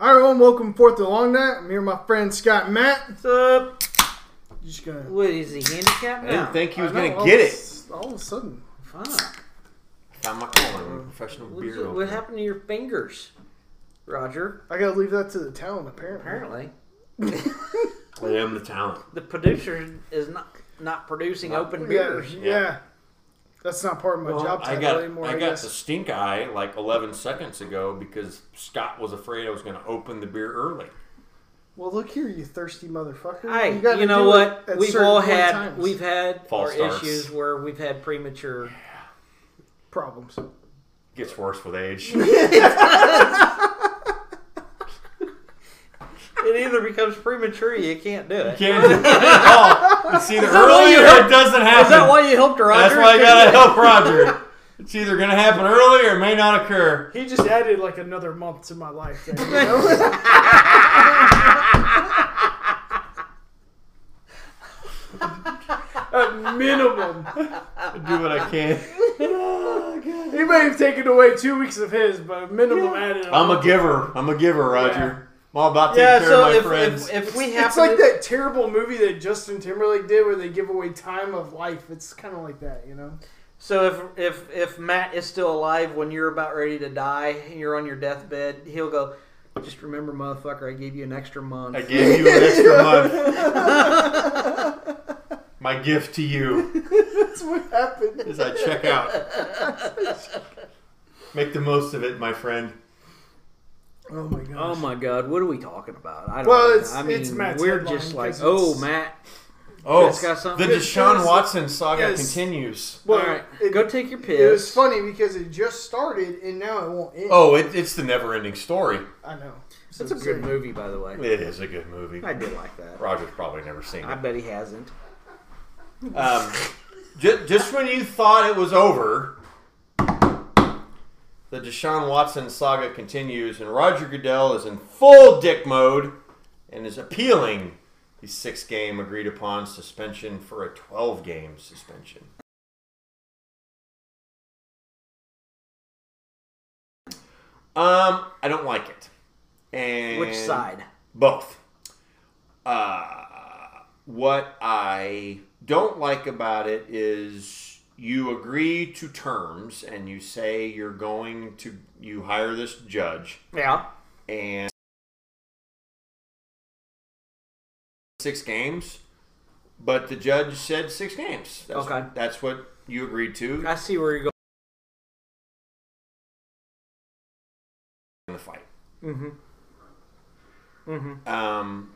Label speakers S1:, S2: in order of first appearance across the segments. S1: Hi everyone, welcome forth to Long Night. I'm here with my friend Scott and Matt.
S2: What's up?
S1: Just gonna
S2: What is he handicapped
S3: I didn't
S2: now?
S3: think he was
S1: I know,
S3: gonna
S1: all
S3: get
S1: of a
S3: it.
S1: s- All of a sudden.
S2: Fuck.
S3: Found my oh, I'm a professional
S2: What,
S3: beer.
S2: is it- what
S3: opener.
S2: happened to your fingers, Roger?
S1: I gotta leave that to the talent apparently.
S2: Apparently,
S3: I am the talent.
S2: the producer is not not producing
S3: Not-
S2: open
S1: Yeah,
S2: beers.
S1: yeah.
S3: Yeah.
S1: That's not part of my job
S3: I
S1: title
S3: got
S1: anymore,
S3: I
S1: I,
S3: got
S1: guess.
S3: the stink eye like 11 seconds ago because Scott was afraid I was going to open the beer early.
S1: Well look here, you thirsty motherfucker.
S2: Hey, you,
S1: gotta do
S2: know
S1: it
S2: what?
S1: at
S2: We've
S1: certain
S2: all
S1: point
S2: had
S1: times.
S2: we've had
S3: False
S2: our
S3: starts.
S2: issues where we've had premature.
S1: problems.
S3: Gets worse with age.
S2: It either becomes premature, or you can't do it.
S3: Can't do it at all. It's either
S2: that why
S3: early
S2: you
S3: or
S2: help-
S3: it doesn't happen.
S2: Is that why you helped Roger?
S3: That's why I got to help Roger. It's either going to happen early or it may not occur.
S4: He just added like another month to my life. There, you know? At minimum,
S3: I do what I can.
S4: he may have taken away two weeks of his, but minimum added.
S3: I'm a giver. I'm a giver, Roger. I'm all about taking
S2: Yeah.
S3: care
S2: So
S3: of my
S2: if,
S3: friends.
S2: if if we happen,
S4: It's like
S2: to,
S4: that terrible movie that Justin Timberlake did, where they give away time of life. It's kind of like that, you know.
S2: So if if if Matt is still alive when you're about ready to die, and you're on your deathbed, he'll go. Just remember, motherfucker, I gave you an extra month.
S3: I gave you an extra month. My gift to you
S1: That's what happened.
S3: is I check out. Make the most of it, my friend.
S1: Oh my gosh.
S2: Oh
S3: Um,
S2: my God! What are we talking about? I don't
S4: Well,
S2: know.
S4: it's-
S2: I mean,
S4: it's Matt's
S2: we're
S4: headline,
S2: just like,
S4: 'cause
S2: oh,
S4: it's-
S2: Matt,
S3: Oh,
S2: Chris got something?
S3: the Deshaun
S4: Yes.
S3: Watson saga
S4: Yes.
S3: continues.
S4: Well,
S2: all right,
S4: it,
S2: go take your piss.
S4: it was funny because it just started and now it won't end.
S3: Oh, it, it's the never-ending story.
S4: I know.
S2: That's a good movie, by the way.
S3: It is a good movie.
S2: I did like that.
S3: Roger's probably never seen
S2: I
S3: it.
S2: bet he hasn't.
S3: Um, just, just when you thought it was over, the Deshaun Watson saga continues, and Roger Goodell is in full dick mode and is appealing the six game agreed upon suspension for a 12 game suspension. Um, I don't like it. And
S2: Which side?
S3: both. Uh, what I don't like about it is you agree to terms and you say you're going to you hire this judge
S2: Yeah.
S3: and six games, but the judge said six games. That's,
S2: Okay.
S3: that's what you agreed to
S2: I see where you're
S3: in the fight.
S2: going. hmm
S3: Um,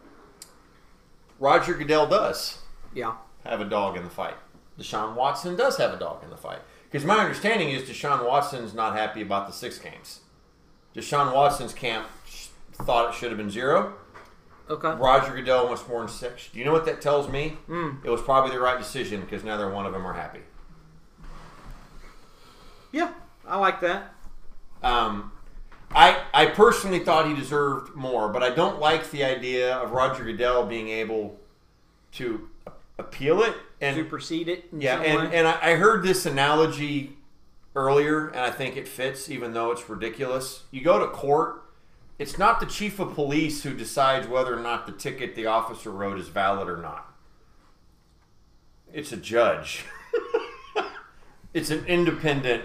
S3: Roger Goodell does.
S2: Yeah.
S3: have a dog in the fight. Deshaun Watson does have a dog in the fight. Because my understanding is Deshaun Watson's not happy about the six games. Deshaun Watson's camp sh- thought it should have been zero.
S2: Okay.
S3: Roger Goodell wants more than six. Do you know what that tells me? It was probably the right decision because neither one of them are happy.
S2: Yeah, I like that.
S3: Um, I I personally thought he deserved more, but I don't like the idea of Roger Goodell being able to appeal it and
S2: Supersede it. In
S3: Yeah,
S2: some
S3: and,
S2: way.
S3: and I I heard this analogy earlier, and I think it fits, even though it's ridiculous. You go to court, it's not the chief of police who decides whether or not the ticket the officer wrote is valid or not. It's a judge. it's an independent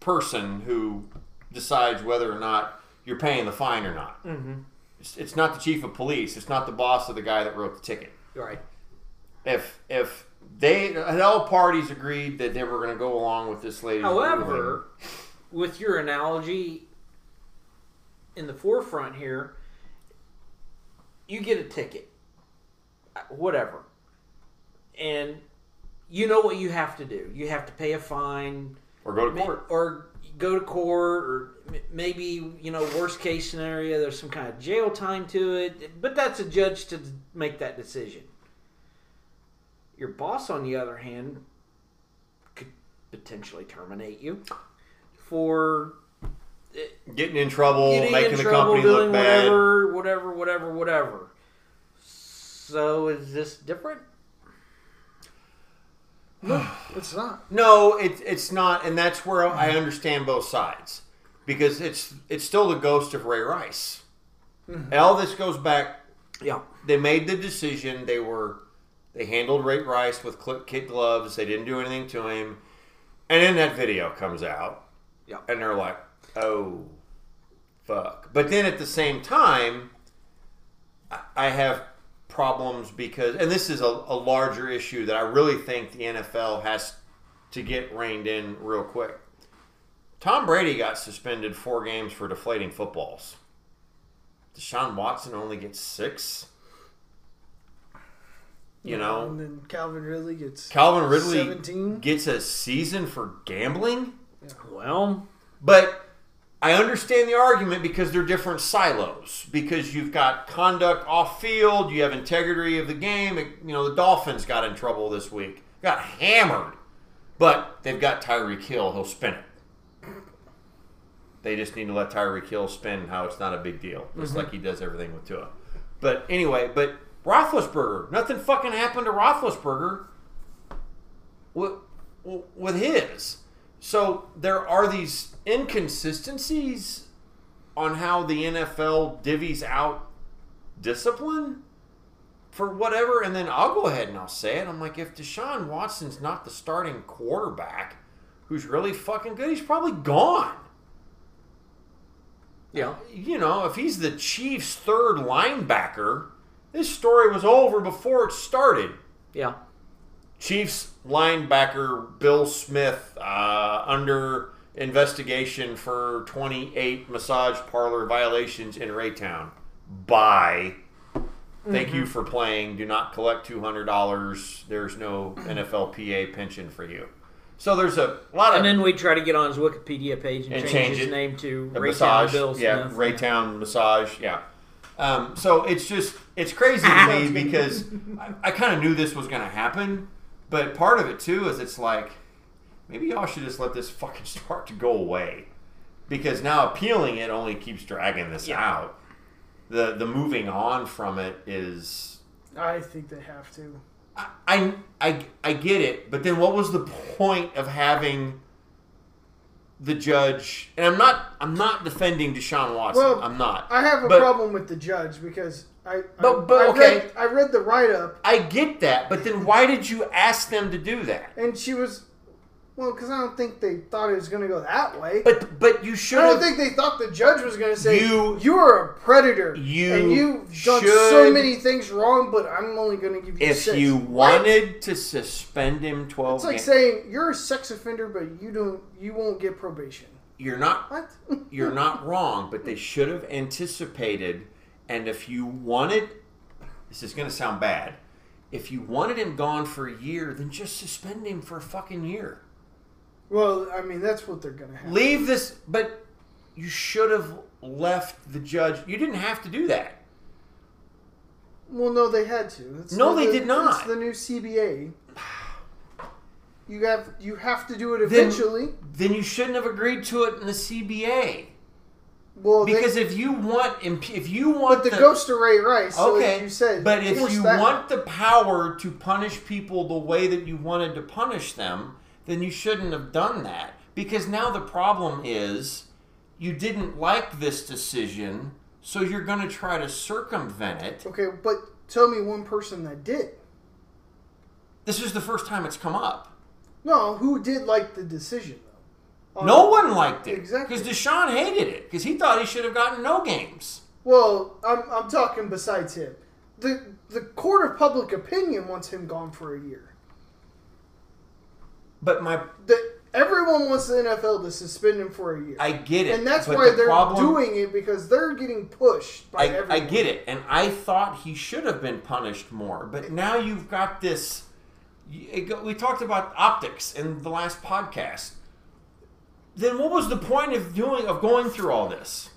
S3: person who decides whether or not you're paying the fine or not. Mm-hmm. It's, it's not the chief of police. It's not the boss of the guy that wrote the ticket
S2: right.
S3: if if they had all parties agreed that they were going to go along with this lady.
S2: However, with your analogy in the forefront here, you get a ticket, whatever, and you know what you have to do. You have to pay a fine
S3: or go to court.
S2: or go to court, or m- maybe you know worst case scenario, there's some kind of jail time to it. But that's a judge to d- make that decision. Your boss, on the other hand, could potentially terminate you for
S3: Getting in trouble,
S2: getting
S3: Oh, making
S2: in
S3: the
S2: trouble,
S3: company
S2: doing
S3: look bad.
S2: whatever, whatever, whatever, whatever. So is this different?
S1: It's not.
S3: No, it, it's not, and that's where I understand both sides because it's it's still the ghost of Ray Rice.
S2: Mm-hmm.
S3: L, this goes back.
S2: Yeah.
S3: They made the decision. They were they handled Ray Rice with clip kid gloves. They didn't do anything to him. And then that video comes out.
S2: Yeah.
S3: And they're like, oh, fuck. But then at the same time, I- I have problems because, and this is a, a larger issue that I really think the NFL has to get reined in real quick. Tom Brady got suspended four games for deflating footballs. Deshaun Watson only gets six. You know,
S1: And then Calvin Ridley gets
S3: Calvin Ridley
S1: 17?
S3: gets a season for gambling,
S2: Well,
S3: but I understand the argument because they're different silos. Because you've got conduct off field, you have integrity of the game. You know, the Dolphins got in trouble this week, got hammered, but they've got Tyreek Hill. He'll spin it. They just need to let Tyreek Hill spin how it's not a big deal, just like he does everything with Tua. But anyway, but Roethlisberger, nothing fucking happened to Roethlisberger with, with his. So there are these inconsistencies on how the NFL divvies out discipline for whatever. And then I'll go ahead and I'll say it. I'm like, if Deshaun Watson's not the starting quarterback, who's really fucking good, he's probably gone.
S2: yeah.
S3: You know, if he's the Chiefs' third linebacker, this story was over before it started.
S2: Yeah.
S3: Chiefs linebacker Bill Smith uh, under investigation for 28 massage parlor violations in Raytown. Bye. Thank
S2: Mm-hmm.
S3: you for playing. Do not collect $200. There's no NFLPA pension for you. So there's a lot of
S2: And then we try to get on his Wikipedia page and,
S3: And
S2: change,
S3: change
S2: his
S3: it.
S2: name to
S3: a
S2: Raytown
S3: massage.
S2: Bill
S3: yeah,
S2: Smith.
S3: Raytown massage. Yeah. Um, so it's just it's crazy to me because I, I kind of knew this was going to happen, but part of it too is it's like maybe y'all should just let this fucking start to go away because now appealing it only keeps dragging this
S2: Yeah.
S3: out. The the moving on from it is
S1: I think they have to.
S3: I, I I I get it, but then what was the point of having the judge? And I'm not I'm not defending Deshaun Watson.
S1: Well,
S3: I'm not.
S1: I have a
S3: But-
S1: problem with the judge because I I,
S3: But- but,
S1: I
S3: okay.
S1: read, I read the write up
S3: I get that, but then why did you ask them to do that?
S1: and she was well because I don't think they thought it was going to go that way.
S3: But but you should
S1: I don't
S3: have.
S1: think they thought the judge was going to say
S3: You-
S1: you are a predator
S3: You
S1: and you've done so
S3: should-
S1: many things wrong, but I'm only going to give you
S3: if
S1: six.
S3: you
S1: What?
S3: wanted to suspend him 12
S1: It's like
S3: games,
S1: saying you're a sex offender, but you don't, you won't get probation.
S3: you're not
S1: What? Hmm.
S3: you're not wrong, but they should have anticipated. And if you wanted, this is going to sound bad. If you wanted him gone for a year, then just suspend him for a fucking year.
S1: well, I mean, that's what they're gonna have.
S3: Leave this, but you should have left the judge. You didn't have to do that.
S1: well, no, they had to. It's
S3: No,
S1: the-
S3: they
S1: the-
S3: did not.
S1: It's the new CBA. You have you have to do it
S3: Then-
S1: eventually.
S3: Then you shouldn't have agreed to it in the CBA.
S1: well, they-
S3: Because if you want, imp- if you want
S1: but the ghost of Ray Rice. so
S3: okay,
S1: like you said,
S3: but if
S1: force
S3: you
S1: that.
S3: want the power to punish people the way that you wanted to punish them, then you shouldn't have done that. Because now the problem is you didn't like this decision, so you're going to try to circumvent it.
S1: okay, but tell me one person that did.
S3: This is the first time it's come up.
S1: No, who did like the decision though?
S3: No one liked it.
S1: Oh, Exactly.
S3: Because Deshaun hated it. Because he thought he should have gotten no games.
S1: Well, I'm, I'm talking besides him. The the court of public opinion wants him gone for a year.
S3: But my,
S1: The, everyone wants the NFL to suspend him for a year.
S3: I get it.
S1: and that's
S3: but
S1: why
S3: the
S1: they're
S3: problem-
S1: doing it because they're getting pushed by
S3: I,
S1: everyone.
S3: I get it, and I thought he should have been punished more, but now you've got this. you- it go- We talked about optics in the last podcast. Then what was the point of doing of going through all this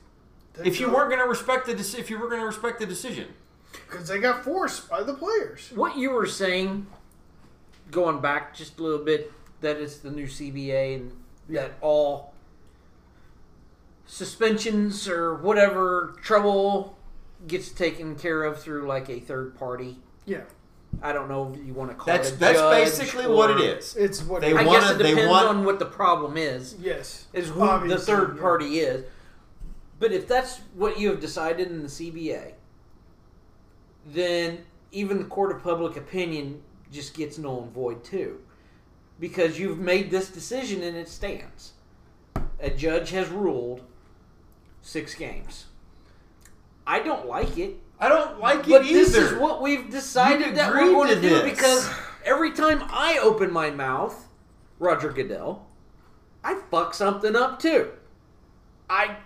S3: if you weren't going to respect the deci- if you were going to respect the decision?
S1: because they got forced by the players.
S2: What you were saying, going back just a little bit, that it's the new CBA and that all suspensions or whatever trouble gets taken care of through like a third party.
S1: Yeah,
S2: I don't know if you want to call
S3: That's
S2: it. a
S3: that's
S2: judge
S3: basically
S2: or-
S3: what it is.
S1: it's what
S3: They
S2: I
S3: want-
S2: guess it
S3: Wanna- they
S2: depends
S3: want-
S2: on what the problem is.
S1: yes
S2: Is who the
S1: Obviously,
S2: third
S1: yeah.
S2: party is. But if that's what you have decided in the CBA, then even the court of public opinion just gets null and void too, because you've made this decision and it stands. A judge has ruled six games. I don't like it,
S3: I don't like
S2: but
S3: it
S2: this is
S3: either.
S2: what we've decided
S3: You
S2: that we're
S3: agreed
S2: going to,
S3: to
S2: do
S3: this.
S2: because every time I open my mouth, Roger Goodell, I fuck something up too. I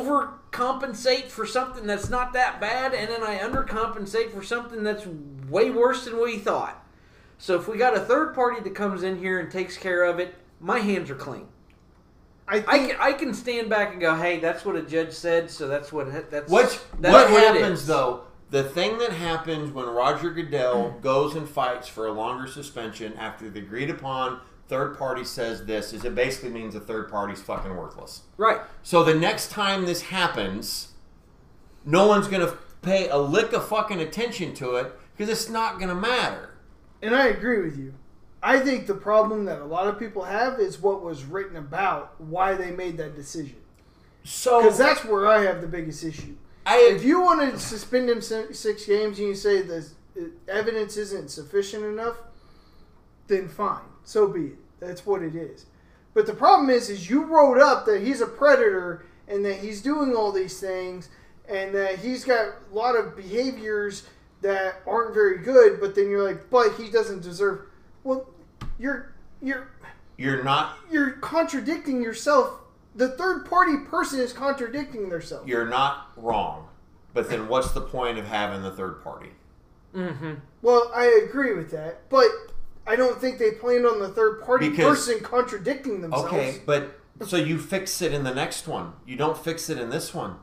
S2: overcompensate for something that's not that bad, and then I undercompensate for something that's way worse than we thought. So if we got a third party that comes in here and takes care of it, my hands are clean.
S1: I
S2: I
S1: think
S2: can, I can stand back and go, hey, that's what a judge said, so that's what that's
S3: What's,
S2: that's
S3: what
S2: it
S3: happens
S2: is."
S3: though? The thing that happens when Roger Goodell goes and fights for a longer suspension after the agreed upon third party says this is it basically means the third party's fucking worthless.
S2: Right.
S3: So the next time this happens, no one's gonna pay a lick of fucking attention to it because it's not gonna matter.
S1: and I agree with you.
S5: I think the problem that a lot of people have is what was written about why they made that decision.
S3: So
S1: Because that's where I have the biggest issue.
S3: I
S1: If you want to suspend him si- six games and you say the uh, evidence isn't sufficient enough, then fine. So be it. That's what it is. But the problem is, is you wrote up that he's a predator and that he's doing all these things and that he's got a lot of behaviors that aren't very good. But then you're like, but he doesn't deserve. Well, you're you're
S3: you're not
S1: you're contradicting yourself. The third party person is contradicting themselves.
S3: you're not wrong, but then what's the point of having the third party?
S2: Mm-hmm.
S1: Well, I agree with that, but I don't think they planned on the third party
S3: Because-
S1: person contradicting themselves.
S3: Okay, but so you fix it in the next one. You don't fix it in this one.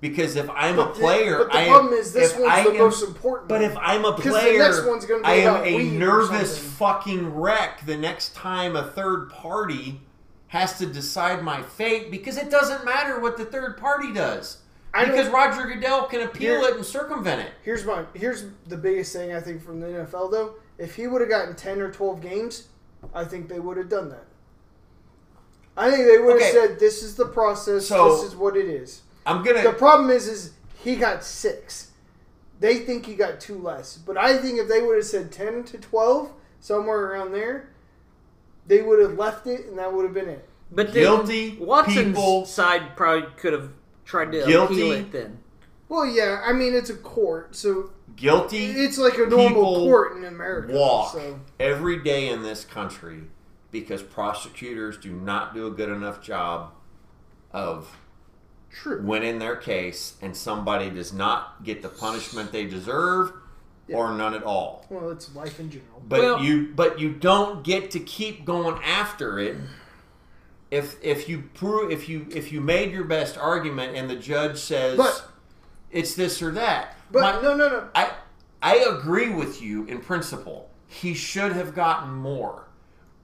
S3: Because if I'm a
S1: But the-
S3: player,
S1: but the
S3: I am,
S1: problem is this
S3: if
S1: one's
S3: I
S1: the
S3: am-
S1: most important.
S3: But if I'm a
S1: 'Cause the
S3: player,
S1: next one's gonna be
S3: I am
S1: about
S3: a
S1: weed or
S3: nervous
S1: something.
S3: fucking wreck the next time a third party has to decide my fate because it doesn't matter what the third party does.
S1: I don't-
S3: because Roger Goodell can appeal
S1: Here-
S3: it and circumvent it.
S1: here's my here's the biggest thing I think from the NFL though. If he would have gotten ten or twelve games, I think they would have done that. I think they would have
S3: Okay.
S1: said, "This is the process.
S3: So-
S1: this is what it is."
S3: I'm gonna
S1: The problem is, is he got six. They think he got two less, but I think if they would have said ten to twelve, somewhere around there, they would have left it, and that would have been it.
S2: But then
S3: Guilty
S2: Watson's
S3: people-
S2: side probably could have tried to
S3: Guilty-
S2: appeal it then.
S1: Well, yeah, I mean it's a court, so
S3: guilty.
S1: it's like a normal
S3: People
S1: court in America.
S3: walk
S1: So
S3: every day in this country because prosecutors do not do a good enough job of
S1: true.
S3: winning their case and somebody does not get the punishment they deserve or none at all.
S1: Well, it's life in general.
S3: But
S2: Well-
S3: you but you don't get to keep going after it. If if you prove if you if you made your best argument and the judge says
S1: But-
S3: it's this or that.
S1: But
S3: My-
S1: no, no, no.
S3: I I agree with you in principle. He should have gotten more.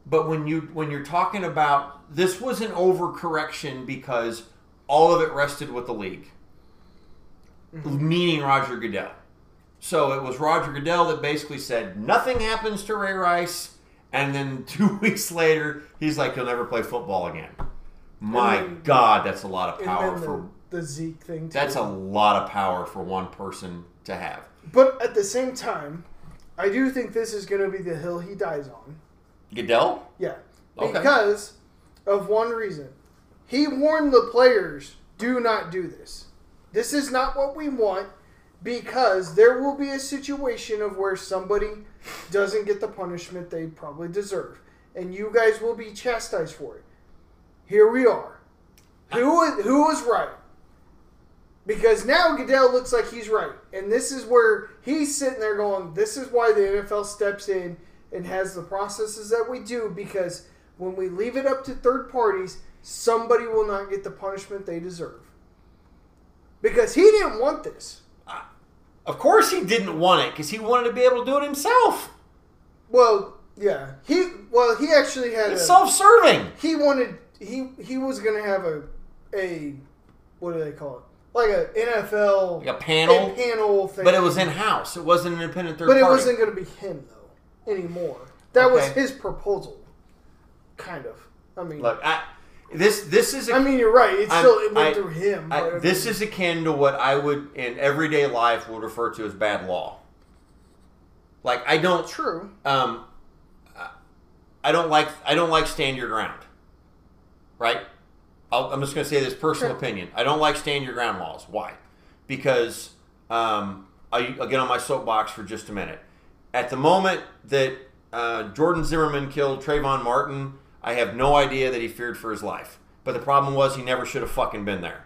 S3: But when you when you're talking about this was an overcorrection because all of it rested with the league.
S1: Mm-hmm.
S3: Meaning Roger Goodell. So it was Roger Goodell that basically said nothing happens to Ray Rice and then 2 weeks later he's like he'll never play football again. My
S1: then-
S3: god, that's a lot of
S1: And
S3: power
S1: then
S3: for
S1: the, the Zeke thing. Too.
S3: that's a lot of power for one person to have.
S1: But at the same time, I do think this is going to be the hill he dies on.
S3: Goodell?
S1: Yeah.
S3: Okay.
S1: Because of one reason. He warned the players do not do this. This is not what we want because there will be a situation of where somebody doesn't get the punishment they probably deserve. And you guys will be chastised for it. Here we are. Who was, who was right? Because now Goodell looks like he's right. And this is where he's sitting there going, this is why the NFL steps in and has the processes that we do because when we leave it up to third parties, somebody will not get the punishment they deserve. Because he didn't want this.
S3: Of course he didn't want it because he wanted to be able to do it himself.
S1: Well, yeah. He well, he actually had
S3: It's
S1: a,
S3: self-serving.
S1: he wanted he he was going to have a a what do they call it? Like a NFL
S3: Like a panel,
S1: panel thing.
S3: but it was in-house. It wasn't an independent third
S1: But it
S3: party.
S1: wasn't going to be him though anymore. That was
S3: Okay.
S1: his proposal, kind of. I mean,
S3: Look, I, This this is a
S1: I mean, you're right. It's
S3: I'm-
S1: still it went
S3: I-
S1: through him.
S3: I-
S1: but mean-
S3: this is akin to what I would in everyday life would refer to as bad law. Like I don't
S1: true.
S3: um, I- I don't like I don't like stand your ground. Right? I'll, I'm just going to say this personal
S1: Sure.
S3: opinion. I don't like stand your ground laws. Why? Because um, I, I'll get on my soapbox for just a minute. At the moment that uh, Jordan Zimmerman killed Trayvon Martin, I have no idea that he feared for his life. But the problem was he never should have fucking been there.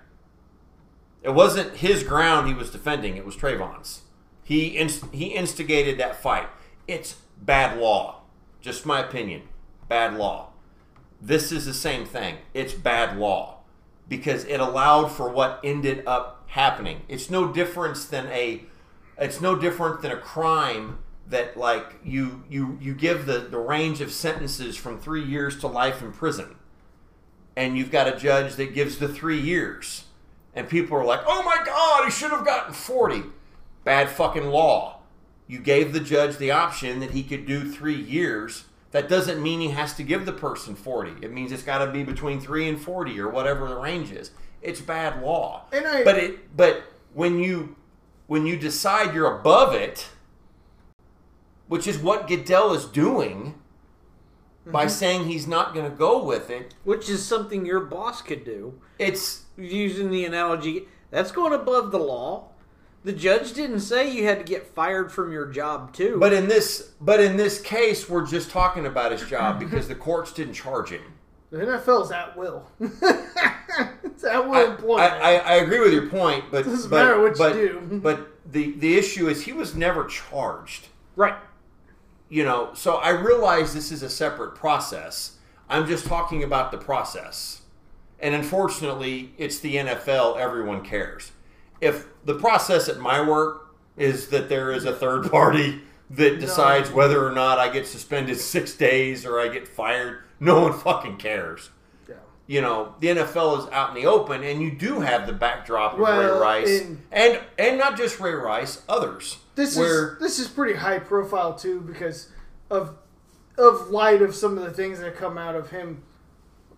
S3: It wasn't his ground he was defending; it was Trayvon's. He inst- he instigated that fight. It's bad law. Just my opinion. Bad law. This is the same thing. It's bad law because it allowed for what ended up happening. It's no difference than a it's no different than a crime that like you you you give the the range of sentences from 3 years to life in prison and you've got a judge that gives the 3 years and people are like, "Oh my god, he should have gotten 40." Bad fucking law. You gave the judge the option that he could do 3 years. That doesn't mean he has to give the person 40. It means it's got to be between 3 and 40 or whatever the range is. It's bad law.
S1: And I-
S3: but it but when you when you decide you're above it, which is what Goodell is doing
S1: Mm-hmm.
S3: by saying he's not going to go with it,
S2: which is something your boss could do.
S3: it's
S2: Using the analogy, that's going above the law. The judge didn't say you had to get fired from your job too.
S3: But in this, but in this case, we're just talking about his job because the courts didn't charge him.
S1: The NFL's at will. it's at will
S3: I,
S1: employment.
S3: I, I agree with your point, but
S1: Doesn't
S3: but,
S1: matter what you
S3: but,
S1: do.
S3: But the the issue is he was never charged.
S2: right,
S3: You know, so I realize this is a separate process. I'm just talking about the process, and unfortunately, it's the NFL. Everyone cares. If the process at my work is that there is a third party that decides whether or not I get suspended six days or I get fired, no one fucking cares.
S1: Yeah.
S3: You know, the NFL is out in the open, and you do have the backdrop of Ray
S1: Well,
S3: Rice,
S1: and-
S3: and and not just Ray Rice, others.
S1: this
S3: where-
S1: is this is pretty high profile too because of of light of some of the things that come out of him.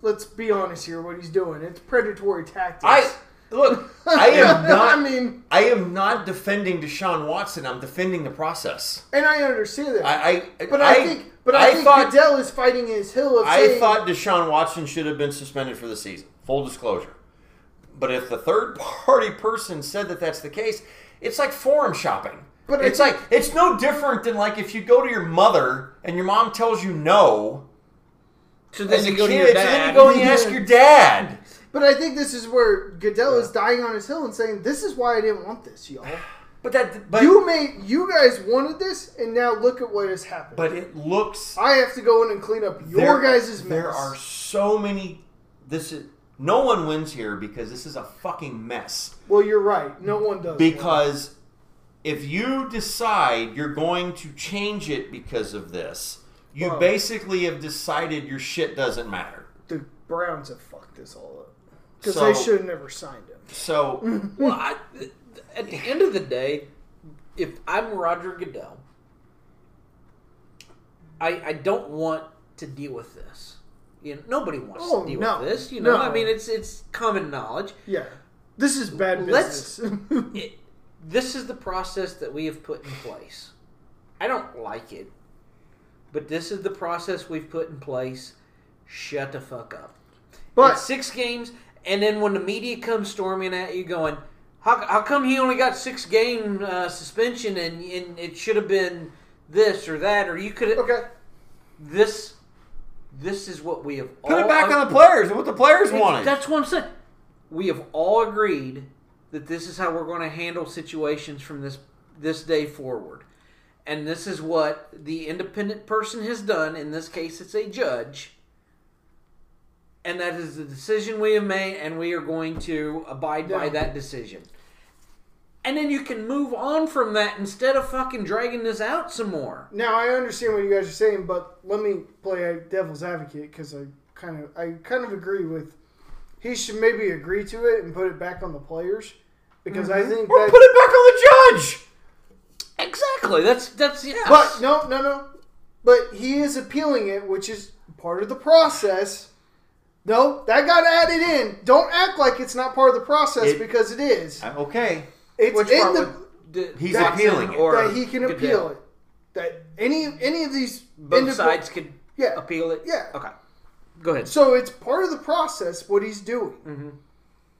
S1: Let's be honest here. What he's doing, it's predatory tactics.
S3: I look. I am not.
S1: I mean,
S3: I am not defending Deshaun Watson. I'm defending the process.
S1: and I understand that.
S3: I. I
S1: but I, think, but I, think
S3: thought
S1: Goodell is fighting his hill of
S3: I
S1: saying,
S3: thought Deshaun Watson should have been suspended for the season. Full disclosure. But if the third party person said that that's the case, it's like forum shopping.
S1: But I
S3: it's
S1: think-
S3: like it's no different than like if you go to your mother and your mom tells you no.
S2: so then
S3: As a
S2: you
S3: kid,
S2: go
S3: so
S2: to your
S3: then
S2: dad.
S3: you go and you ask your dad.
S1: but I think this is where Goodell is dying on his hill and saying, "This is why I didn't want this, y'all.
S3: But that. But,
S1: You made you guys wanted this, and now look at what has happened.
S3: but it looks
S1: I have to go in and clean up your guys' mess.
S3: There are so many. This is no one wins here because this is a fucking mess.
S1: Well, you're right. No one does.
S3: Because if you decide you're going to change it because of this, you
S1: Well-
S3: basically have decided your shit doesn't matter.
S1: the Browns have fucked this all up because
S3: So-
S1: they should have never signed him.
S3: So
S2: Well, I, at the end of the day, if I'm Roger Goodell, I I don't want to deal with this. You know, nobody wants
S1: Oh,
S2: to deal
S1: no.
S2: with this. You know,
S1: No.
S2: I mean, it's it's common knowledge.
S1: Yeah, this is bad
S2: Let's-
S1: business.
S2: It, this is the process that we have put in place. I don't like it, but this is the process we've put in place. Shut the fuck up. It's
S1: but
S2: six games, and then when the media comes storming at you, going, "How, how come he only got six game uh, suspension, and and it should have been this or that, or you could
S1: okay,
S2: this." This is what we have.
S3: put it back on the players and what the players wanted.
S2: That's what I'm saying. We have all agreed that this is how we're going to handle situations from this this day forward, and this is what the independent person has done. In this case, it's a judge, and that is the decision we have made, and we are going to abide by
S1: Yeah.
S2: that decision. And then you can move on from that instead of fucking dragging this out some more.
S1: now I understand what you guys are saying, but let me play devil's advocate because I kind of I kind of agree with. He should maybe agree to it and put it back on the players because I think
S3: Mm-hmm. or
S1: that.
S3: put it back on the judge.
S2: Exactly. That's that's yes.
S1: But no, no, no. But he is appealing it, which is part of the process. No, that got added in. Don't act like it's not part of the process
S3: It-
S1: because it is.
S3: I'm Uh, okay.
S1: It's
S6: Which
S1: in
S6: part
S1: the
S6: would-
S2: D-
S3: He's
S2: Dotson
S3: appealing it.
S2: or
S1: that he can
S2: Goodell.
S1: appeal it. That any any of these
S2: Both
S1: indiv-
S2: sides could
S1: Yeah.
S2: appeal it.
S1: Yeah.
S2: Okay. Go ahead.
S1: So it's part of the process what he's doing.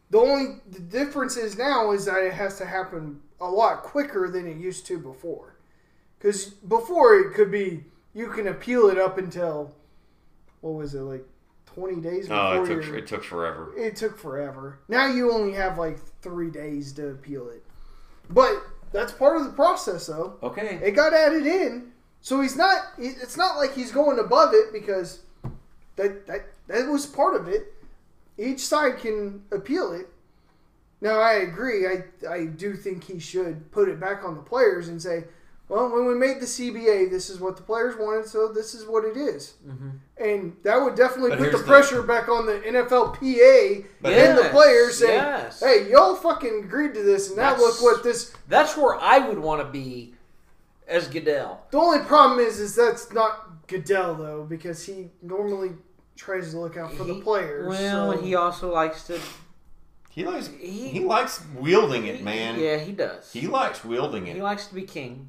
S1: The only the difference is now is that it has to happen a lot quicker than it used to before. Because before it could be you can appeal it up until what was it like twenty days before
S3: No, Oh, it
S1: your-
S3: took it took forever.
S1: it took forever. Now you only have like three days to appeal it. But that's part of the process, though.
S3: Okay.
S1: It got added in, so he's not. he- It's not like he's going above it because that that that was part of it. Each side can appeal it. Now I agree. I I do think he should put it back on the players and say, well, when we made the CBA, this is what the players wanted, so this is what it is. And that would definitely
S3: But
S1: put the
S3: here's the-
S1: pressure back on the NFLPA
S3: But
S1: and the
S2: Yes,
S1: players saying,
S2: yes.
S1: "Hey, y'all fucking agreed to this, and now
S2: That's-
S1: look what this."
S2: That's where I would want to be as Goodell.
S1: The only problem is, is that's not Goodell though, because he normally tries to look out for the
S2: He-
S1: players.
S2: Well,
S1: so-
S2: and he also likes to.
S3: He likes
S2: He-
S3: he, likes wielding it, man.
S2: Yeah, he does.
S3: He likes wielding
S2: He
S3: it.
S2: likes to be king.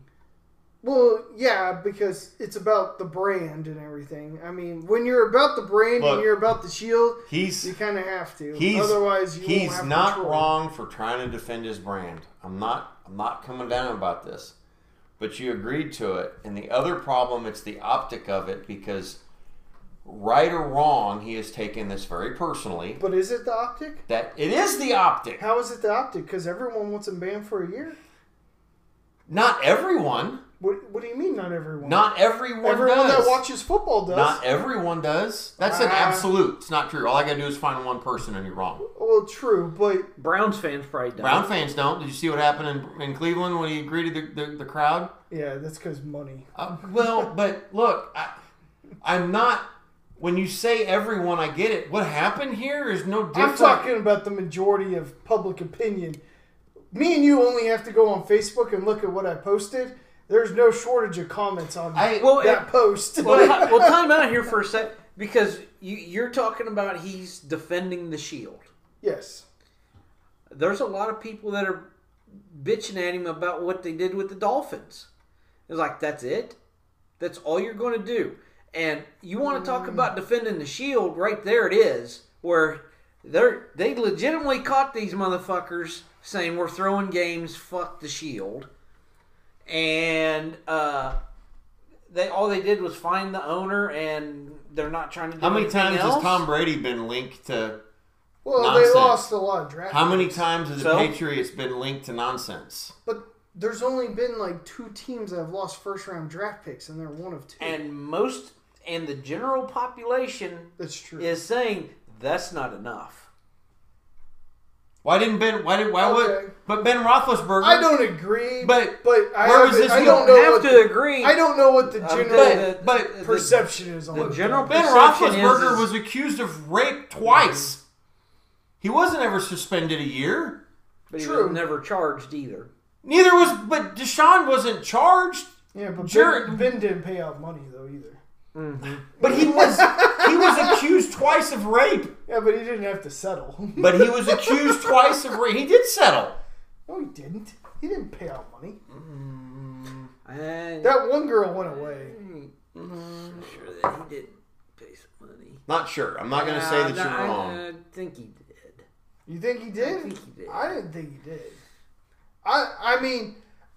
S1: well, yeah, because it's about the brand and everything. I mean, when you're about the brand
S3: Look.
S1: and you're about the shield,
S3: He's
S1: you kind of have to.
S3: he's
S1: Otherwise, you won't
S3: he's
S1: have
S3: not
S1: control.
S3: wrong for trying to defend his brand. I'm not I'm not coming down about this. But you agreed to it. And the other problem it's the optic of it because right or wrong, he has taken this very personally.
S1: But is it the optic?
S3: That it is the optic.
S1: How is it the optic? Because everyone wants him banned for a year.
S3: Not everyone.
S1: What, what do you mean, not everyone?
S3: Not everyone
S1: everyone
S3: does.
S1: that watches football does.
S3: Not everyone does. That's an
S1: Ah.
S3: absolute. It's not true. All I gotta do is find one person, and you're wrong.
S1: well, true, but
S2: Browns fans probably don't.
S3: Brown fans don't. Did you see what happened in, in Cleveland when he greeted the, the, the crowd?
S1: yeah, that's because money.
S3: Uh, well, but look, I, I'm not. When you say everyone, I get it. What happened here is no different.
S1: I'm talking about the majority of public opinion. Me and you only have to go on Facebook and look at what I posted. There's no shortage of comments on
S3: I-
S2: Well,
S1: that
S2: it-
S1: post.
S2: well, ti- well, time out here for a sec because you, you're talking about he's defending the shield.
S1: yes.
S2: There's a lot of people that are bitching at him about what they did with the Dolphins. It's like that's it. That's all you're going to do. And you want to
S3: Mm.
S2: talk about defending the shield? Right there it is, where they're they legitimately caught these motherfuckers saying we're throwing games. Fuck the shield. And uh, they all they did was find the owner, and they're not trying to. Do
S3: How many
S2: anything
S3: times
S2: else.
S3: has Tom Brady been linked to?
S1: Well,
S3: Nonsense.
S1: they lost a lot of draft.
S3: How many times has
S2: So?
S3: the Patriots been linked to nonsense?
S1: But there's only been like two teams that have lost first round draft picks, and they're one of two.
S2: and most and the general population
S1: that's true.
S2: is saying that's not enough.
S3: Why didn't Ben? Why did? Why
S1: Okay.
S3: would? But Ben Roethlisberger.
S1: I don't agree,
S3: But-
S1: but I,
S3: where is
S1: haven't-
S3: this
S1: I
S3: going?
S1: don't
S2: You
S1: know.
S2: have
S1: what
S2: to
S1: the-
S2: agree.
S1: I don't know what the
S2: Um,
S1: general
S3: but- but-
S1: perception is on
S2: the
S1: it.
S2: general
S3: Ben
S2: perception is-
S3: Roethlisberger
S2: is-
S3: was accused of rape twice. He wasn't ever suspended a year.
S2: but he
S1: true.
S2: was never charged either.
S3: Neither was, but Deshaun wasn't charged.
S1: Yeah, but
S3: Jer-
S1: ben, ben didn't pay out money though either.
S3: But he was he was accused twice of rape.
S1: Yeah, but he didn't have to settle.
S3: But he was accused twice of rape. He did settle.
S1: No, he didn't. He didn't pay out money.
S2: And
S1: That one girl went away.
S2: I'm sure that he did pay some money.
S3: Not sure. I'm not going to say that
S2: Uh,
S3: you're
S2: I,
S3: wrong.
S2: I think he did.
S1: You think he did? I,
S2: think he did.
S1: didn't think he did. I I mean,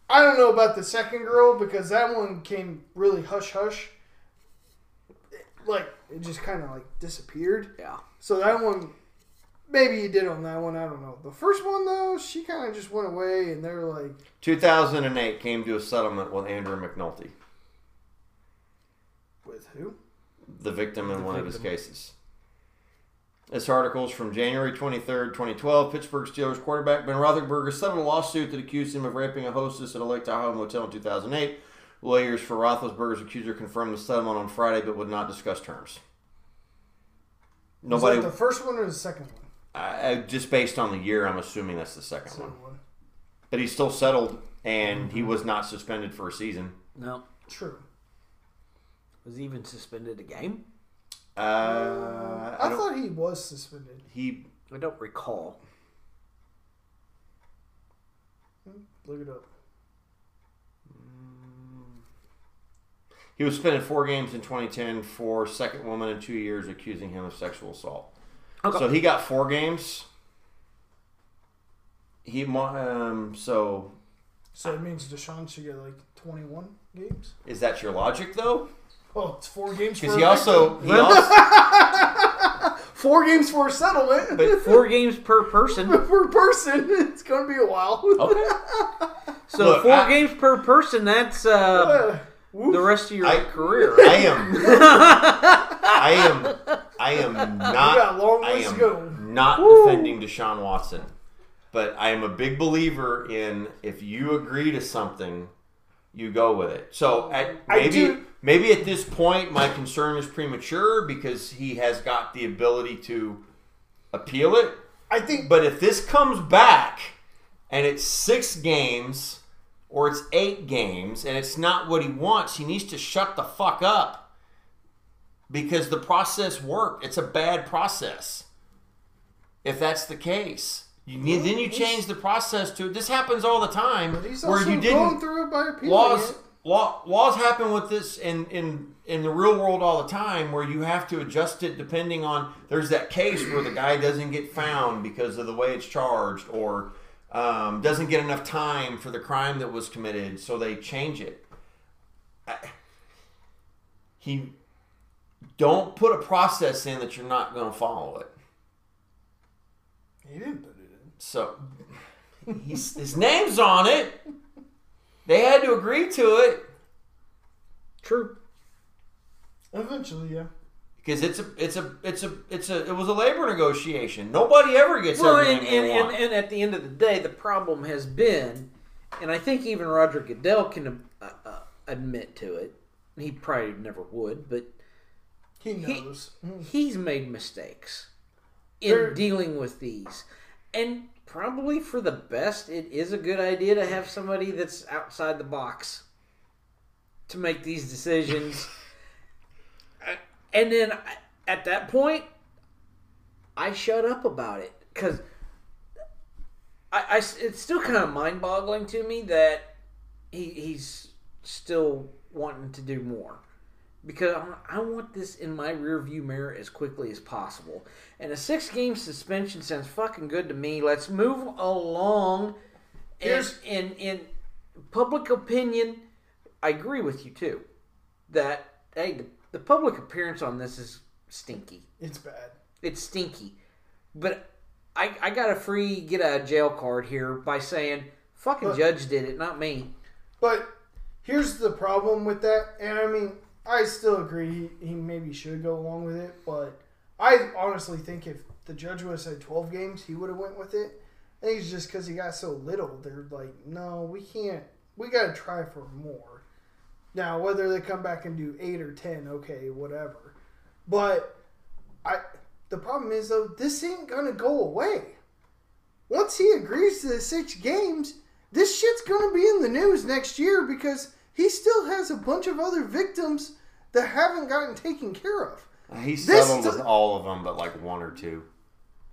S1: I don't know about the second girl because that one came really hush hush. Like it just kind of like disappeared.
S2: Yeah.
S1: So that one, maybe he did on that one. I don't know. The first one though, she kind of just went away, and they're like,
S3: 2008 came to a settlement with Andrew McNulty,
S1: with who?
S3: the victim in one of his cases. This article is from January 23rd, 2012. Pittsburgh Steelers quarterback Ben Roethlisberger settled a lawsuit that accused him of raping a hostess at a Lake Tahoe motel in 2008. Lawyers for Roethlisberger's accuser confirmed the settlement on Friday, but would not discuss terms.
S1: Was
S3: Nobody.
S1: that the first one or the second one?
S3: I, I, just based on the year, I'm assuming that's the second one.
S1: Second one.
S3: But he still settled, and he was not suspended for a season.
S2: No.
S1: True.
S2: Was he even suspended a game?
S3: Uh, I,
S1: I
S3: don't-
S1: thought he was suspended.
S3: he
S2: I don't recall.
S1: Look it up.
S3: he was spending four games in 2010 for second woman in two years accusing him of sexual assault.
S2: Okay.
S3: So he got four games. He mo- um, so
S1: So it means Deshaun should get like 21 games.
S3: is that your logic though?
S1: Oh, it's four games for
S3: Because he
S1: a
S3: also
S1: victim.
S3: he also
S1: four games for a settlement
S3: but
S2: Four games per person.
S1: per person. It's gonna be a while.
S3: okay.
S2: So
S3: Look,
S2: four
S3: I-
S2: games per person. That's uh,
S3: Oh.
S2: the rest of your
S3: I-
S2: career.
S3: I am. I am. I am not.
S1: got a long
S3: I
S1: ways to
S3: am
S1: go.
S3: not defending Deshaun Watson, but I am a big believer in if you agree to something, you go with it. So at,
S1: I
S3: maybe
S1: do-
S3: maybe at this point, my concern is premature because he has got the ability to appeal it.
S1: I think
S3: But if this comes back and it's six games or it's eight games and it's not what he wants, he needs to shut the fuck up because the process worked. It's a bad process. If that's the case, you need, then you change the process to this happens all the time
S1: he's
S3: where
S1: also
S3: you
S1: going
S3: didn't
S1: through it by appealing
S3: laws
S1: it.
S3: law, laws happen with this in, in in the real world all the time where you have to adjust it depending on there's that case where the guy doesn't get found because of the way it's charged or um, doesn't get enough time for the crime that was committed so they change it I- he don't put a process in that you're not going to follow it
S1: He didn't put it in.
S3: so he's, his name's on it they had to agree to it
S2: True.
S1: Eventually, yeah.
S3: because it's a it's a it's a it's a it was a labor negotiation. Nobody ever gets
S2: Well,
S3: everything
S2: and,
S3: they
S2: and, and,
S3: want.
S2: and at the end of the day, the problem has been, and I think even Roger Goodell can uh, uh, admit to it. He probably never would, but
S1: He
S2: He-
S1: knows. Mm,
S2: he's made mistakes in
S1: There-
S2: dealing with these. And probably for the best, it is a good idea to have somebody that's outside the box to make these decisions. and then I- at that point, I shut up about it because I, I s- it's still kind of mind boggling to me that he, he's still wanting to do more because I, I want this in my rearview mirror as quickly as possible. And a six game suspension sounds fucking good to me. Let's move along. And
S1: Here's-
S2: in in public opinion, I agree with you too. That hey, the, the public appearance on this is stinky.
S1: It's bad.
S2: It's stinky. But I I got a free get out of jail card here by saying fucking judge did it, not me.
S1: But here's the problem with that, and I mean, I still agree he, he maybe should go along with it, but I honestly think if the judge would have said 12 games, he would have went with it. I think it's just because he got so little. They're like, no, we can't. We got to try for more. Now, whether they come back and do eight or 10, okay, whatever. But I, the problem is though, this ain't gonna go away. Once he agrees to the six games, this shit's gonna be in the news next year because he still has a bunch of other victims that haven't gotten taken care of.
S3: he
S1: this
S3: settled
S1: do-
S3: with all of them, but like one or two.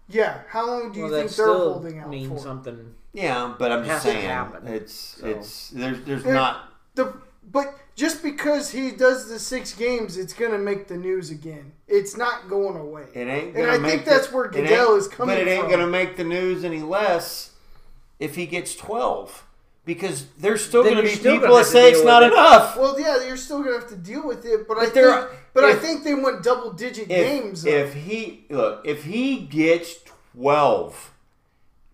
S1: Yeah, how long do you
S2: Well, that
S1: think they're
S2: still
S1: holding out for?
S2: means something.
S3: Yeah, but I'm just
S2: Hasn't
S3: saying
S2: happened.
S3: it's
S2: So-
S3: it's there's there's
S1: There-
S3: not
S1: The but just because he does the six games, it's gonna make the news again. It's not going away.
S3: it
S1: And
S3: ain't. Gonna
S1: I think
S3: make
S1: that's where
S3: it ain't-
S1: Goodell is coming
S3: But it ain't
S1: from.
S3: gonna make the news any less if he gets twelve because there's still
S2: Then
S3: gonna
S2: you're
S3: be
S2: still
S3: people
S2: gonna
S3: that
S2: have to
S3: say
S2: deal
S3: it's
S2: with
S3: not
S2: it.
S3: enough.
S1: Well, yeah, you're still gonna have to deal with it, but I
S3: there
S1: think,
S3: are-
S1: but I
S3: if-
S1: think they went double digit
S3: if,
S1: games. though.
S3: If he look, if he gets twelve,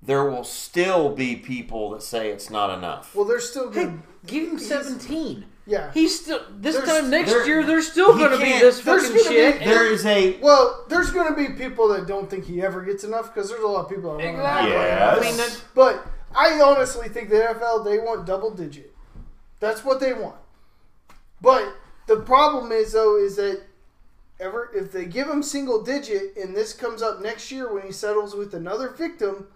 S3: there will still be people that say it's not enough.
S1: well, they're still
S2: Hey,
S1: gonna
S2: give him
S1: he's-
S2: seventeen.
S1: yeah.
S2: He's still this
S1: There's-
S2: time next
S3: there-
S2: year. There's still
S3: he
S2: going to be
S3: can't-
S2: this
S1: there's
S2: fucking
S1: gonna be-
S2: shit.
S3: there is a
S1: well, there's gonna be people that don't think he ever gets enough because there's a lot of people that want
S2: Exactly.
S1: to
S2: I
S3: Yes.
S2: mean, that-
S1: But I honestly think the NFL they want double digit. That's what they want. But the problem is though is that ever if they give him single digit and this comes up next year when he settles with another victim,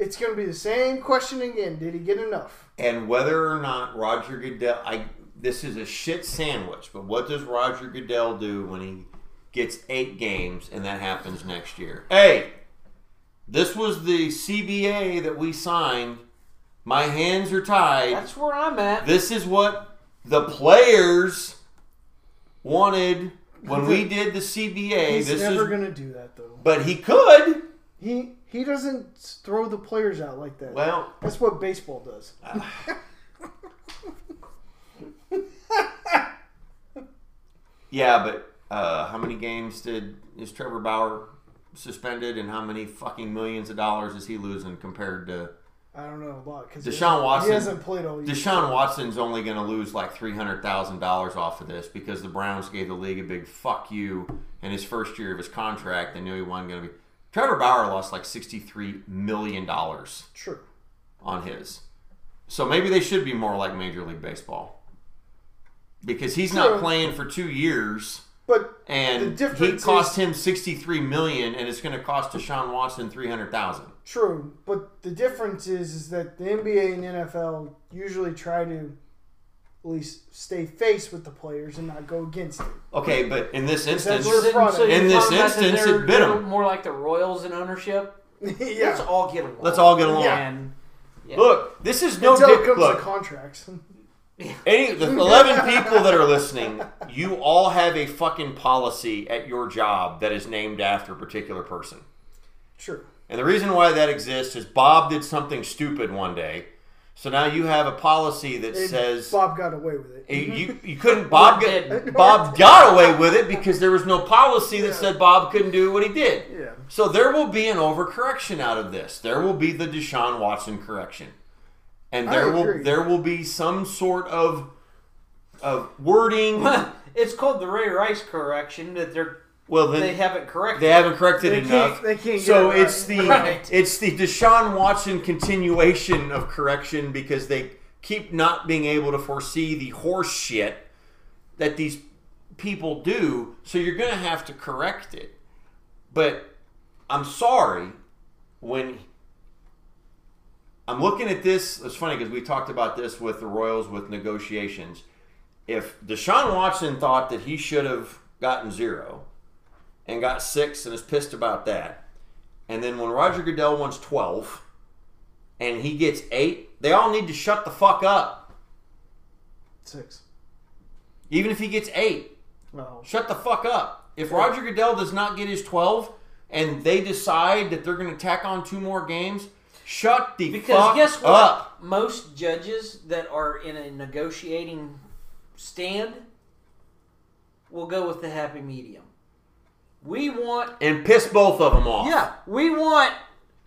S1: it's going to be the same question again. Did he get enough?
S3: and whether or not Roger Goodell, I this is a shit sandwich. But what does Roger Goodell do when he gets eight games, and that happens next year. Hey, this was the CBA that we signed. My hands are tied.
S2: That's where I'm at.
S3: This is what the players wanted when we did the CBA.
S4: He's
S3: this
S4: never
S3: is,
S4: gonna do that though.
S3: but he could.
S4: He he doesn't throw the players out like that.
S3: Well,
S4: That's what baseball does.
S3: yeah, but uh, how many games did is Trevor Bauer suspended, and how many fucking millions of dollars is he losing compared to
S4: I don't know a lot because
S3: Deshaun Watson?
S4: He hasn't played all year.
S3: Deshaun Watson's only going to lose like three hundred thousand dollars off of this because the Browns gave the league a big fuck you in his first year of his contract. They knew he wasn't going to be. Trevor Bauer lost like sixty-three million dollars
S4: True.
S3: on his, so maybe they should be more like Major League Baseball because he's
S4: True.
S3: not playing for two years
S4: But The
S3: and he
S4: difference
S3: cost him sixty-three million, and it's going to cost Deshaun Watson three hundred thousand.
S4: true. But the difference is is that the NBA and NFL usually try to at least stay face with the players and not go against it.
S3: Okay, but in this instance,
S4: we're product.
S2: you're
S3: In this
S2: talking about that
S3: instance, it
S2: they're-
S3: bit
S2: they're
S3: 'em.
S2: More like the Royals in ownership. Let's
S4: yeah.
S2: all get along.
S3: let's all get along.
S2: And
S3: Look, this is no
S4: Until
S3: dick.
S4: it comes
S3: look,
S4: to contracts.
S3: Any the eleven people that are listening, you all have a fucking policy at your job that is named after a particular person.
S4: True.
S3: And the reason why that exists is Bob did something stupid one day. So now you have a policy that
S4: And
S3: says
S4: Bob got away with Mm-hmm. it.
S3: you you couldn't Bob
S2: did.
S3: got, Bob got away with it because there was no policy that said Bob couldn't do what he did.
S4: Yeah.
S3: So there will be an overcorrection out of this. There will be the Deshaun Watson correction, and
S4: I
S3: there will
S4: agree.
S3: there will be some sort of of wording.
S2: it's called the Ray Rice correction that they're
S3: well, then
S2: they
S3: they,
S2: haven't corrected.
S3: haven't corrected
S4: They can't-
S3: enough.
S4: they can't get it
S3: so
S4: right.
S3: it's the
S2: Right.
S3: it's the Deshaun Watson continuation of correction because they keep not being able to foresee the horse shit that these people do. So you're going to have to correct it. But I'm sorry when I'm looking at this. It's funny because we talked about this with the Royals with negotiations. If Deshaun Watson thought that he should have gotten zero and got six and is pissed about that, and then when Roger Goodell wants 12 and he gets eight, they all need to shut the fuck up.
S4: Six.
S3: Even if he gets eight,
S4: Well,
S3: Shut the fuck up. If Roger Goodell does not get his 12 and they decide that they're going to tack on two more games, shut the
S2: Because
S3: fuck
S2: guess what?
S3: up.
S2: Most judges that are in a negotiating stand will go with the happy medium. We want
S3: And piss both of them off.
S2: yeah, we want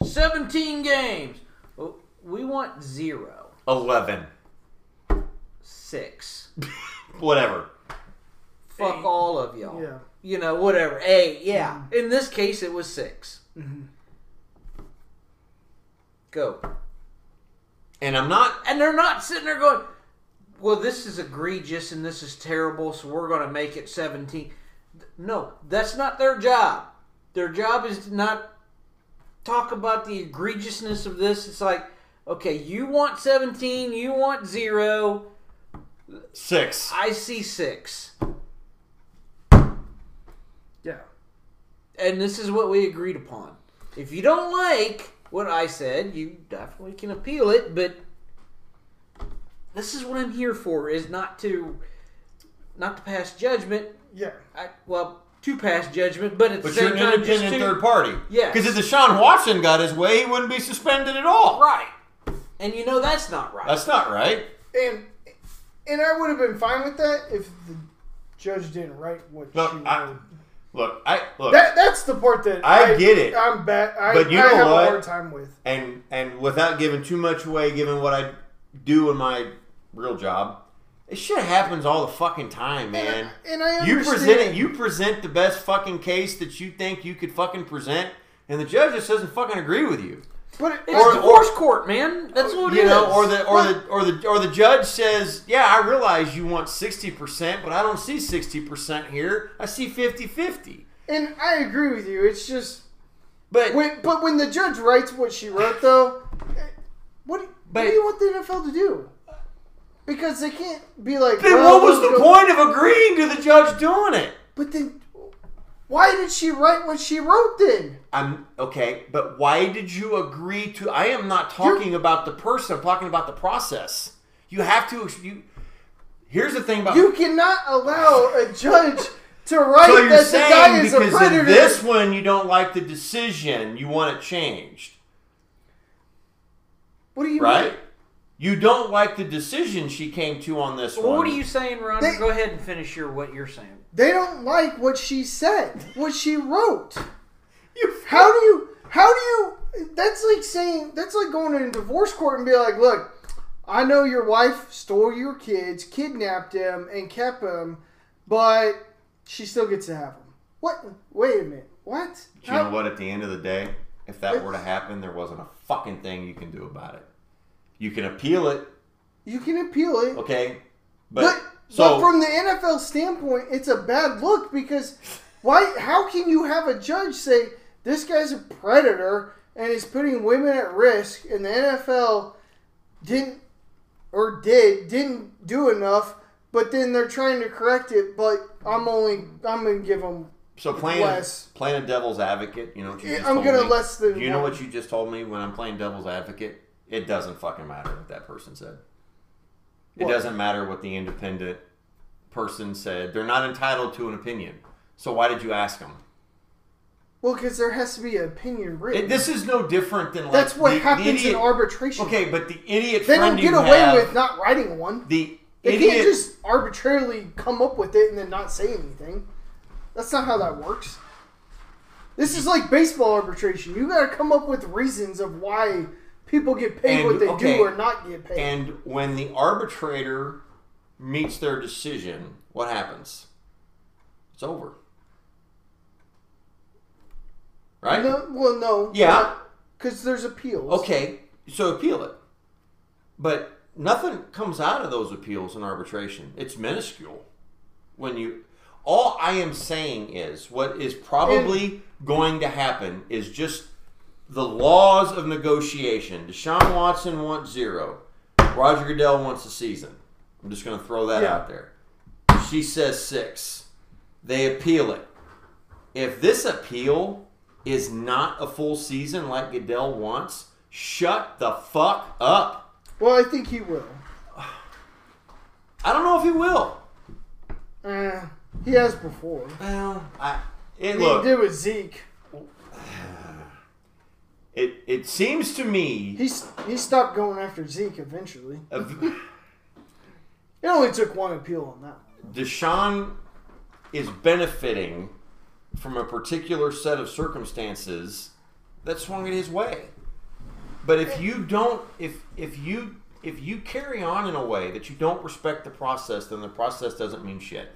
S2: 17 games. Well, We want zero,
S3: 11.
S2: six.
S3: Whatever.
S2: Fuck all of y'all.
S4: yeah.
S2: You know, whatever. Eight, yeah. In this case, it was 6 Go.
S3: And I'm not.
S2: and they're not sitting there going, "Well, this is egregious and this is terrible, so we're going to make it 17." No, that's not their job. Their job is to not talk about the egregiousness of this. It's like, okay, you want 17, you want 0,
S3: Six.
S2: I see 6.
S4: Yeah.
S2: And this is what we agreed upon. If you don't like what I said, you definitely can appeal it, but this is what I'm here for is not to not to pass judgment.
S4: Yeah.
S2: I, well, to pass judgment, but at the
S3: But you're
S2: same
S3: an
S2: time just
S3: independent
S2: to
S3: third party.
S2: Yes.
S3: Because if Deshaun Watson got his way, he wouldn't be suspended at all.
S2: right. And you know that's not right.
S3: That's not right.
S4: And and I would have been fine with that if the judge didn't write what
S3: Look,
S4: she
S3: I-
S4: wrote.
S3: Look, I look,
S4: That that's the part that
S3: I get it.
S4: I'm bad. I,
S3: But you
S4: I
S3: know
S4: have
S3: what?
S4: a hard time with.
S3: and and without giving too much away, given what I do in my real job, this shit happens all the fucking time, man.
S4: And I, and I
S3: You
S4: understand.
S3: present it. You present the best fucking case that you think you could fucking present, and the judge just doesn't fucking agree with you.
S4: but it,
S2: it's
S3: or-
S2: divorce court, man. That's what it
S3: you
S2: is.
S3: know, or the or the or the or the judge says, "Yeah, I realize you want sixty percent, but I don't see sixty percent here. I see 50-50.
S4: and I agree with you. It's just
S3: But
S4: when, but when the judge writes what she wrote, though, eh, what do- what
S3: But-
S4: do you want the NFL to do? Because they can't be like.
S3: then
S4: well,
S3: what was
S4: we'll
S3: the
S4: go-
S3: point of agreeing to the judge doing it?
S4: But then,
S1: Why did she write what she wrote then?
S3: I'm okay, but why did you agree to? I am not talking about the person. I'm talking about the process. You have to. You here's the thing about
S1: You cannot allow a judge to
S3: So
S1: write
S3: you're
S1: that the guy
S3: saying
S1: is a
S3: because
S1: predator.
S3: in this one you don't like the decision, you want it changed,
S1: what do you
S3: right?
S1: mean?
S3: You don't like the decision she came to on this one.
S2: What are you saying, Ron?
S1: They-
S2: Go ahead and finish your what you're saying.
S1: They don't like what she said, what she wrote.
S3: You-
S1: How do you? How do you? That's like saying that's like going in a divorce court and be like, look, I know your wife stole your kids, kidnapped them, and kept them, but she still gets to have them. What? Wait a minute. What?
S3: Do you know what? At the end of the day, if that were to happen, there wasn't a fucking thing you can do about it. You can appeal it,
S1: You can appeal it,
S3: okay? But,
S1: but
S3: so
S1: but from the NFL standpoint, it's a bad look because why? How can you have a judge say this guy's a predator and he's putting women at risk, and the NFL didn't or did didn't do enough, but then they're trying to correct it, but I'm only I'm gonna give them
S3: so playing
S1: less-
S3: playing a devil's advocate, you know what you
S1: Yeah,
S3: just
S1: I'm
S3: told
S1: gonna
S3: me?
S1: less than
S3: You know
S1: one.
S3: what you just told me when I'm playing devil's advocate? It doesn't fucking matter what that person said. It
S1: What?
S3: doesn't matter what the independent person said. They're not entitled to an opinion. So why did you ask them?
S1: well because there has to be an opinion written.
S3: It, this is no different than like
S1: That's what
S3: the- the
S1: happens in
S3: idiot-
S1: arbitration.
S3: Okay, but the idiot
S1: they don't
S3: friend
S1: get
S3: you
S1: away
S3: have-
S1: with not writing one.
S3: the
S1: They
S3: idiot
S1: can't just arbitrarily come up with it and then not say anything. That's not how that works. This is like baseball arbitration. You got to come up with reasons of why people get paid
S3: And,
S1: what they
S3: okay,
S1: do or not get paid.
S3: And when the arbitrator meets their decision, what happens? It's over. Right?
S1: no, well, no.
S3: Yeah.
S1: Because there's appeals.
S3: Okay. So appeal it. But nothing comes out of those appeals in arbitration. It's minuscule. When you all I am saying is what is probably going to happen is just the laws of negotiation. Deshaun Watson wants zero. Roger Goodell wants a season. I'm just going to throw that
S1: Yeah.
S3: out there. She says six. They appeal it. If this appeal is not a full season like Goodell wants, shut the fuck up.
S1: Well, I think he will.
S3: I don't know if he will.
S1: Uh, he has before.
S3: Well, I, it,
S1: He
S3: look,
S1: did with Zeke.
S3: it, it seems to me.
S1: He's, he stopped going after Zeke eventually.
S3: of-
S1: It only took one appeal on that one.
S3: Deshaun is benefiting from a particular set of circumstances that swung it his way. But if you don't, if if you if you carry on in a way that you don't respect the process, then the process doesn't mean shit.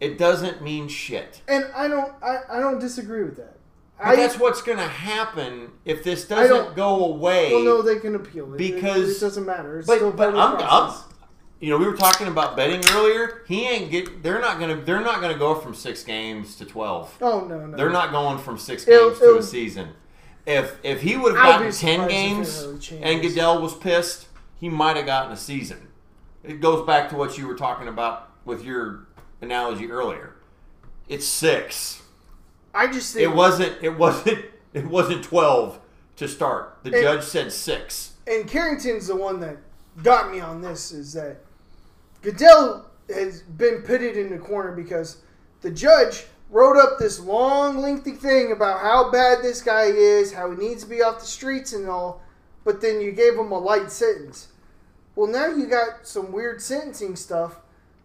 S3: It doesn't mean shit.
S1: And I don't, I, I don't disagree with that.
S3: But
S1: I,
S3: that's what's going to happen if this
S1: I don't-
S3: doesn't go away.
S1: Well, no, they can appeal it
S3: Because-
S1: it, it doesn't matter. It's still part of
S3: But, but
S1: the
S3: I'm, I'm,
S1: process.
S3: you know, we were talking about betting earlier. He ain't get. They're not gonna. They're not gonna go from six games to twelve.
S1: Oh no, no.
S3: They're not going from 6
S1: It'll-
S3: games to
S1: it'll-
S3: a season. If if he would have
S1: I'll
S3: gotten
S1: be
S3: ten
S1: surprised if it
S3: games
S1: really changes.
S3: and Goodell was pissed, he might have gotten a season. It goes back to what you were talking about with your analogy earlier. It's six.
S1: I just think
S3: It wasn't. It wasn't. It wasn't twelve to start. The judge said six.
S1: and Carrington's the one that got me on this is that Goodell has been pitted in the corner because the judge wrote up this long, lengthy thing about how bad this guy is, how he needs to be off the streets and all, but then you gave him a light sentence. Well, now you got some weird sentencing stuff,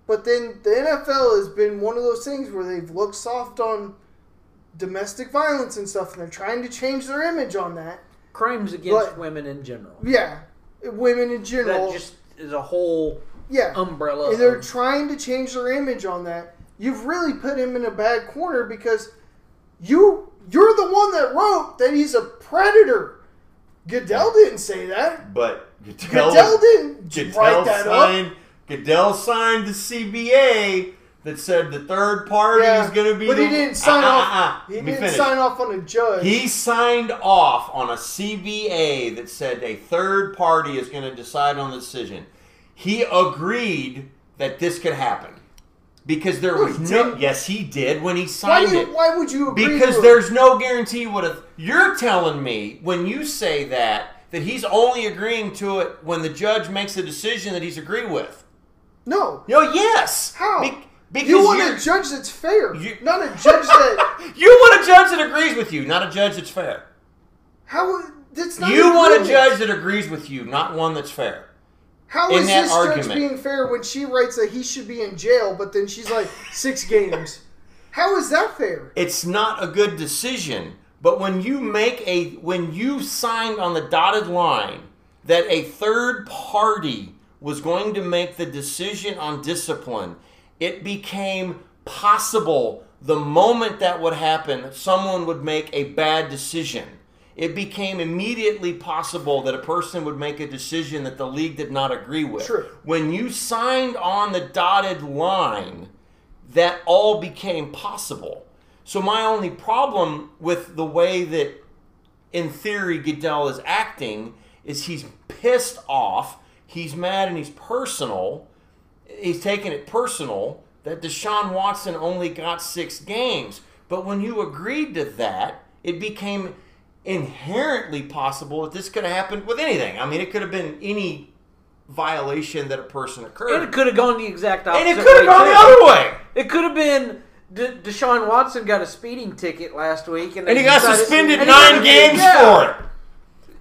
S1: but then the NFL has been one of those things where they've looked soft on domestic violence and stuff, and they're trying to change their image on that.
S2: Crimes against
S1: But-
S2: women in general.
S1: Yeah, women in
S2: That
S1: general.
S2: just is a whole
S1: yeah,
S3: um,
S2: umbrella.
S1: and they're
S2: of-
S1: trying to change their image on that. You've really put him in a bad corner because you you're the one that wrote that he's a predator. Goodell didn't say that.
S3: But Goodell,
S1: Goodell didn't
S3: Goodell
S1: write that up.
S3: signed. Goodell signed the CBA that said the third party is going to be.
S1: but
S3: the,
S1: he didn't sign
S3: Ah,
S1: off.
S3: ah, ah.
S1: He
S3: Let me
S1: didn't
S3: finish.
S1: sign off on a judge.
S3: He signed off on a CBA that said a third party is going to decide on the decision. He agreed that this could happen. because there
S4: No,
S3: was
S4: he
S3: no.
S4: didn't.
S3: Yes, he did when he
S4: Why,
S3: signed
S4: do you,
S3: it.
S4: why would you agree?
S3: Because
S4: with-
S3: there's no guarantee what if you're telling me when you say that that he's only agreeing to it when the judge makes a decision that he's agreed with.
S4: no.
S3: No, yes.
S4: How?
S3: Be- because
S4: You want
S3: you're-
S4: a judge that's fair,
S3: You-
S4: not a judge that.
S3: you want a judge that agrees with you, not a judge that's fair.
S4: How that's not.
S3: You want a
S4: agreement.
S3: judge that agrees with you, not one that's fair.
S4: How
S3: in
S4: is
S3: that
S4: this
S3: argument.
S4: judge being fair when she writes that he should be in jail, but then she's like six games? How is that fair?
S3: It's not a good decision, but when you make a when you signed on the dotted line that a third party was going to make the decision on discipline, it became possible the moment that would happen that someone would make a bad decision. It became immediately possible that a person would make a decision that the league did not agree with.
S4: True.
S3: When you signed on the dotted line, that all became possible. So my only problem with the way that, in theory, Goodell is acting is he's pissed off, he's mad, and he's personal. He's taking it personal that Deshaun Watson only got six games. But when you agreed to that, it became inherently possible that this could have happened with anything. I mean, it could have been any violation that a person
S2: And
S3: occurred.
S2: it could have gone the exact opposite.
S3: And it could have
S2: way,
S3: gone
S2: too.
S3: the other way.
S2: It could have been D- Deshaun Watson got a speeding ticket last week, and,
S3: and
S2: they
S3: he got
S2: decided-
S3: suspended
S2: and he got-
S3: nine games
S2: yeah.
S3: for it.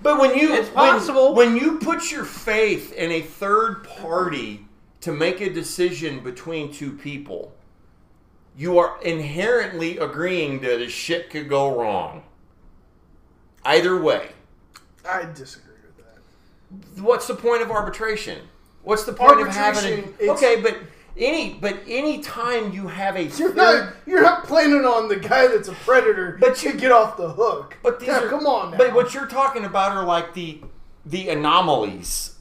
S3: But when you
S2: It's
S3: when-
S2: possible.
S3: when, you put your faith in a third party to make a decision between two people, you are inherently agreeing that a shit could go wrong. Either way,
S4: I disagree with that.
S3: what's the point of arbitration? What's the point of having?
S4: Arbitration,
S3: A,
S4: it's-
S3: okay, but any but any time you have a
S4: You're
S3: third
S4: not you're not planning on the guy that's a predator,
S3: But
S4: but
S3: you-
S4: you get off the hook.
S3: But these
S4: Now,
S3: are,
S4: come on. Now.
S3: But what you're talking about are like the the anomalies.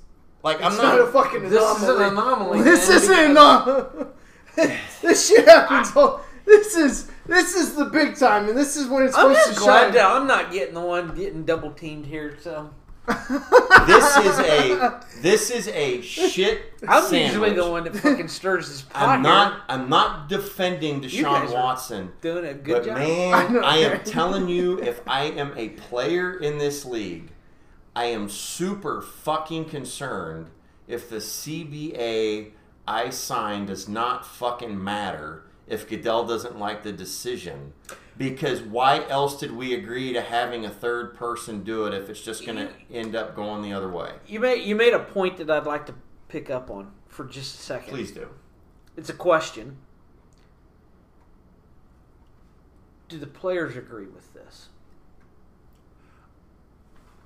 S3: Like I'm
S4: it's not,
S3: not.
S4: a fucking
S2: This
S4: anomaly.
S2: is an anomaly.
S4: This
S2: man.
S4: isn't enough. this shit happens all. This is this is the big time, and this is when it's
S2: I'm
S4: supposed
S2: just
S4: to
S2: glad
S4: shine.
S2: that I'm not getting the one getting double teamed here. So
S3: this is a this is a shit
S2: I'm
S3: sandwich.
S2: usually the one that fucking stirs this pot.
S3: I'm
S2: here.
S3: not. I'm not defending
S2: guys
S3: Deshaun
S2: are
S3: Watson.
S2: doing a
S3: But
S2: good job.
S4: I
S3: man,
S4: know.
S3: I am telling you, if I am a player in this league, I am super fucking concerned if the CBA I sign does not fucking matter if Goodell doesn't like the decision. Because why else did we agree to having a third person do it if it's just going to end up going the other way?
S2: You made you made a point that I'd like to pick up on for just a second.
S3: Please do.
S2: It's a question. Do the players agree with this?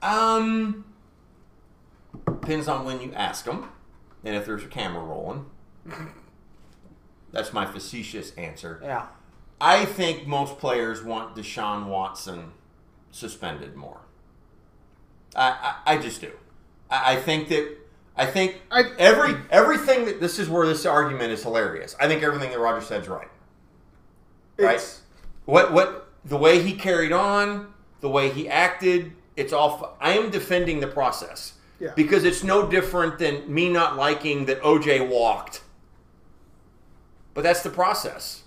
S3: Um, depends on when you ask them, and if there's a camera rolling. That's my facetious answer.
S2: Yeah.
S3: I think most players want Deshaun Watson suspended more. I, I, I just do. I, I think that I think
S4: I-
S3: every everything that this is where this argument is hilarious. I think everything that Roger said's right. Right.
S4: It's-
S3: What what the way he carried on, the way he acted, it's all. f- I am defending the process
S4: Yeah.
S3: because it's no different than me not liking that OJ walked. But that's the process.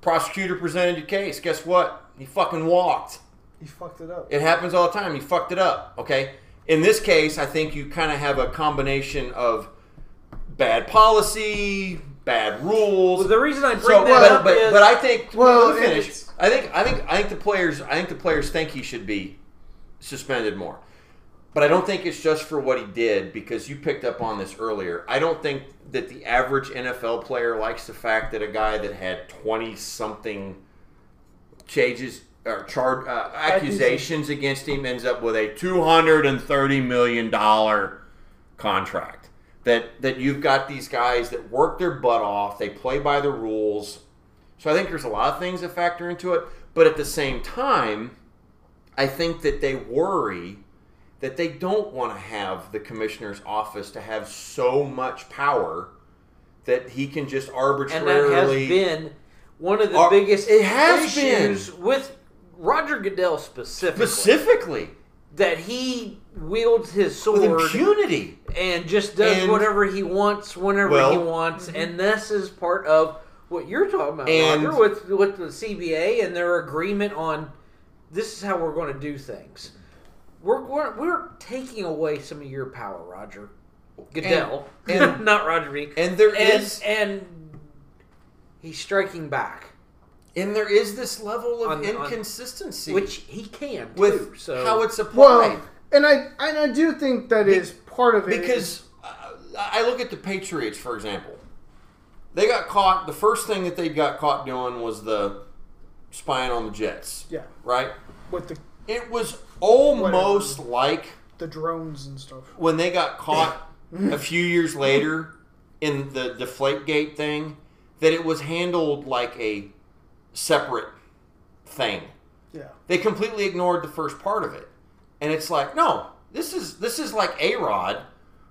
S3: Prosecutor presented your case. Guess what? He fucking walked.
S4: You fucked it up.
S3: It happens all the time. You fucked it up. Okay. In this case, I think you kind of have a combination of bad policy, bad rules.
S2: Well, the reason I bring
S3: So,
S2: that
S3: but,
S2: up
S3: but,
S2: is
S3: but I think.
S4: Well,
S3: let me finish.
S4: it's-
S3: I think I think I think the players I think the players think he should be suspended more, but I don't think it's just for what he did because you picked up on this earlier. I don't think that the average NFL player likes the fact that a guy that had twenty something changes or char- uh, accusations against him ends up with a two hundred and thirty million dollar contract. That that you've got these guys that work their butt off, they play by the rules. So I think there's a lot of things that factor into it, but at the same time, I think that they worry that they don't want to have the commissioner's office to have so much power that he can just
S2: and that has
S3: arbitrarily
S2: been one of the
S3: Ar-
S2: biggest
S3: it has
S2: issues with Roger Goodell specifically.
S3: specifically
S2: that he wields his
S3: with
S2: sword
S3: impunity.
S2: and just does
S3: And-
S2: whatever he wants whenever
S3: Well- mm-hmm.
S2: he wants, and this is part of what you're talking about,
S3: And-
S2: Roger, with with the CBA and their agreement on this is how we're going to do things. We're, we're we're taking away some of your power, Roger Goodell,
S3: And- and-
S2: not Roger Reed.
S3: And there
S2: and
S3: is-
S2: and he's striking back,
S3: and there is this level of
S2: On- on-
S3: inconsistency
S2: which he can too.
S3: with
S2: so
S3: how it's applied.
S1: Well, and I and I do think that is part of it
S3: because uh, I look at the Patriots, for example. They got caught. The first thing that they got caught doing was the spying on the Jets.
S1: yeah,
S3: Right.
S1: with the
S3: It was almost like
S1: the drones and stuff.
S3: when they got caught a few years later in the Deflategate thing. That it was handled like a separate thing.
S1: Yeah,
S3: They completely ignored the first part of it, and it's like, no, this is this is like a Rod,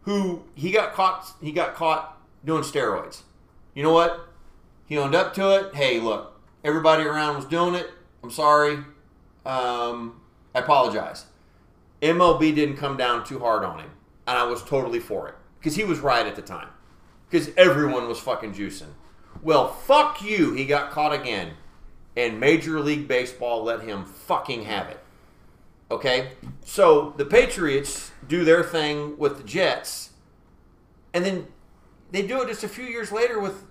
S3: who he got caught he got caught doing steroids. You know what? He owned up to it. Hey, look, everybody around was doing it. I'm sorry. Um, I apologize. MLB didn't come down too hard on him, and I was totally for it because he was right at the time. Because everyone was fucking juicing. Well, fuck you. He got caught again, and Major League Baseball let him fucking have it. Okay, so the Patriots do their thing with the Jets, and then they do it just a few years later with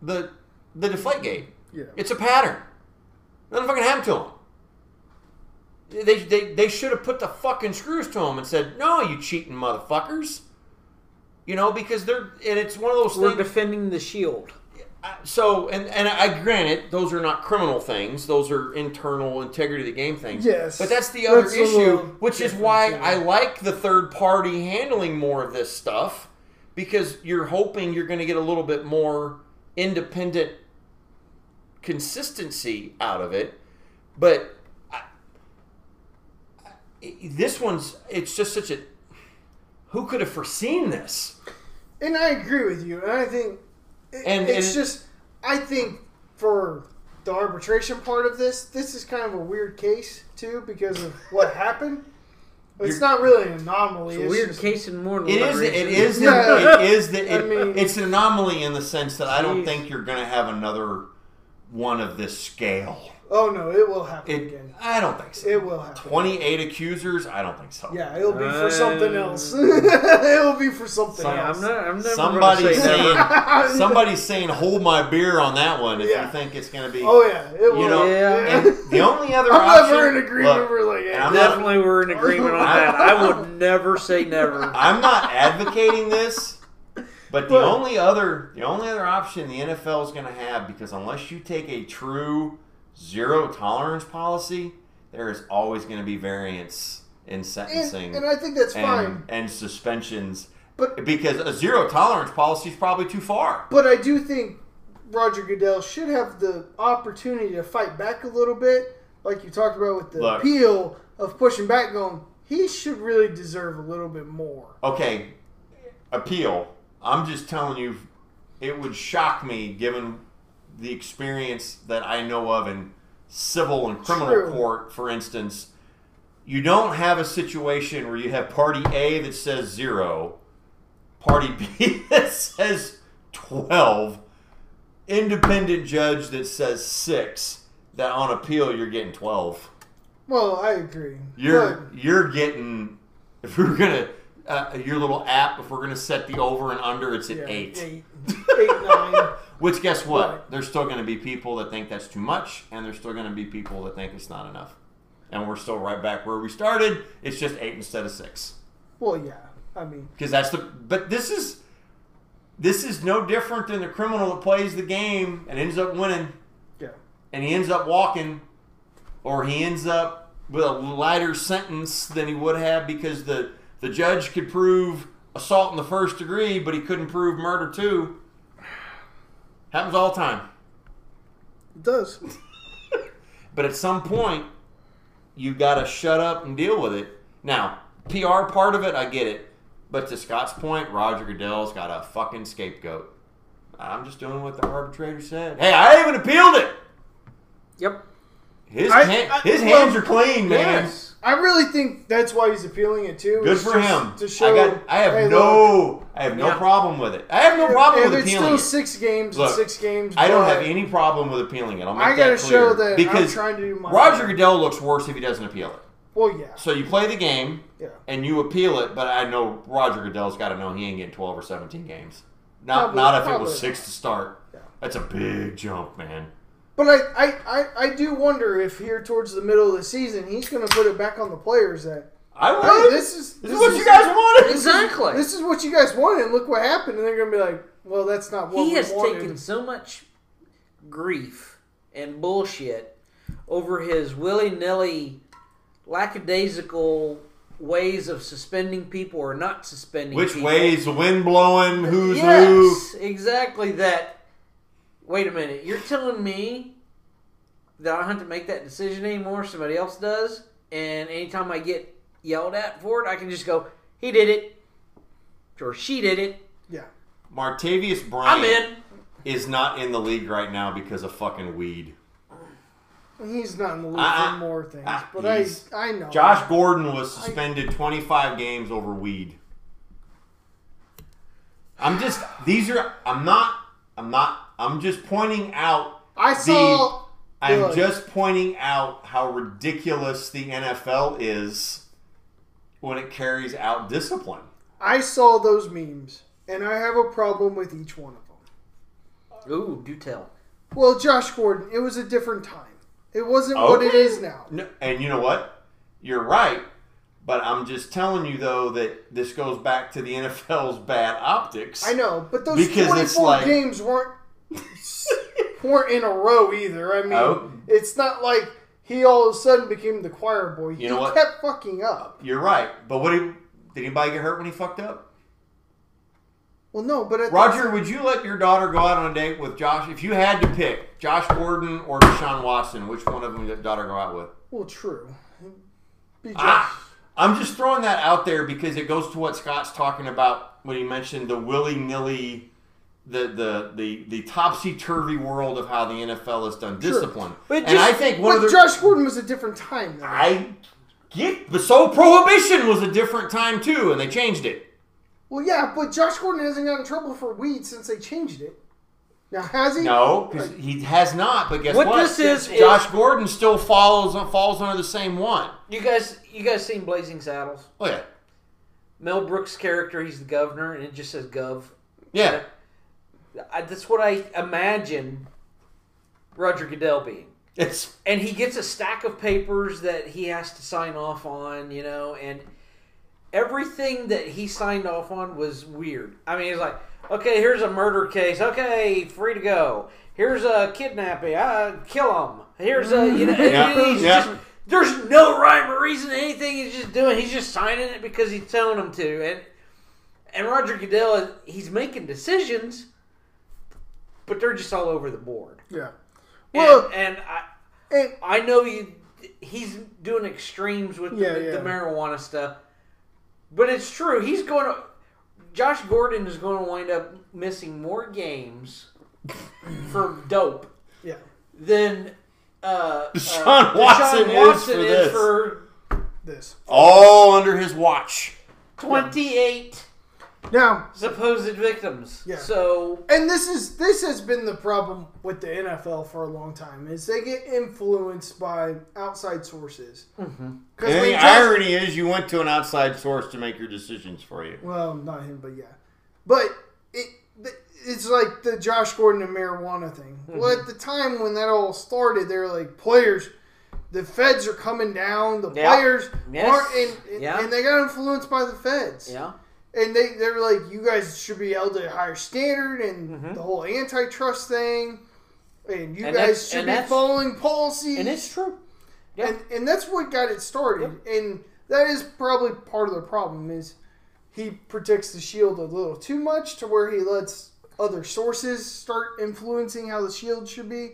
S3: the the Deflategate.
S1: Yeah.
S3: it's a pattern. Nothing fucking happened to them they, they, they should have put the fucking screws to him and said, "No, you cheating motherfuckers." You know, because they're and it's one of those
S2: we're
S3: things.
S2: defending the shield.
S3: I- so and and I granted those are not criminal things; those are internal integrity of the game things.
S1: Yes.
S3: but that's the other
S1: That's a
S3: issue,
S1: little
S3: which is
S1: different,
S3: why
S1: yeah.
S3: I like the third party handling more of this stuff because you're hoping you're going to get a little bit more independent consistency out of it. But I, I, this one's it's just such a who could have foreseen this?
S1: and I agree with you. And I think it,
S3: And-
S1: it's
S3: and-
S1: just I think for the arbitration part of this, this is kind of a weird case too because of what happened. It's
S3: You're-
S1: not really an anomaly.
S2: It's a
S1: it's
S2: weird
S1: just-
S2: case and more. than
S3: It
S2: one
S3: is. It
S2: reason.
S3: is.
S1: Yeah.
S3: The, it is. The,
S1: I
S3: it,
S1: mean-
S3: it's an anomaly in the sense that I don't
S2: Jeez.
S3: think you're going to have another one of this scale.
S1: Oh no, it will happen
S3: It,
S1: again.
S3: I don't think so.
S1: It will happen.
S3: Twenty-eight accusers. I don't think so.
S1: Yeah, it'll be for
S2: Uh,
S1: something else. it'll be for something
S3: Some-
S2: Yeah,
S1: else.
S2: I'm not. I'm never
S3: Somebody's
S2: gonna say never.
S3: saying. Somebody's saying, "Hold my beer on that one." If
S1: Yeah.
S3: you think it's going to be,
S1: oh yeah, it will.
S3: you know,
S2: Yeah.
S3: and the only other
S1: I'm
S3: option.
S1: never in agreement.
S3: look,
S1: We're like, yeah,
S3: I'm not-
S2: Definitely, we're in agreement on that. I would never say never.
S3: I'm not advocating this, but the
S1: Well-
S3: only other the only other option the NFL is going to have because unless you take a true zero tolerance policy, there is always going to be variance in
S1: and,
S3: sentencing
S1: and I think that's
S3: and,
S1: fine.
S3: and suspensions.
S1: But-
S3: because a zero tolerance policy is probably too far.
S1: But I do think Roger Goodell should have the opportunity to fight back a little bit, like you talked about with the
S3: Look.
S1: appeal of pushing back. Going, he should really deserve a little bit more.
S3: Okay, appeal. I'm just telling you, it would shock me given the experience that I know of in civil and criminal
S1: True.
S3: court, for instance. You don't have a situation where you have party A that says zero, party B that says 12, independent judge that says six, that on appeal you're getting 12.
S1: Well, I agree.
S3: You're you're getting if we're gonna uh, your little app if we're gonna set the over and under it's
S1: But-
S3: at
S1: yeah,
S3: eight.
S1: eight, eight, nine.
S3: Which guess what?
S1: Right.
S3: There's still gonna be people that think that's too much, and there's still gonna be people that think it's not enough. And we're still right back where we started. It's just eight instead of six
S1: Well, yeah. I mean,
S3: because that's the. But this is this is no different than the criminal that plays the game and ends up winning.
S1: yeah.
S3: and he ends up walking, or he ends up with a lighter sentence than he would have because the the judge could prove assault in the first degree, but he couldn't prove murder too. Happens all the time.
S1: It does.
S3: But at some point, you gotta shut up and deal with it. Now, PR part of it, I get it. But to Scott's point, Roger Goodell's got a fucking scapegoat. I'm just doing what the arbitrator said. Hey, I even appealed it.
S2: Yep.
S3: His,
S1: I-
S3: hand,
S1: I-
S3: his
S1: well,
S3: hands are clean, man.
S2: Yes.
S1: I really think that's why he's appealing it too.
S3: Good
S1: is
S3: for
S1: just
S3: him.
S1: To show,
S3: I got. I have
S1: hey, look,
S3: no. I have no
S2: Yeah.
S3: problem with it. I have no
S1: if-
S3: problem
S1: if
S3: with
S1: it's
S3: appealing
S1: still
S3: it.
S1: six games,
S3: Look,
S1: it's six games.
S3: I don't have
S1: but
S3: any problem with appealing it. I'll make
S1: I gotta
S3: that
S1: show
S3: clear.
S1: that I'm
S3: because
S1: trying to do my
S3: Roger Goodell looks worse if he doesn't appeal it.
S1: Well, yeah,
S3: So you play the game
S1: yeah.
S3: and you appeal it, but I know Roger Goodell's got to know he ain't getting twelve or seventeen games. Not
S1: Probably-
S3: not if it
S1: probably
S3: was six to start.
S1: Yeah. Mm.
S3: That's a big jump, man.
S1: But I, I, I, I do wonder if here towards the middle of the season he's going to put it back on the players that
S3: I
S1: hey,
S3: would.
S1: this is
S3: this, is what you guys wanted.
S2: Exactly.
S1: This is what you guys wanted. and Look what happened, and they're going to be like, well, that's not what
S2: he
S1: we
S2: has
S1: wanted.
S2: taken so much grief and bullshit over his willy nilly, lackadaisical ways of suspending people or not suspending
S3: Which
S2: people.
S3: way's the wind blowing? Who's who?
S2: yes, exactly that. Wait a minute, you're telling me that I don't have to make that decision anymore. Somebody else does, and anytime I get yelled at for it, I can just go, "He did it," or "She did it."
S1: yeah,
S3: Martavius Bryant
S2: I'm in.
S3: is not in the league right now because of fucking weed.
S1: he's not in the league
S3: I- I-
S1: for more things.
S3: I-
S1: but I,
S3: Ah, he's-
S1: I know
S3: Josh Gordon was suspended 25 games over weed. I'm just these are I'm not I'm not I'm just pointing out
S1: I saw.
S3: I'm
S1: Look.
S3: just pointing out how ridiculous the NFL is when it carries out discipline.
S1: I saw those memes, and I have a problem with each one of them.
S2: Ooh, do tell.
S1: Well, Josh Gordon, it was a different time. It wasn't what it
S3: Okay.
S1: is now.
S3: No, and you know what? You're right, but I'm just telling you though that this goes back to the NFL's bad optics.
S1: I know, but those
S3: Because it's
S1: 24
S3: like-
S1: games weren't weren't in a row either. I mean,
S3: Oh.
S1: it's not like he all of a sudden became the choir boy. he
S3: know what?
S1: kept fucking up.
S3: You're right, but what did, did anybody get hurt when he fucked up?
S1: Well, no, but at
S3: Roger, would you let your daughter go out on a date with Josh? If you had to pick Josh Gordon or Deshaun Watson, which one of them would your daughter go out with?
S1: well, true. Be
S3: Ah, I'm just throwing that out there because it goes to what Scott's talking about when he mentioned the willy nilly, the the the, the topsy turvy world of how the NFL has done discipline.
S2: But
S3: and
S2: just-
S3: I think one
S1: but
S3: of the
S1: Josh Gordon was a different time. Though.
S3: I get, but so prohibition was a different time too, and they changed it.
S1: Well, yeah, but Josh Gordon hasn't gotten in trouble for weed since they changed it. Now has he?
S3: No, because he has not. But guess what?
S2: What this is-
S3: Josh Gordon still follows uh, falls under the same one.
S2: You guys, you guys seen Blazing Saddles?
S3: Oh yeah,
S2: Mel Brooks' character, he's the governor, and it just says "gov."
S3: yeah.
S2: I, that's what I imagine Roger Goodell being.
S3: It's
S2: and he gets a stack of papers that he has to sign off on, you know, and everything that he signed off on was weird. I mean, he's like, okay, here's a murder case. Okay, free to go. Here's a kidnapping. Uh, kill him. Here's a, you know,
S3: Yeah,
S2: he's
S3: yeah.
S2: just, there's no rhyme or reason to anything he's just doing. He's just signing it because he's telling him to. And, and Roger Goodell, he's making decisions, but they're just all over the board.
S1: Yeah. Well,
S2: Well, and, and I,
S1: and
S2: I know you. He's doing extremes with
S1: Yeah,
S2: the,
S1: yeah.
S2: the marijuana stuff, but it's true. He's going to. Josh Gordon is going to wind up missing more games for dope
S1: yeah.
S2: than uh,
S3: Deshaun
S2: uh,
S3: Watson is for this.
S2: for
S1: This
S3: all under his watch.
S2: twenty-eight
S1: now.
S2: supposed victims.
S1: Yeah.
S2: So
S1: and this is this has been the problem with the NFL for a long time is they get influenced by outside sources. Because
S3: And
S1: when
S3: the
S1: Josh-
S3: irony is, you went to an outside source to make your decisions for you.
S1: well, not him, but yeah, but it it's like the Josh Gordon and marijuana thing. Well, at the time when that all started, they were like players. The feds are coming down. The
S2: Yeah.
S1: players
S2: Yes.
S1: aren't, and, and-
S2: Yeah.
S1: and they got influenced by the feds.
S2: yeah,
S1: and they they were like, you guys should be held to a higher standard, and the whole antitrust thing, and you
S2: Mm-hmm.
S1: guys
S2: And that's-
S1: should
S2: and
S1: be
S2: that's-
S1: following policies,
S2: and it's true. yeah.
S1: and, and that's what got it started, and that is probably part of the problem is he protects the shield a little too much to where he lets other sources start influencing how the shield should be,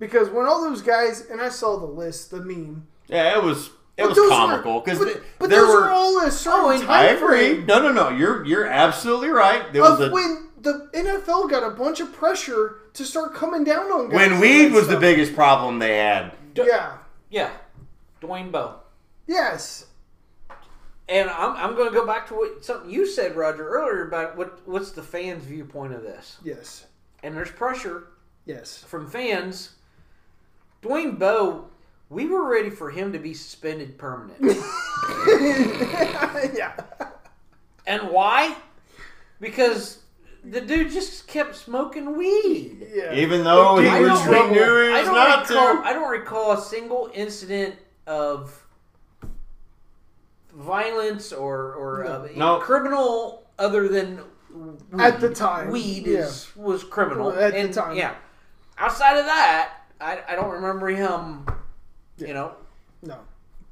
S1: because when all those guys and I saw the list, the meme,
S3: Yeah, it was it
S1: But
S3: was
S1: those
S3: comical
S1: were-
S3: because
S1: but, but
S3: there
S1: those
S3: were.
S1: are all in a
S2: Oh,
S1: certain time
S3: I agree.
S1: frame.
S3: No, no, no. You're you're absolutely right. There was
S1: of
S3: a,
S1: when the NFL got a bunch of pressure to start coming down on guys.
S3: when
S1: and
S3: weed
S1: that
S3: was the
S1: stuff.
S3: biggest problem they had.
S1: Yeah.
S2: Yeah, Dwayne Bowe.
S1: Yes.
S2: And I'm, I'm going to go back to what something you said, Roger, earlier about what what's the fans' viewpoint of this.
S1: Yes.
S2: And there's pressure
S1: Yes.
S2: from fans. Dwayne Bowe, we were ready for him to be suspended permanent.
S1: yeah.
S2: and why? Because the dude just kept smoking weed.
S1: Yeah.
S3: Even though he
S1: I
S3: was
S1: don't
S3: we
S1: recall-
S3: knew he
S2: I
S3: was
S2: don't
S3: not
S2: recall,
S3: to.
S2: I don't recall a single incident of violence or or uh,
S3: No.
S2: criminal other than
S1: At
S2: weed.
S1: the time,
S2: weed
S1: yeah.
S2: is was criminal
S1: Well, at the
S2: and,
S1: time.
S2: Yeah, outside of that, I, I don't remember him, you know,
S1: No.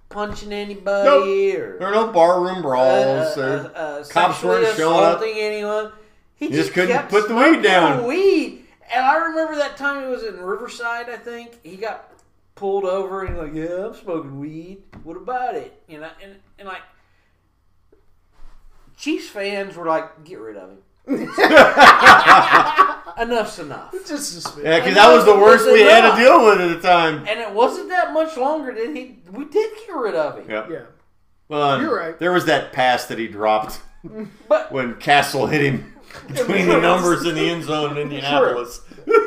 S2: punching anybody
S3: There
S2: or
S3: were no barroom brawls.
S2: uh,
S3: or
S2: uh, uh,
S3: cops weren't
S2: sexually
S3: showing up.
S2: assaulting anyone. He
S3: You just couldn't
S2: kept
S3: put the weed down.
S2: weed. And I remember that time it was in Riverside, I think. He got pulled over and like, yeah, I'm smoking weed. What about it? You know, and, and like, Chiefs fans were like, get rid of him. Enough's enough.
S1: Just suspicious.
S3: Yeah, because that was the worst we had to deal with at the time.
S2: And it wasn't that much longer that he we did get rid of him.
S3: Yep.
S1: Yeah.
S3: Well, and
S1: You're right.
S3: There was that pass that he dropped
S2: But
S3: when Castle hit him between the numbers in the end zone in Indianapolis.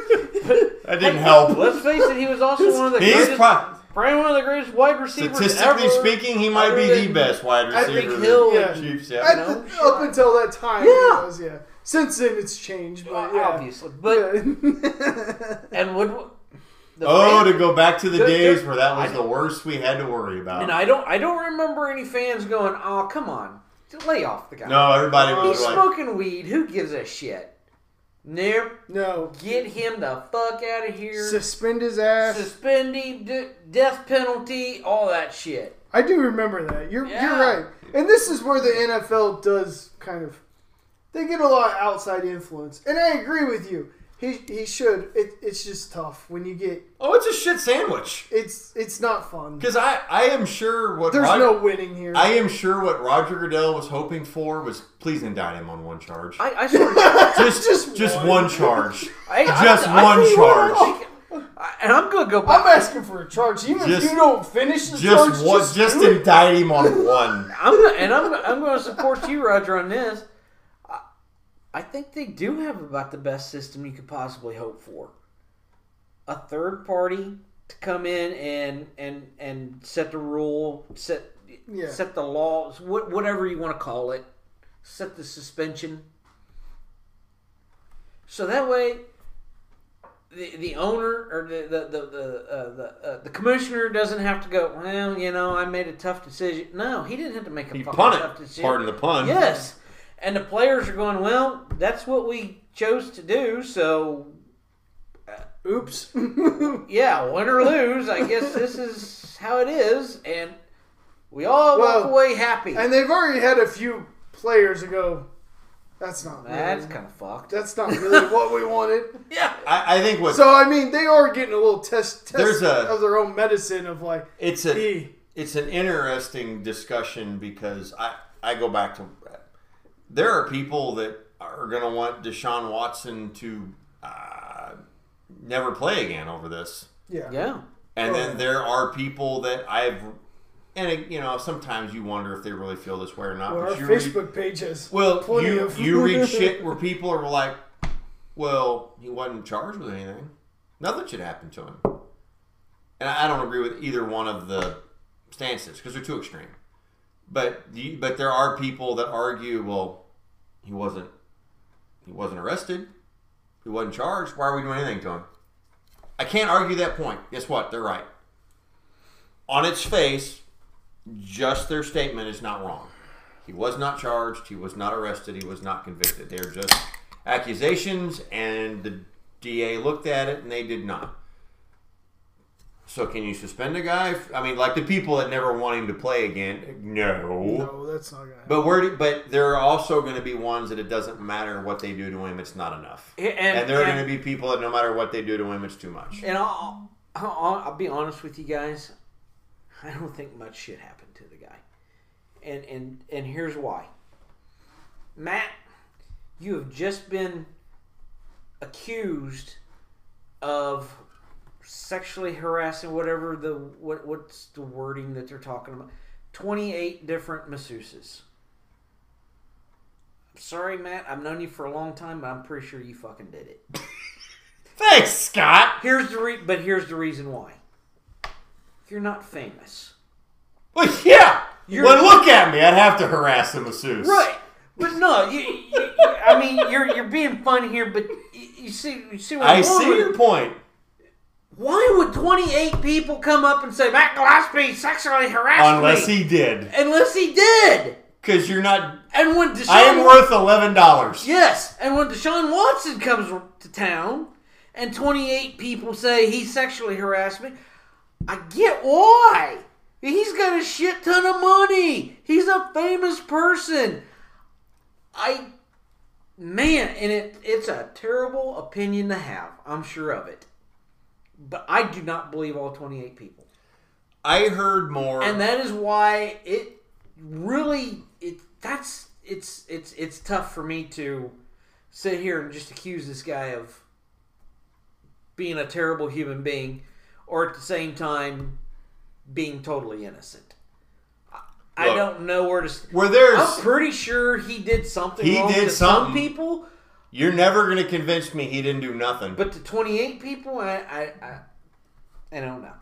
S3: that didn't help.
S2: let's face it, he was also one of the
S3: He's
S2: greatest,
S3: pro-
S2: probably one of the greatest wide receivers
S3: statistically
S2: ever.
S3: speaking, he might be
S2: other
S3: the
S2: than-
S3: best wide
S2: I
S3: receiver.
S2: think
S3: that
S2: Hill
S3: the
S1: and-
S3: Chiefs, yeah.
S1: At
S2: know?
S1: the, up until that time, it
S2: Yeah.
S1: was, yeah. Since then, it's changed, but yeah.
S2: obviously, but
S1: Yeah.
S2: and would the
S3: Oh,
S2: fan-
S3: to go back to the
S2: Good-
S3: days
S2: good-
S3: where that was
S2: I
S3: the worst we had to worry about.
S2: and I don't I don't remember any fans going, "Oh, come on, lay off the guy."
S3: no, everybody
S2: he's
S3: was like,
S2: smoking weed. Who gives a shit? Nope.
S1: no.
S2: Get him the fuck out of here.
S1: Suspend his ass.
S2: Suspend him, d- death penalty, all that shit.
S1: I do remember that. You're
S2: Yeah.
S1: you're right. And this is where the NFL does kind of they get a lot of outside influence. And I agree with you. He he should. It, it's just tough when you get
S3: "Oh, it's a shit sandwich."
S1: it's it's not fun.
S3: Because I, I am sure what
S1: There's
S3: Rod-
S1: no winning here.
S3: I am sure what Roger Goodell was hoping for was please indict him on one charge.
S2: I, I sort of
S3: just
S1: Just
S3: just,
S1: one.
S3: one charge.
S2: I,
S3: Just
S2: I,
S3: one
S2: I,
S3: charge.
S2: I- and I'm gonna go back.
S1: I'm asking for a charge. Even
S3: Just-
S1: if you don't finish the
S3: Just
S1: charge,
S3: one.
S1: just,
S3: Just,
S1: do it.
S3: indict him on one.
S2: I'm gonna, and I'm I'm going to support you, Roger, on this. I, I think they do have about the best system you could possibly hope for. A third party to come in and and and set the rule, set
S1: Yeah.
S2: set the laws, wha- whatever you want to call it, set the suspension. So that way, the, the owner or the the the the, uh, the, uh, the commissioner doesn't have to go. Well, you know, I made a tough decision. No, he didn't have to make a
S3: He
S2: fucking
S3: pun
S2: tough
S3: it.
S2: decision.
S3: Pardon the pun.
S2: Yes, and the players are going. Well, that's what we chose to do. So
S1: Oops.
S2: yeah, win or lose, I guess this is how it is, and we all walk
S1: Well,
S2: away happy.
S1: and they've already had a few players ago. That's not really,
S2: that's kind of fucked.
S1: that's not really what we wanted.
S2: Yeah.
S3: I, I think what
S1: So I mean, they are getting a little test, test
S3: There's a-
S1: of their own medicine of like,
S3: it's a
S1: e.
S3: it's an interesting discussion because I I go back to there are people that are going to want Deshaun Watson to uh, never play again over this.
S1: Yeah.
S2: Yeah.
S3: And then there are people that I've, and it, you know, sometimes you wonder if they really feel this way or not.
S1: Well, our
S3: but you read,
S1: Facebook page has
S3: well,
S1: plenty
S3: you
S1: of
S3: you read shit where people are like, well, he wasn't charged with anything. Nothing should happen to him. And I I don't agree with either one of the stances because they're too extreme. But you, but there are people that argue, well, he wasn't he wasn't arrested, he wasn't charged. Why are we doing anything to him? I can't argue that point. Guess what? They're right. On its face, just their statement is not wrong. He was not charged. He was not arrested. He was not convicted. They're just accusations, and the DA looked at it and they did not. So can you suspend a guy? f- I mean, like the people that never want him to play again. No.
S1: No, that's not gonna. Happen.
S3: But where? Do, but there are also going to be ones that it doesn't matter what they do to him. It's not enough.
S2: And,
S3: And, there are
S2: and-
S3: going to be people that no matter what they do to him, it's too much.
S2: And I'll, I'll, I'll be honest with you guys. I don't think much shit happened to the guy. And and and here's why. Matt, you have just been accused of sexually harassing whatever the what what's the wording that they're talking about 28 different masseuses i'm sorry matt i've known you for a long time but i'm pretty sure you fucking did it
S3: Thanks, Scott.
S2: here's the re- but here's the reason why you're not famous
S3: Well, yeah.
S2: You're-
S3: Well, look at me. I'd have to harass the masseuse.
S2: right but no you, you- you- i mean you're you're being fun here but you, you see you see what
S3: I
S2: I'm going
S3: see
S2: with
S3: your point.
S2: Why would 28 people come up and say Matt Gillespie sexually harassed
S3: Unless
S2: me?
S3: he did.
S2: Unless he did.
S3: Because you're not.
S2: And when Deshaun
S3: I am worth $11.
S2: yes, and when Deshaun Watson comes to town, and 28 people say he sexually harassed me, I get why. He's got a shit ton of money. He's a famous person. I man, and it it's a terrible opinion to have. I'm sure of it. But I do not believe all 28 people
S3: I heard more.
S2: and that is why it really it that's it's it's it's tough for me to sit here and just accuse this guy of being a terrible human being or at the same time being totally innocent I, I
S3: Look.
S2: don't know where to s-
S3: where there's.
S2: I'm pretty sure he did something
S3: He
S2: wrong
S3: did
S2: to some
S3: something.
S2: people
S3: You're never going to convince me he didn't do nothing.
S2: but to 28 people I I, I, I don't know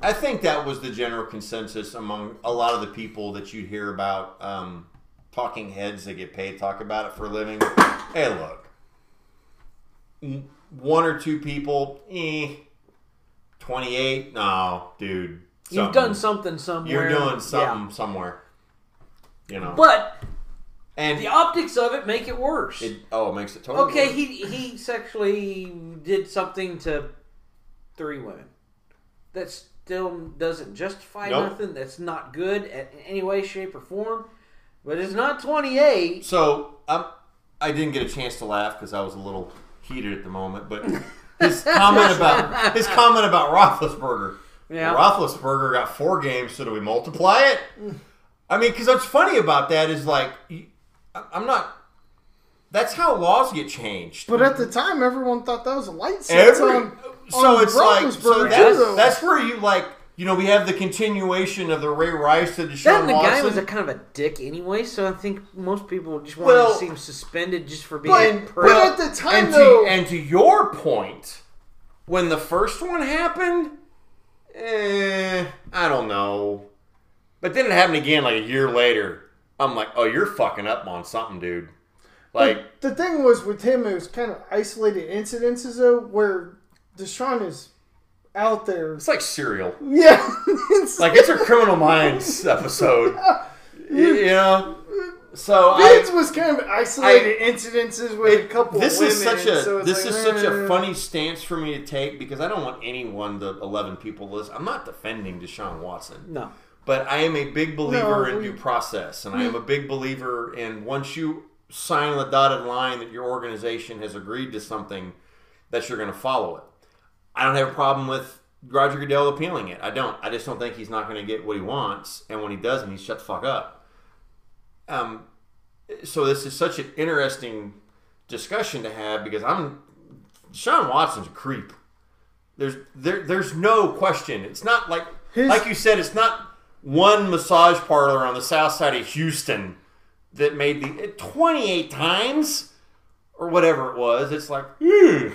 S3: I think that was the general consensus among a lot of the people that you hear about um, talking heads that get paid to talk about it for a living. Hey, look, N- one or two people, eh, twenty-eight. No, dude,
S2: you've done something somewhere
S3: You're
S2: Yeah.
S3: doing something somewhere. You know,
S2: but
S3: and
S2: the optics of it make it worse
S3: it, oh, it makes it totally
S2: Okay,
S3: worse.
S2: he he sexually did something to three women. That still doesn't justify
S3: Nope.
S2: nothing. That's not good at, in any way, shape, or form. But it's not twenty eight.
S3: So um, I didn't get a chance to laugh because I was a little heated at the moment. But his comment about his comment about Roethlisberger.
S2: Yeah.
S3: Roethlisberger got four games, so do we multiply it? I mean, because what's funny about that is like, you- I- I'm not. That's how laws get changed.
S1: But at the time, everyone thought that was a light sentence.
S3: Every,
S1: on,
S3: so
S1: on
S3: it's like so
S1: Roethlisberger,
S3: that's,
S1: too, though.
S3: that's where you like you know we have the continuation of the Ray Rice to
S2: That
S3: Deshaun
S2: and the guy was a
S3: Watson.
S2: kind of a dick anyway, so I think most people just want
S3: Well-
S2: to see him suspended just for being a
S3: But,
S2: prick.
S1: but at the time,
S3: and
S1: though-
S3: to, and to your point, when the first one happened, eh, I don't know. But then it happened again like a year later. I'm like, oh, you're fucking up on something, dude. Like,
S1: the thing was with him, it was kind of isolated incidences though, where Deshaun is out there.
S3: it's like serial.
S1: Yeah, it's
S3: Like, it's a Criminal Minds episode. you know? So
S1: Vince
S3: I,
S1: was kind of isolated incidences with a couple.
S3: this
S1: of women,
S3: is such a
S1: so it's
S3: this
S1: like,
S3: is such a
S1: eh.
S3: funny stance for me to take because I don't want anyone the eleven people list. I'm not defending Deshaun Watson.
S2: no,
S3: But I am a big believer in
S1: we-
S3: due process, and I am a big believer in once you sign the dotted line that your organization has agreed to something, that you're going to follow it. I don't have a problem with Roger Goodell appealing it. I don't. I just don't think he's not going to get what he wants, and when he doesn't, he shut the fuck up. Um, so this is such an interesting discussion to have because I'm Sean Watson's a creep. There's there there's no question. It's not like like you said. It's not one massage parlor on the south side of Houston that made the 28 times or whatever it was. It's like, "Ugh."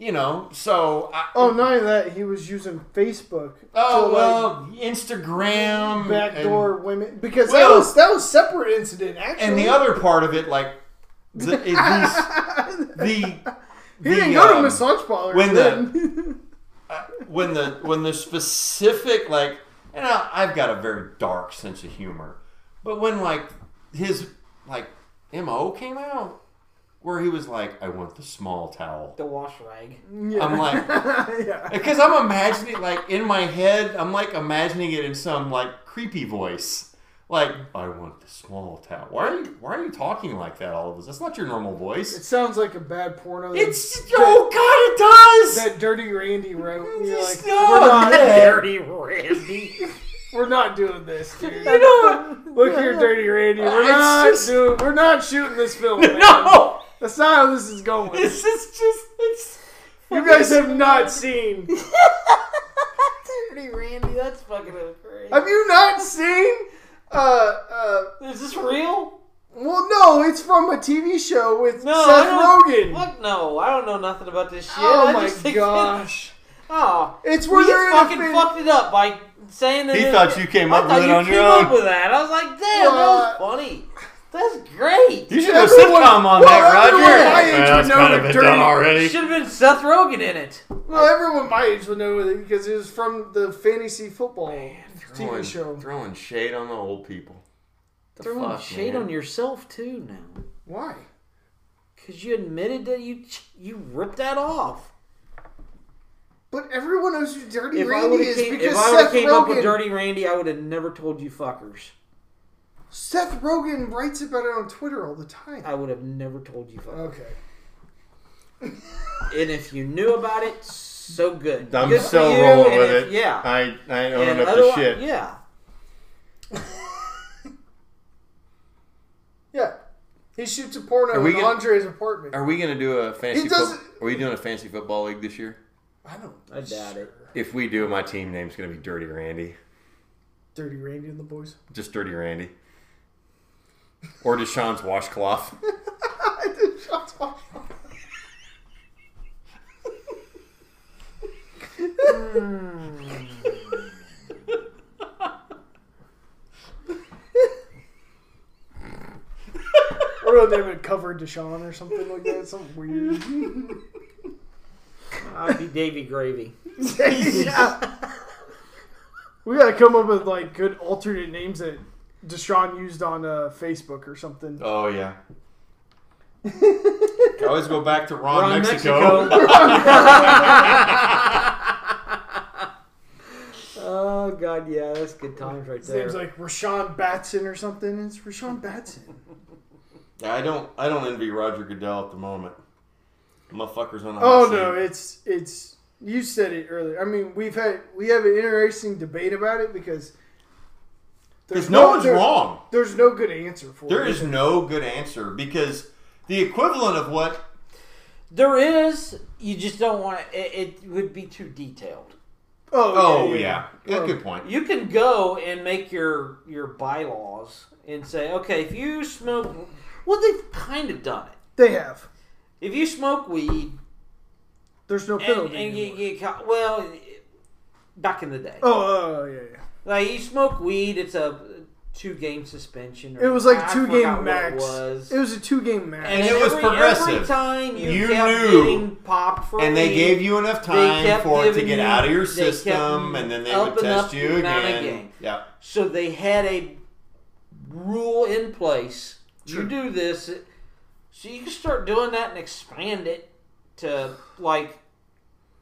S3: you know. So I,
S1: Oh, not only that, he was using Facebook.
S3: oh
S1: to, like,
S3: well, Instagram
S1: backdoor women because
S3: Well-
S1: that was that was separate incident actually.
S3: and, and the other part of it, like the it- these, the
S1: he didn't go to
S3: um,
S1: massage parlors
S3: when uh,
S1: then.
S3: when the when the specific like and I, I've got a very dark sense of humor, but when like his like mo came out where he was like, I want the small towel.
S2: the wash rag.
S3: I'm like,
S1: yeah,
S3: because I'm imagining like in my head, I'm like imagining it in some like creepy voice. Like, I want the small towel. Why are you why are you talking like that all of us? That's not your normal
S1: it
S3: voice.
S1: sounds like a bad porno. that-
S3: It's oh god it does!
S1: that dirty Randy wrote. You're like,
S3: No,
S1: we're not,
S3: yeah.
S2: Randy.
S1: we're not doing this, dude.
S2: you know,
S1: Look here, dirty Randy. We're
S3: It's
S1: not
S3: just-
S1: doing. We're not shooting this film. man.
S2: no,
S1: that's not how this is going.
S3: This is just it's
S1: You guys have not seen.
S7: Dirty Randy, that's fucking crazy.
S1: Have you not seen? Uh, uh,
S7: Is this real?
S1: well, no, it's from a TV show with
S7: No, I
S1: Seth
S7: don't,
S1: Rogen.
S7: Fuck no, I don't know nothing about this shit.
S1: Oh
S7: I just
S1: my
S7: think
S1: gosh!
S7: That, oh,
S1: It's
S7: well, you
S1: where they're in a
S7: fucking
S1: fin-
S7: fucked it up by saying that.
S3: He
S7: it-
S3: thought you came
S7: I
S3: up
S7: thought
S3: with it
S7: you
S3: on your
S7: came
S3: own.
S7: up with that. I was like, damn, that was funny. That's great.
S3: You should have
S1: Everyone-
S3: sitcom on that,
S1: well,
S3: Roger.
S1: everyone my age would know the dirty-
S3: already.
S7: Should have been Seth Rogen in it.
S1: Well, everyone my age would know it because it was from the fantasy football TV
S3: Throwing-
S1: show.
S3: Throwing shade on the old people.
S2: Throwing
S3: fuck,
S2: shade
S3: man?
S2: on yourself too now,
S1: Why?
S2: because you admitted that you ch- you ripped that off.
S1: But everyone knows who Dirty
S2: If I
S1: Randy
S2: would
S1: is
S2: have came,
S1: because
S2: if I
S1: Seth
S2: would've came
S1: Rogen.
S2: up with Dirty Randy, I would have never told you fuckers.
S1: Seth Rogen writes about it on Twitter all the time.
S2: I would have never told you fuckers.
S1: Okay.
S2: And if you knew about it, so good.
S3: I'm
S2: Good for
S3: still
S2: you,
S3: rolling
S2: and
S3: with
S2: if-
S3: it.
S2: Yeah.
S3: I, I
S2: And
S3: own up to
S2: otherwise-
S3: shit.
S2: Yeah.
S1: Yeah. He shoots a porno
S3: Are we
S1: in
S3: gonna-
S1: Andre's apartment.
S3: Are we gonna do a fantasy?
S1: He
S3: Fo-
S1: doesn't-
S3: are we doing a fantasy football league this year?
S1: I don't.
S2: I doubt it.
S3: If we do, my team name's gonna be Dirty Randy.
S1: Dirty Randy and the boys.
S3: Just Dirty Randy. Or Deshaun's washcloth.
S1: I did shots off. or they would cover Deshaun or something like that. Something weird.
S2: I'd be Davy Gravy.
S1: yeah. We gotta come up with like good alternate names that Deshaun used on uh, Facebook or something.
S3: Oh yeah. I always go back to Ron,
S2: Ron
S3: Mexico.
S2: oh god, yeah, that's good times right
S1: His name's
S2: there.
S1: like Rashawn Batson or something. It's Rashawn Batson.
S3: Yeah, I don't I don't envy Roger Goodell at the moment. Motherfuckers on the
S1: Oh
S3: hot
S1: no,
S3: seat.
S1: it's it's you said it earlier. I mean, we've had we have an interesting debate about it because
S3: Because no one's
S1: there-
S3: wrong.
S1: There's no good answer for
S3: There
S1: it.
S3: is no good answer because the equivalent of what
S2: There is, you just don't want to, it, it would be too detailed.
S1: Oh,
S3: Oh yeah. Yeah,
S1: Um,
S3: good point.
S2: You can go and make your your bylaws and say, okay, if you smoke, well, they've kind of done it.
S1: They have.
S2: If you smoke weed
S1: There's no
S2: and,
S1: penalty.
S2: and you
S1: anymore.
S2: get caught, well, back in the day,
S1: oh, oh yeah, yeah.
S2: like you smoke weed, it's a two game suspension. Or
S1: It was like
S2: I
S1: two
S2: forgot
S1: game
S2: what
S1: max.
S2: It was.
S1: a two game max.
S3: And it was
S2: every, Every
S3: progressive.
S2: time you,
S3: You
S2: kept
S3: knew.
S2: getting popped for
S3: And they
S2: weed,
S3: gave you enough
S2: They
S3: time
S2: kept
S3: for it to
S2: giving
S3: get
S2: you-
S3: out of your
S2: they kept
S3: system and then they
S2: up
S3: would
S2: and up
S3: test you
S2: the amount of
S3: again.
S2: game.
S3: Yeah.
S2: So they had a rule in place. You do this, so you can start doing that and expand it to like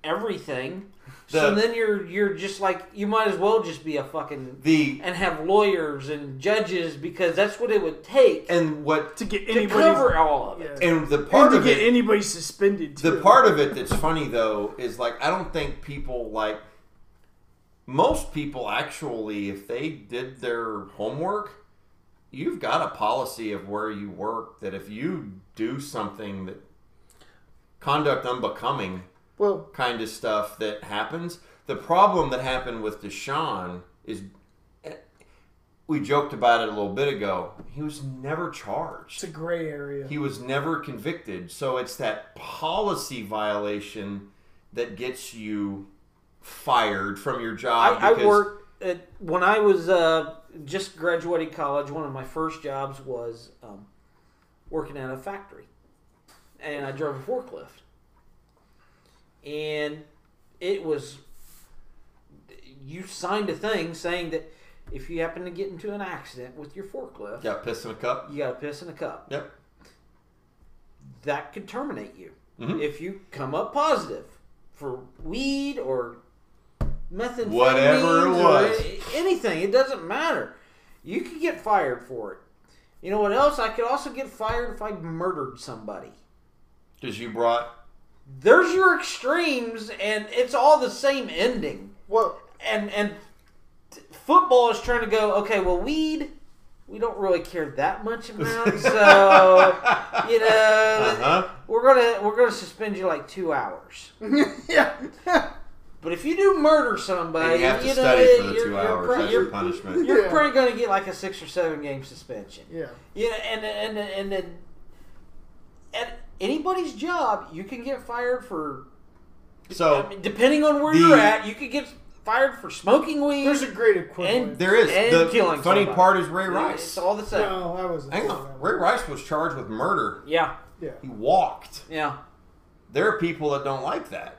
S2: everything. so
S3: The-
S2: then you're you're just like you might as well just be a fucking
S3: The
S2: and have lawyers and judges because that's what it would take
S3: and what
S1: to get
S2: to
S1: anybody
S2: cover all of it.
S1: yeah.
S3: and the
S1: and
S3: part
S1: to
S3: of
S1: get
S3: it
S1: anybody suspended too.
S3: the part of it that's funny though is like I don't think people like most people actually if they did their homework you've got a policy of where you work that if you do something that conduct unbecoming
S1: well,
S3: kind of stuff that happens. The problem that happened with Deshaun is we joked about it a little bit ago. He was never
S1: it's
S3: charged.
S1: a gray area.
S3: He was never convicted. So it's that policy violation that gets you fired from your job.
S2: I, I
S3: because-
S2: worked at, when I was uh, just graduating college. One of my first jobs was um, working at a factory, and I drove a forklift, and it was you signed a thing saying that if you happen to get into an accident with your forklift,
S3: Got pissed in a cup.
S2: you got to piss in a cup.
S3: Yep.
S2: That could terminate you
S3: Mhm.
S2: if you come up positive for weed or methamphetamine,
S3: Whatever it was.
S2: anything. It doesn't matter. You could get fired for it. You know what else? I could also get fired if I murdered somebody.
S3: Because you brought.
S2: There's your extremes, and it's all the same ending.
S1: Well,
S2: And and t- football is trying to go okay. Well, weed we don't really care that much about. So you know,
S3: Uh-huh.
S2: we're gonna we're gonna suspend you like two hours.
S1: yeah.
S2: But if you do murder somebody,
S3: And you have to
S2: know,
S3: study for the
S2: you're-
S3: two
S2: you're
S3: hours.
S2: prob-
S3: That's
S2: you're-
S3: your punishment.
S2: You're
S1: Yeah.
S2: probably going to get like a six or seven game suspension.
S1: yeah.
S2: You know, and and and then at anybody's job, you can get fired for. I
S3: So
S2: mean, depending on where
S3: the-
S2: you're at, you could get fired for smoking weed.
S1: There's a great equivalent.
S2: And-
S3: there is
S2: And
S3: the
S2: killing
S3: funny
S2: somebody.
S3: part is Ray
S2: It's
S3: Rice.
S2: all the same.
S1: no, I wasn't.
S3: Hang
S1: thinking
S3: on,
S1: about
S3: Ray Rice was charged with murder.
S2: Yeah,
S1: it.
S3: He
S1: Yeah.
S3: walked.
S2: yeah,
S3: There are people that don't like that.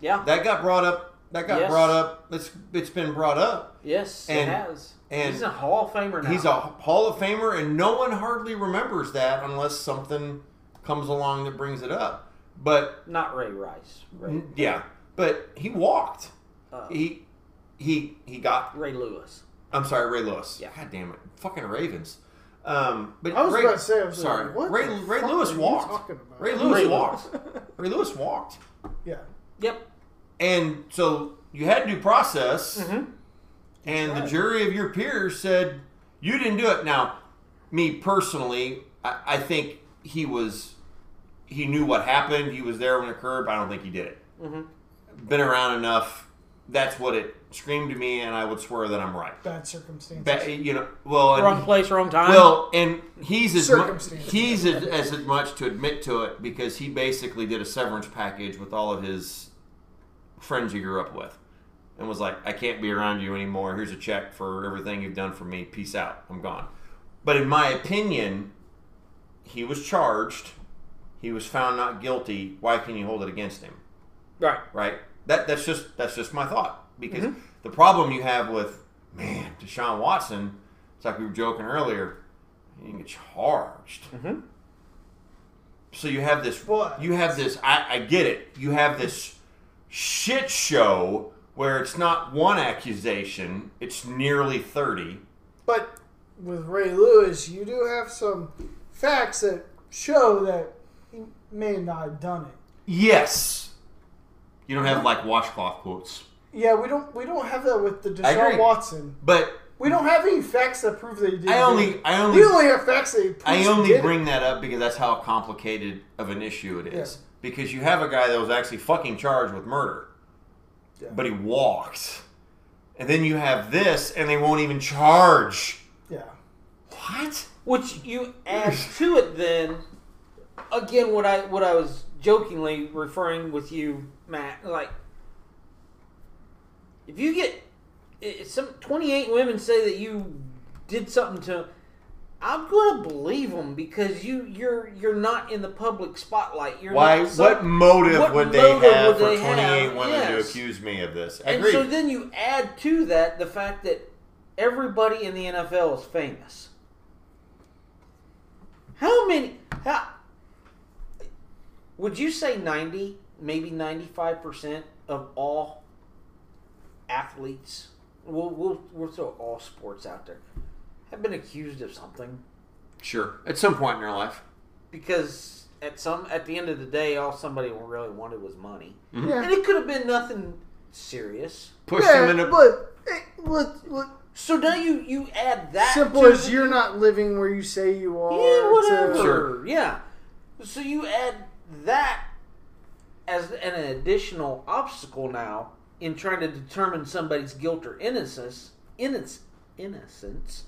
S2: yeah.
S3: That got brought up. That got
S2: Yes.
S3: brought up. It's it's been brought up.
S2: Yes,
S3: And-
S2: it has.
S3: and-
S2: he's a Hall of Famer now.
S3: He's a Hall of Famer, and no one hardly remembers that unless something comes along that brings it up. But
S2: not Ray Rice. Ray,
S3: yeah, but he walked.
S2: uh,
S3: He he he got.
S2: Ray Lewis.
S3: I'm sorry, Ray Lewis.
S2: Yeah.
S3: God damn it, fucking Ravens. Um, but
S1: I was
S3: Ray,
S1: about to say, I was
S3: sorry,
S1: like, what
S3: Ray
S1: the
S3: Ray
S1: fuck
S3: Lewis
S1: are you
S3: walked.
S1: talking about?
S3: Ray Lewis
S2: Ray
S3: walked. Ray Lewis walked.
S1: Yeah.
S2: Yep.
S3: And so you had due process,
S2: Mhm.
S3: and the
S1: Right.
S3: jury of your peers said you didn't do it. Now, me personally, I, I think he was he knew what happened. He was there when it occurred, but I don't think he did it.
S2: Mhm.
S3: Been around enough. That's what it screamed to me, and I would swear that I'm right.
S1: Bad circumstances.
S3: But, you know, well, and-
S2: Wrong place, wrong time.
S3: well, and he's as mu-
S1: Circumstances.
S3: he's as, as much to admit to it because he basically did a severance package with all of his friends he grew up with, and was like, "I can't be around you anymore. Here's a check for everything you've done for me. Peace out. I'm gone." But in my opinion, he was charged. He was found not guilty. Why can you hold it against him?
S2: right.
S3: right? That that's just that's just my thought because the problem you have with man Deshaun Watson, it's like we were joking earlier, he didn't get charged.
S2: Mhm.
S3: So you have this,
S1: But-
S3: you have this. I, I get it. You have this shit show where it's not one accusation; it's nearly thirty.
S1: But with Ray Lewis, you do have some facts that show that he may not have done it.
S3: Yes, you don't have like washcloth quotes,
S1: Yeah, we don't we don't have that with the
S3: agree.
S1: Deshaun Watson.
S3: but
S1: We don't have any facts that prove that he did.
S3: I
S1: do
S3: only,
S1: it.
S3: I only,
S1: we only have facts that he proves
S3: I
S1: he
S3: only
S1: did it.
S3: bring that up because that's how complicated of an issue it is.
S1: Yeah.
S3: Because you have a guy that was actually fucking charged with murder,
S1: Yeah.
S3: but he walked. And then you have this, and they won't even charge.
S1: Yeah,
S3: What?
S2: Which you add to it then again what I what I was jokingly referring with you, Matt, like if you get if some twenty eight women say that you did something to I'm gonna believe them because you you're you're not in the public spotlight. You're
S3: Why?
S2: Not some-
S3: what motive
S2: what
S3: would they
S2: motive
S3: have
S2: would
S3: for
S2: they
S3: 28
S2: have?
S3: women to
S2: Yes.
S3: accuse me of this? I
S2: And
S3: agree.
S2: so then you add to that the fact that everybody in the NFL is famous. How many? How would you say ninety, maybe ninety-five percent of all athletes? We'll, we'll we'll throw all sports out there. Have been accused of something
S3: sure. At some point in their life.
S2: because at some at the end of the day, all somebody really wanted was money,
S3: Hmm?
S1: yeah,
S2: and it could have been nothing serious.
S3: Push
S1: yeah.
S3: them into.
S1: but it, let, let,
S2: So now you you add that
S1: simple
S2: to
S1: as
S2: the-
S1: you're not living where you say you are.
S2: yeah whatever
S1: to-
S3: Sure.
S2: yeah. So you add that as an additional obstacle now in trying to determine somebody's guilt or innocence, innocence, innocence,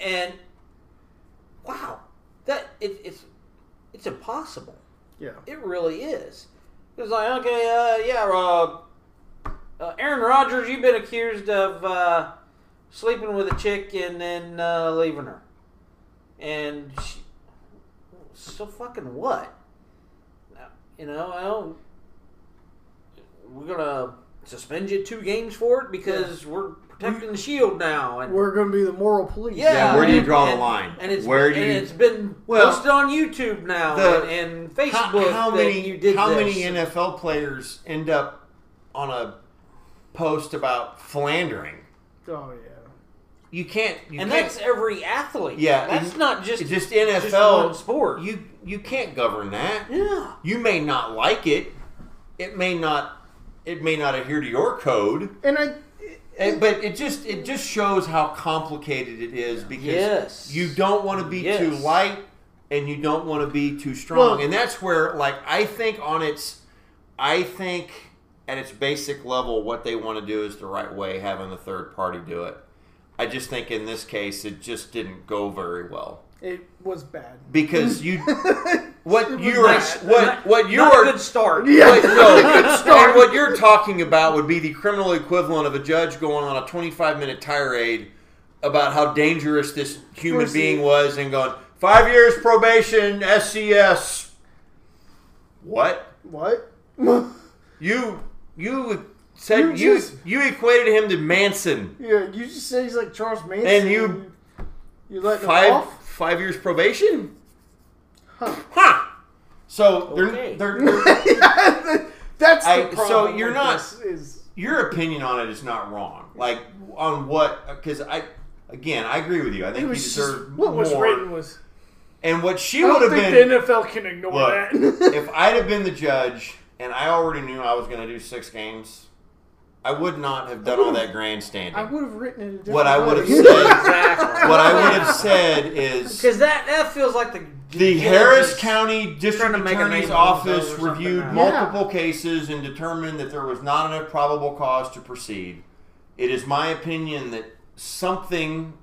S2: and wow, that it, it's it's impossible.
S1: yeah,
S2: It really is. It's like, okay, uh, yeah, Rob. Uh, Aaron Rodgers, you've been accused of uh, sleeping with a chick and then uh, leaving her. And she, so fucking what? Now, You know, I don't. We're gonna suspend you two games for it because we're protecting the shield now. And
S1: we're gonna be the moral police. Oh,
S2: yeah,
S3: Yeah, where do you
S2: and-
S3: draw the
S2: and-
S3: line?
S2: And it's
S3: Where
S2: and
S3: do you-
S2: it's been
S3: Well,
S2: posted on YouTube now
S3: the-
S2: and, and Facebook.
S3: How, how
S2: that
S3: many?
S2: you did
S3: how
S2: this.
S3: many NFL players end up on a post about philandering?
S1: Oh yeah.
S3: You can't. You
S2: and
S3: can't,
S2: that's every athlete.
S3: Yeah,
S2: that's
S3: and
S2: not just just
S3: just NFL
S2: one sport.
S3: You you can't govern that.
S2: yeah,
S3: You may not like it. It may not. It may not adhere to your code.
S1: and I
S3: And- but it just it just shows how complicated it is because
S2: Yes.
S3: you don't want to be
S2: Yes.
S3: too light and you don't want to be too strong.
S7: Well-
S3: and that's where like I think on its I think at its basic level what they want to do is the right way having a third party do it. I just think in this case it just didn't go very well
S1: It was bad.
S3: because you what you are
S2: Nice.
S3: what what you
S2: Not
S3: are
S2: a good start.
S3: Wait, no, and what you're talking about would be the criminal equivalent of a judge going on a 25 minute tirade about how dangerous this human
S1: Pussy.
S3: being was and going, five years probation, SCS. What?
S1: What?
S3: You, you said you,
S1: You
S3: you,
S1: just-
S3: equated him to Manson.
S1: Yeah, you just say he's like Charles Manson.
S3: And you-
S1: you let him
S3: Five,
S1: off.
S3: five years probation?
S1: Huh.
S3: Huh. So they're,
S2: Okay.
S3: they're, they're,
S1: That's
S3: I-
S1: the
S3: so
S1: problem.
S3: you're
S1: with
S3: not-
S1: this is
S3: your opinion on it is not wrong. Like on what? Because I again, I agree with you. I think
S1: it
S3: he
S1: was just-
S3: deserved
S1: what
S3: more.
S1: was written was.
S3: and what she
S1: I
S3: would
S1: don't
S3: have
S1: think
S3: been
S1: the NFL can ignore
S3: Look,
S1: that.
S3: if I'd have been the judge, and I already knew I was going to do six games. I would not have done all that grandstanding.
S1: I would have written it. a different
S3: what I would have
S1: way.
S3: said,
S2: Exactly.
S3: what I would have said is
S2: Because that, that feels like the
S3: the
S2: judge
S3: Harris
S2: is-
S3: County District
S2: trying to make a
S3: Attorney's
S2: name
S3: Office
S2: of themselves or something
S3: reviewed
S2: now.
S3: multiple cases and determined that there was not enough probable cause to proceed. It is my opinion that something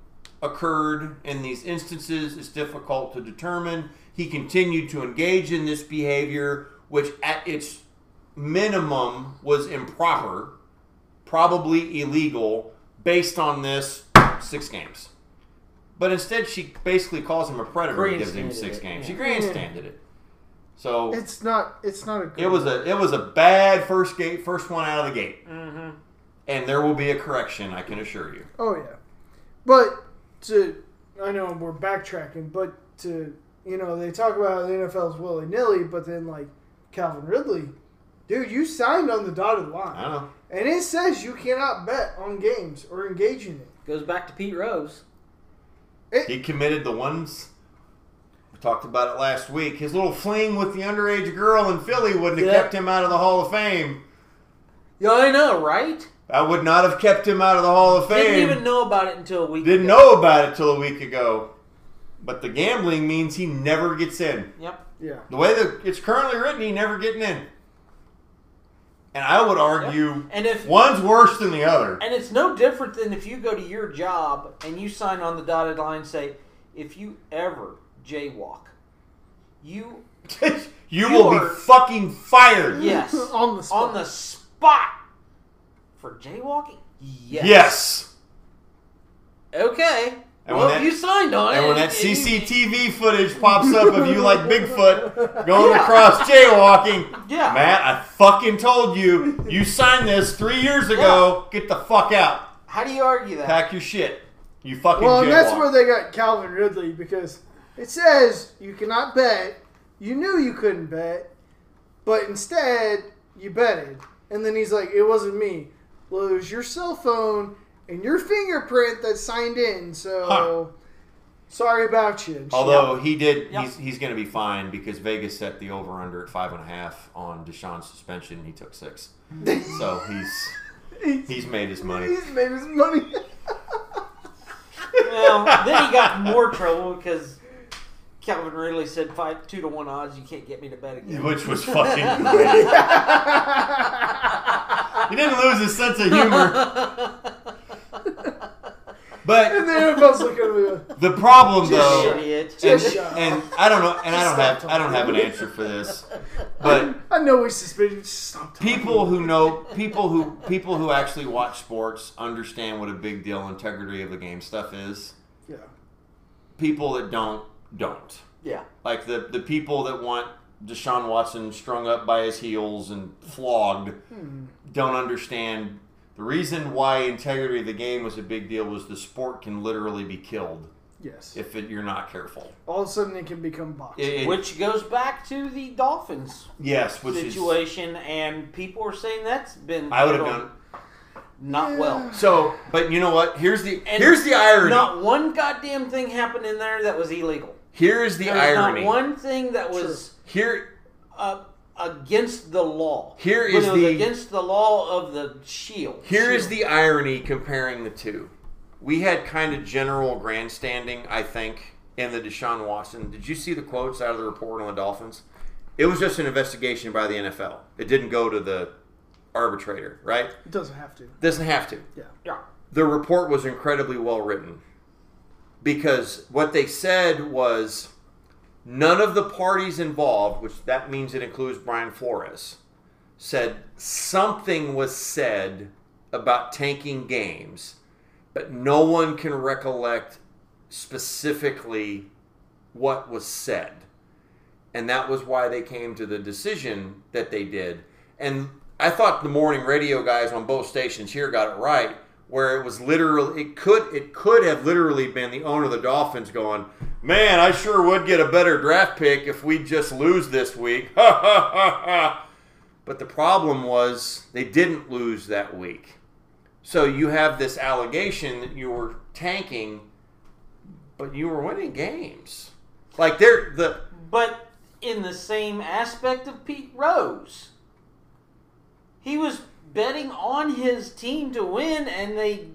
S3: occurred in these instances is difficult to determine. He continued to engage in this behavior, which at its minimum was improper, probably illegal, based on this six games. But instead, she basically calls him a predator and gives him
S2: Grandstanded
S3: six
S2: it,
S3: games.
S2: yeah.
S3: She grandstanded it. So
S1: It's not. It's not a. Good
S3: it was a it was a bad first gate, first one out of the gate.
S2: Mm-hmm.
S3: And there will be a correction, I can assure you.
S1: Oh yeah, but to I know we're backtracking, but to you know they talk about how the NFL's willy nilly, but then like Calvin Ridley, dude, you signed on the dotted
S3: I
S1: line,
S3: don't know.
S1: and it says you cannot bet on games or engage in it.
S2: Goes back to Pete Rose.
S3: He committed the ones we talked about it last week. His little fling with the underage girl in Philly wouldn't have
S2: Yeah.
S3: kept him out of the Hall of Fame.
S2: Yeah, I know, right?
S3: I would not have kept him out of the Hall of Fame.
S2: Didn't even know about it until a week
S3: Didn't
S2: ago.
S3: know about it till a week ago. But the gambling means he never gets in.
S2: Yep.
S1: Yeah,
S3: The way that it's currently written, he never getting in. And I would argue
S2: And if
S3: one's worse than the other.
S2: And it's no different than if you go to your job and you sign on the dotted line say, if you ever jaywalk, you
S3: you,
S2: You
S3: will
S2: are-
S3: be fucking fired.
S2: yes
S1: on the spot.
S2: on the spot for jaywalking. Yes.
S3: Yes.
S2: Okay.
S3: And
S2: well,
S3: when that-
S2: you signed on it.
S3: And when that
S2: and you-
S3: CCTV footage pops up of you like Bigfoot going
S2: Yeah.
S3: across jaywalking,
S2: Yeah.
S3: Matt, I fucking told you, you signed this three years ago. Get the fuck out.
S2: How do you argue that?
S3: Pack your shit. You fucking
S1: well,
S3: jaywalk.
S1: and that's where they got Calvin Ridley because it says you cannot bet. You knew you couldn't bet, but instead you betted. And then he's like, "It wasn't me. Well, it was your cell phone and your fingerprint that signed in. So
S3: Huh.
S1: sorry about you." And she-
S3: Although he did,
S2: Yep.
S3: he's, he's going to be fine because Vegas set the over under at five and a half on Deshaun's suspension. He took six, so he's he's made his money.
S1: he's made his money.
S2: well, then he got in more trouble because Calvin Ridley said five two to one odds. You can't get me to bet again.
S3: Which was fucking great. he didn't lose his sense of humor.
S1: and
S3: But
S1: then everybody's looking at me like,
S3: the problem,
S2: Just
S3: though,
S2: idiot.
S3: and,
S1: Just shut up.
S3: and I don't know, and I don't have I don't have an answer for this, but
S1: "I know we suspended. you, just Stop talking."
S3: people who know people who people who actually watch sports understand what a big deal integrity of the game stuff is
S1: Yeah.
S3: people that don't don't
S2: yeah.
S3: like the the people that want deshaun watson strung up by his heels and flogged don't understand the reason why integrity of the game was a big deal was the sport can literally be killed
S1: Yes.
S3: if it, you're not careful
S1: All of a sudden, it can become boxing.
S3: It- it-
S2: Which goes back to the Dolphins
S3: yes which is
S2: situation, and people are saying that's been
S3: i would have
S2: handled
S3: done
S2: not well.
S3: so but you know what here's the
S2: And
S3: here's the irony
S2: Not one goddamn thing happened in there that was illegal.
S3: here is the
S2: There's
S3: irony
S2: not one thing that was
S3: here
S2: uh, against the law.
S3: Here
S2: When
S3: is
S2: it was
S3: the-
S2: against the law of the shield.
S3: Here is the irony comparing the two. We had kind of general grandstanding, I think, in the Deshaun Watson. Did you see the quotes out of the report on the Dolphins? It was just an investigation by the NFL. It didn't go to the arbitrator, right?
S1: It doesn't have to.
S3: Doesn't have to.
S1: Yeah.
S2: Yeah.
S3: The report was incredibly well written because what they said was none of the parties involved, which that means it includes Brian Flores, said something was said about tanking games, but no one can recollect specifically what was said. And that was why they came to the decision that they did. And I thought the morning radio guys on both stations here got it right, where it was literally it could it could have literally been the owner of the Dolphins going, Man, I sure would get a better draft pick if we just lose this week. Ha ha ha ha. But the problem was they didn't lose that week. So you have this allegation that you were tanking, but you were winning games. Like they're the
S2: But in the same aspect of Pete Rose, he was betting on his team to win, and they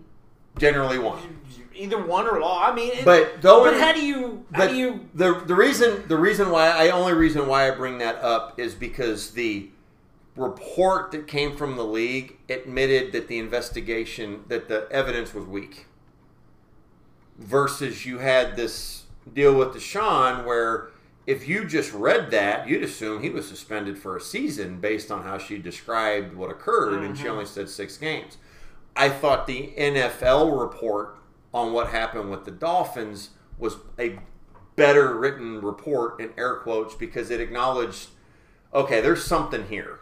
S3: generally won.
S2: either won or lost. I mean, it,
S3: But though
S2: but
S3: it-
S2: how do you how
S3: But
S2: do you
S3: the the reason the reason why I only reason why I bring that up is because the report that came from the league admitted that the investigation that the evidence was weak. Versus you had this deal with Deshaun where if you just read that, you'd assume he was suspended for a season based on how she described what occurred, and she only said six games. I thought the NFL report on what happened with the Dolphins was a better written report in air quotes because it acknowledged, okay, there's something here.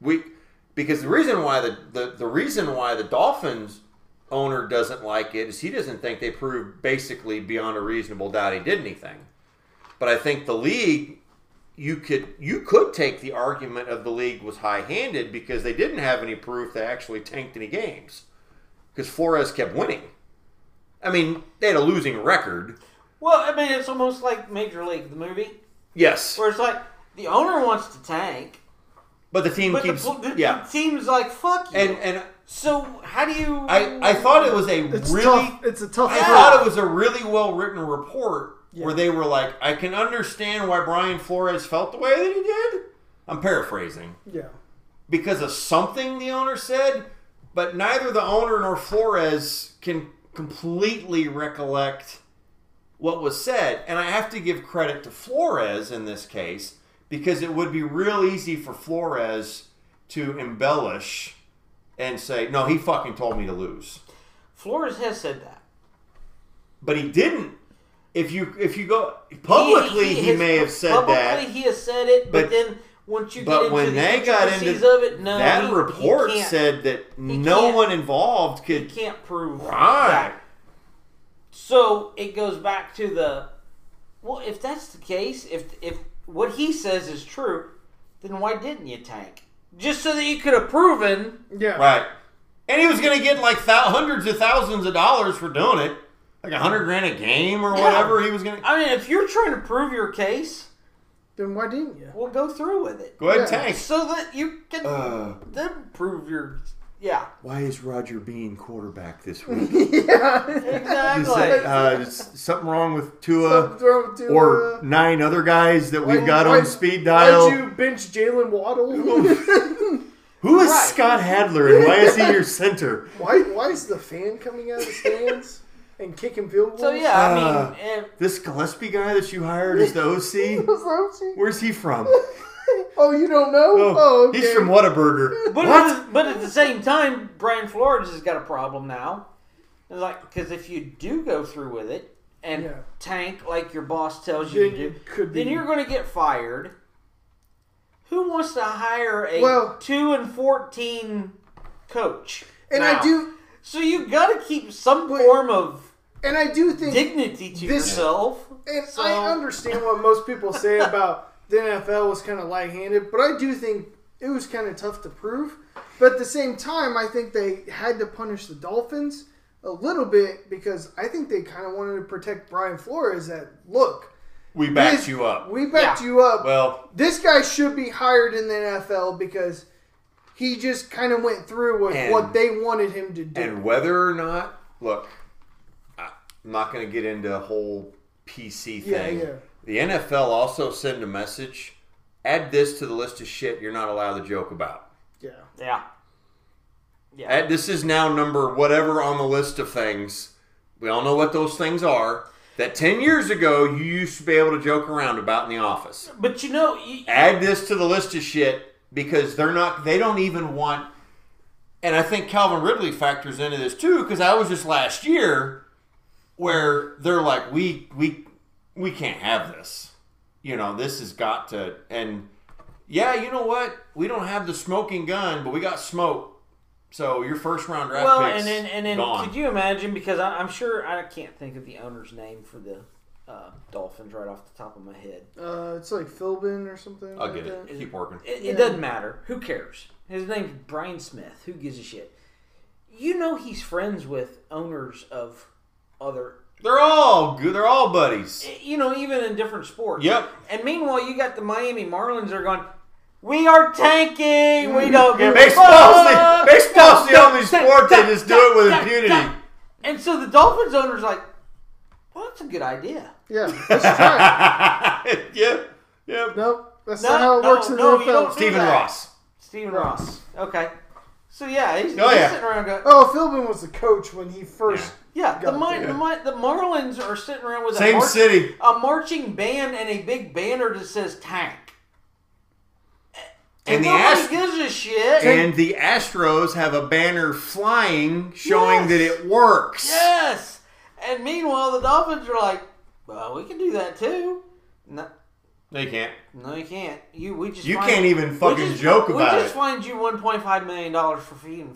S3: We because the reason why the, the, the reason why the Dolphins owner doesn't like it is he doesn't think they proved basically beyond a reasonable doubt he did anything. But I think the league you could you could take the argument of the league was high handed because they didn't have any proof they actually tanked any games. Because Flores kept winning. I mean, they had a losing record.
S2: Well, I mean, it's almost like Major League, the movie,
S3: Yes.
S2: where it's like the owner wants to tank,
S3: But the team
S2: but the,
S3: keeps
S2: pl- the,
S3: yeah.
S2: the team's like, fuck you.
S3: And and
S2: so, how do you.
S3: I I thought it was a
S1: It's
S3: really
S1: tough. It's a tough.
S3: I
S1: one.
S3: thought it was a really well written report where they were like, I can understand why Brian Flores felt the way that he did. I'm paraphrasing
S1: Yeah.
S3: because of something the owner said, but neither the owner nor Flores can completely recollect what was said. And I have to give credit to Flores in this case because it would be real easy for Flores to embellish and say, no, he fucking told me to lose.
S2: Flores has said that.
S3: But he didn't. If you if you go publicly, he,
S2: has-
S3: may have said
S2: publicly
S3: that.
S2: he has said it, but,
S3: But-
S2: then once you
S3: But
S2: get
S3: when
S2: into
S3: they
S2: the
S3: got into
S2: intricacies of it, no,
S3: that
S2: he- he
S3: report
S2: can't-
S3: said that
S2: he
S3: no
S2: can't-
S3: one involved
S2: you
S3: could
S2: can't prove
S3: Right.
S2: that. So it goes back to the well. If that's the case, if if what he says is true, then why didn't you tank? Just so that you could have proven.
S1: Yeah.
S3: Right. And he was going to get like thou- hundreds of thousands of dollars for doing it, like a hundred grand a game or
S2: Yeah.
S3: whatever he was going to.
S2: I mean, if you're trying to prove your case,
S1: Then why didn't you?
S2: we'll go through with it
S3: Go ahead, and
S1: Yeah.
S3: tank.
S2: so that you can
S3: Uh,
S2: then prove your yeah
S3: why is Roger Bean quarterback this week?
S1: yeah.
S2: exactly.
S3: uh, is something wrong with Tua
S1: Don't throw it to, uh,
S3: nine other guys that
S1: why- why-
S3: speed
S1: Why'd you bench Jalen Waddle?
S3: Who is
S2: Right.
S3: Scott Hadler and why is he your center?
S1: why? Why is the fan coming out of his hands and kicking field goals?
S2: so yeah, I mean,
S3: Uh,
S2: if,
S3: This Gillespie guy that you hired is the OC. Where's he from?
S1: oh, you don't know? Oh, okay.
S3: He's from
S2: But
S3: Whataburger. what?
S2: At the, but at the same time, Brian Flores has got a problem now. It's like because if you do go through with it and
S1: Yeah.
S2: tank like your boss tells you
S1: Then
S2: to
S1: you
S2: do,
S1: could
S2: then
S1: be-
S2: you're going to get fired. Who wants to hire a
S1: Well-
S2: two and fourteen coach?
S1: and
S2: now?
S1: I do,
S2: So you got to keep some form of
S1: and I do think,
S2: dignity to
S1: This-
S2: yourself.
S1: and
S2: so-
S1: I understand what most people say about the NFL was kind of light-handed, but I do think it was kind of tough to prove. But at the same time, I think they had to punish the Dolphins a little bit because I think they kind of wanted to protect Brian Flores. That look,
S3: we backed
S1: This-
S3: you up.
S1: We backed
S8: Yeah.
S1: you up.
S3: Well,
S1: this guy should be hired in the NFL because he just kind of went through with
S3: And-
S1: what they wanted him to do.
S3: and whether or not, look, I- I'm not going to get into a whole PC
S1: Yeah,
S3: thing.
S1: yeah.
S3: The NFL also send a message. Add this to the list of shit you're not allowed to joke about.
S1: yeah.
S2: Yeah.
S3: Add, this is now number whatever on the list of things. We all know what those things are. That 10 years ago, you used to be able to joke around about in the office.
S2: But you know, you,
S3: add this to the list of shit because they're not they don't even want and I think Calvin Ridley factors into this too because I was just last year where they're like we we we can't have this. You know, this has got to and yeah, you know what? We don't have the smoking gun, but we got smoke. So your first round draft
S2: well,
S3: picks
S2: and then and then
S3: gone.
S2: could you imagine? Because I, I'm sure I can't think of the owner's name for the uh, Dolphins right off the top of my head.
S1: Uh, it's like Philbin or something.
S3: I'll
S1: like
S3: get
S1: that.
S3: it. Keep working.
S2: It,
S1: Yeah.
S2: it doesn't matter. Who cares? His name's Brian Smith. Who gives a shit? You know he's friends with owners of other.
S3: They're all good. They're all buddies.
S2: You know, even in different sports.
S3: Yep.
S2: And meanwhile, you got the Miami Marlins are going. We are tanking. We don't give a
S3: Mm. Baseball's the,
S2: fuck."
S3: baseball's the only sport that just do it with impunity.
S2: And so the Dolphins owner's like, "Well, that's a good idea."
S1: Yeah, let's try it.
S3: yep. Yep.
S1: Nope, that's
S2: No,
S1: not how it
S2: no,
S1: works in
S2: no,
S1: the
S2: you
S1: NFL.
S2: don't-
S3: Stephen
S2: that.
S3: Ross.
S2: Steven Ross. Okay. So yeah, he's,
S3: Oh,
S2: he's
S3: yeah.
S2: sitting around going,
S1: Oh, Philbin was the coach when he first.
S2: "Yeah, the,
S1: God,
S2: Mar-
S3: yeah.
S2: the, Mar- the Marlins are sitting around with a
S3: Same
S2: march-
S3: city.
S2: a marching band and a big banner that says tank."
S3: And the
S2: nobody
S3: Ast-
S2: gives a shit.
S3: And the Astros have a banner flying showing
S2: Yes.
S3: that it works.
S2: yes. And meanwhile, the Dolphins are like, "Well, we can do that too." No,
S3: They can't.
S2: no, you can't. You we just
S3: You
S2: find-
S3: can't even
S2: we
S3: fucking
S2: just-
S3: joke about
S2: We
S3: it.
S2: just fined you one point five million dollars for even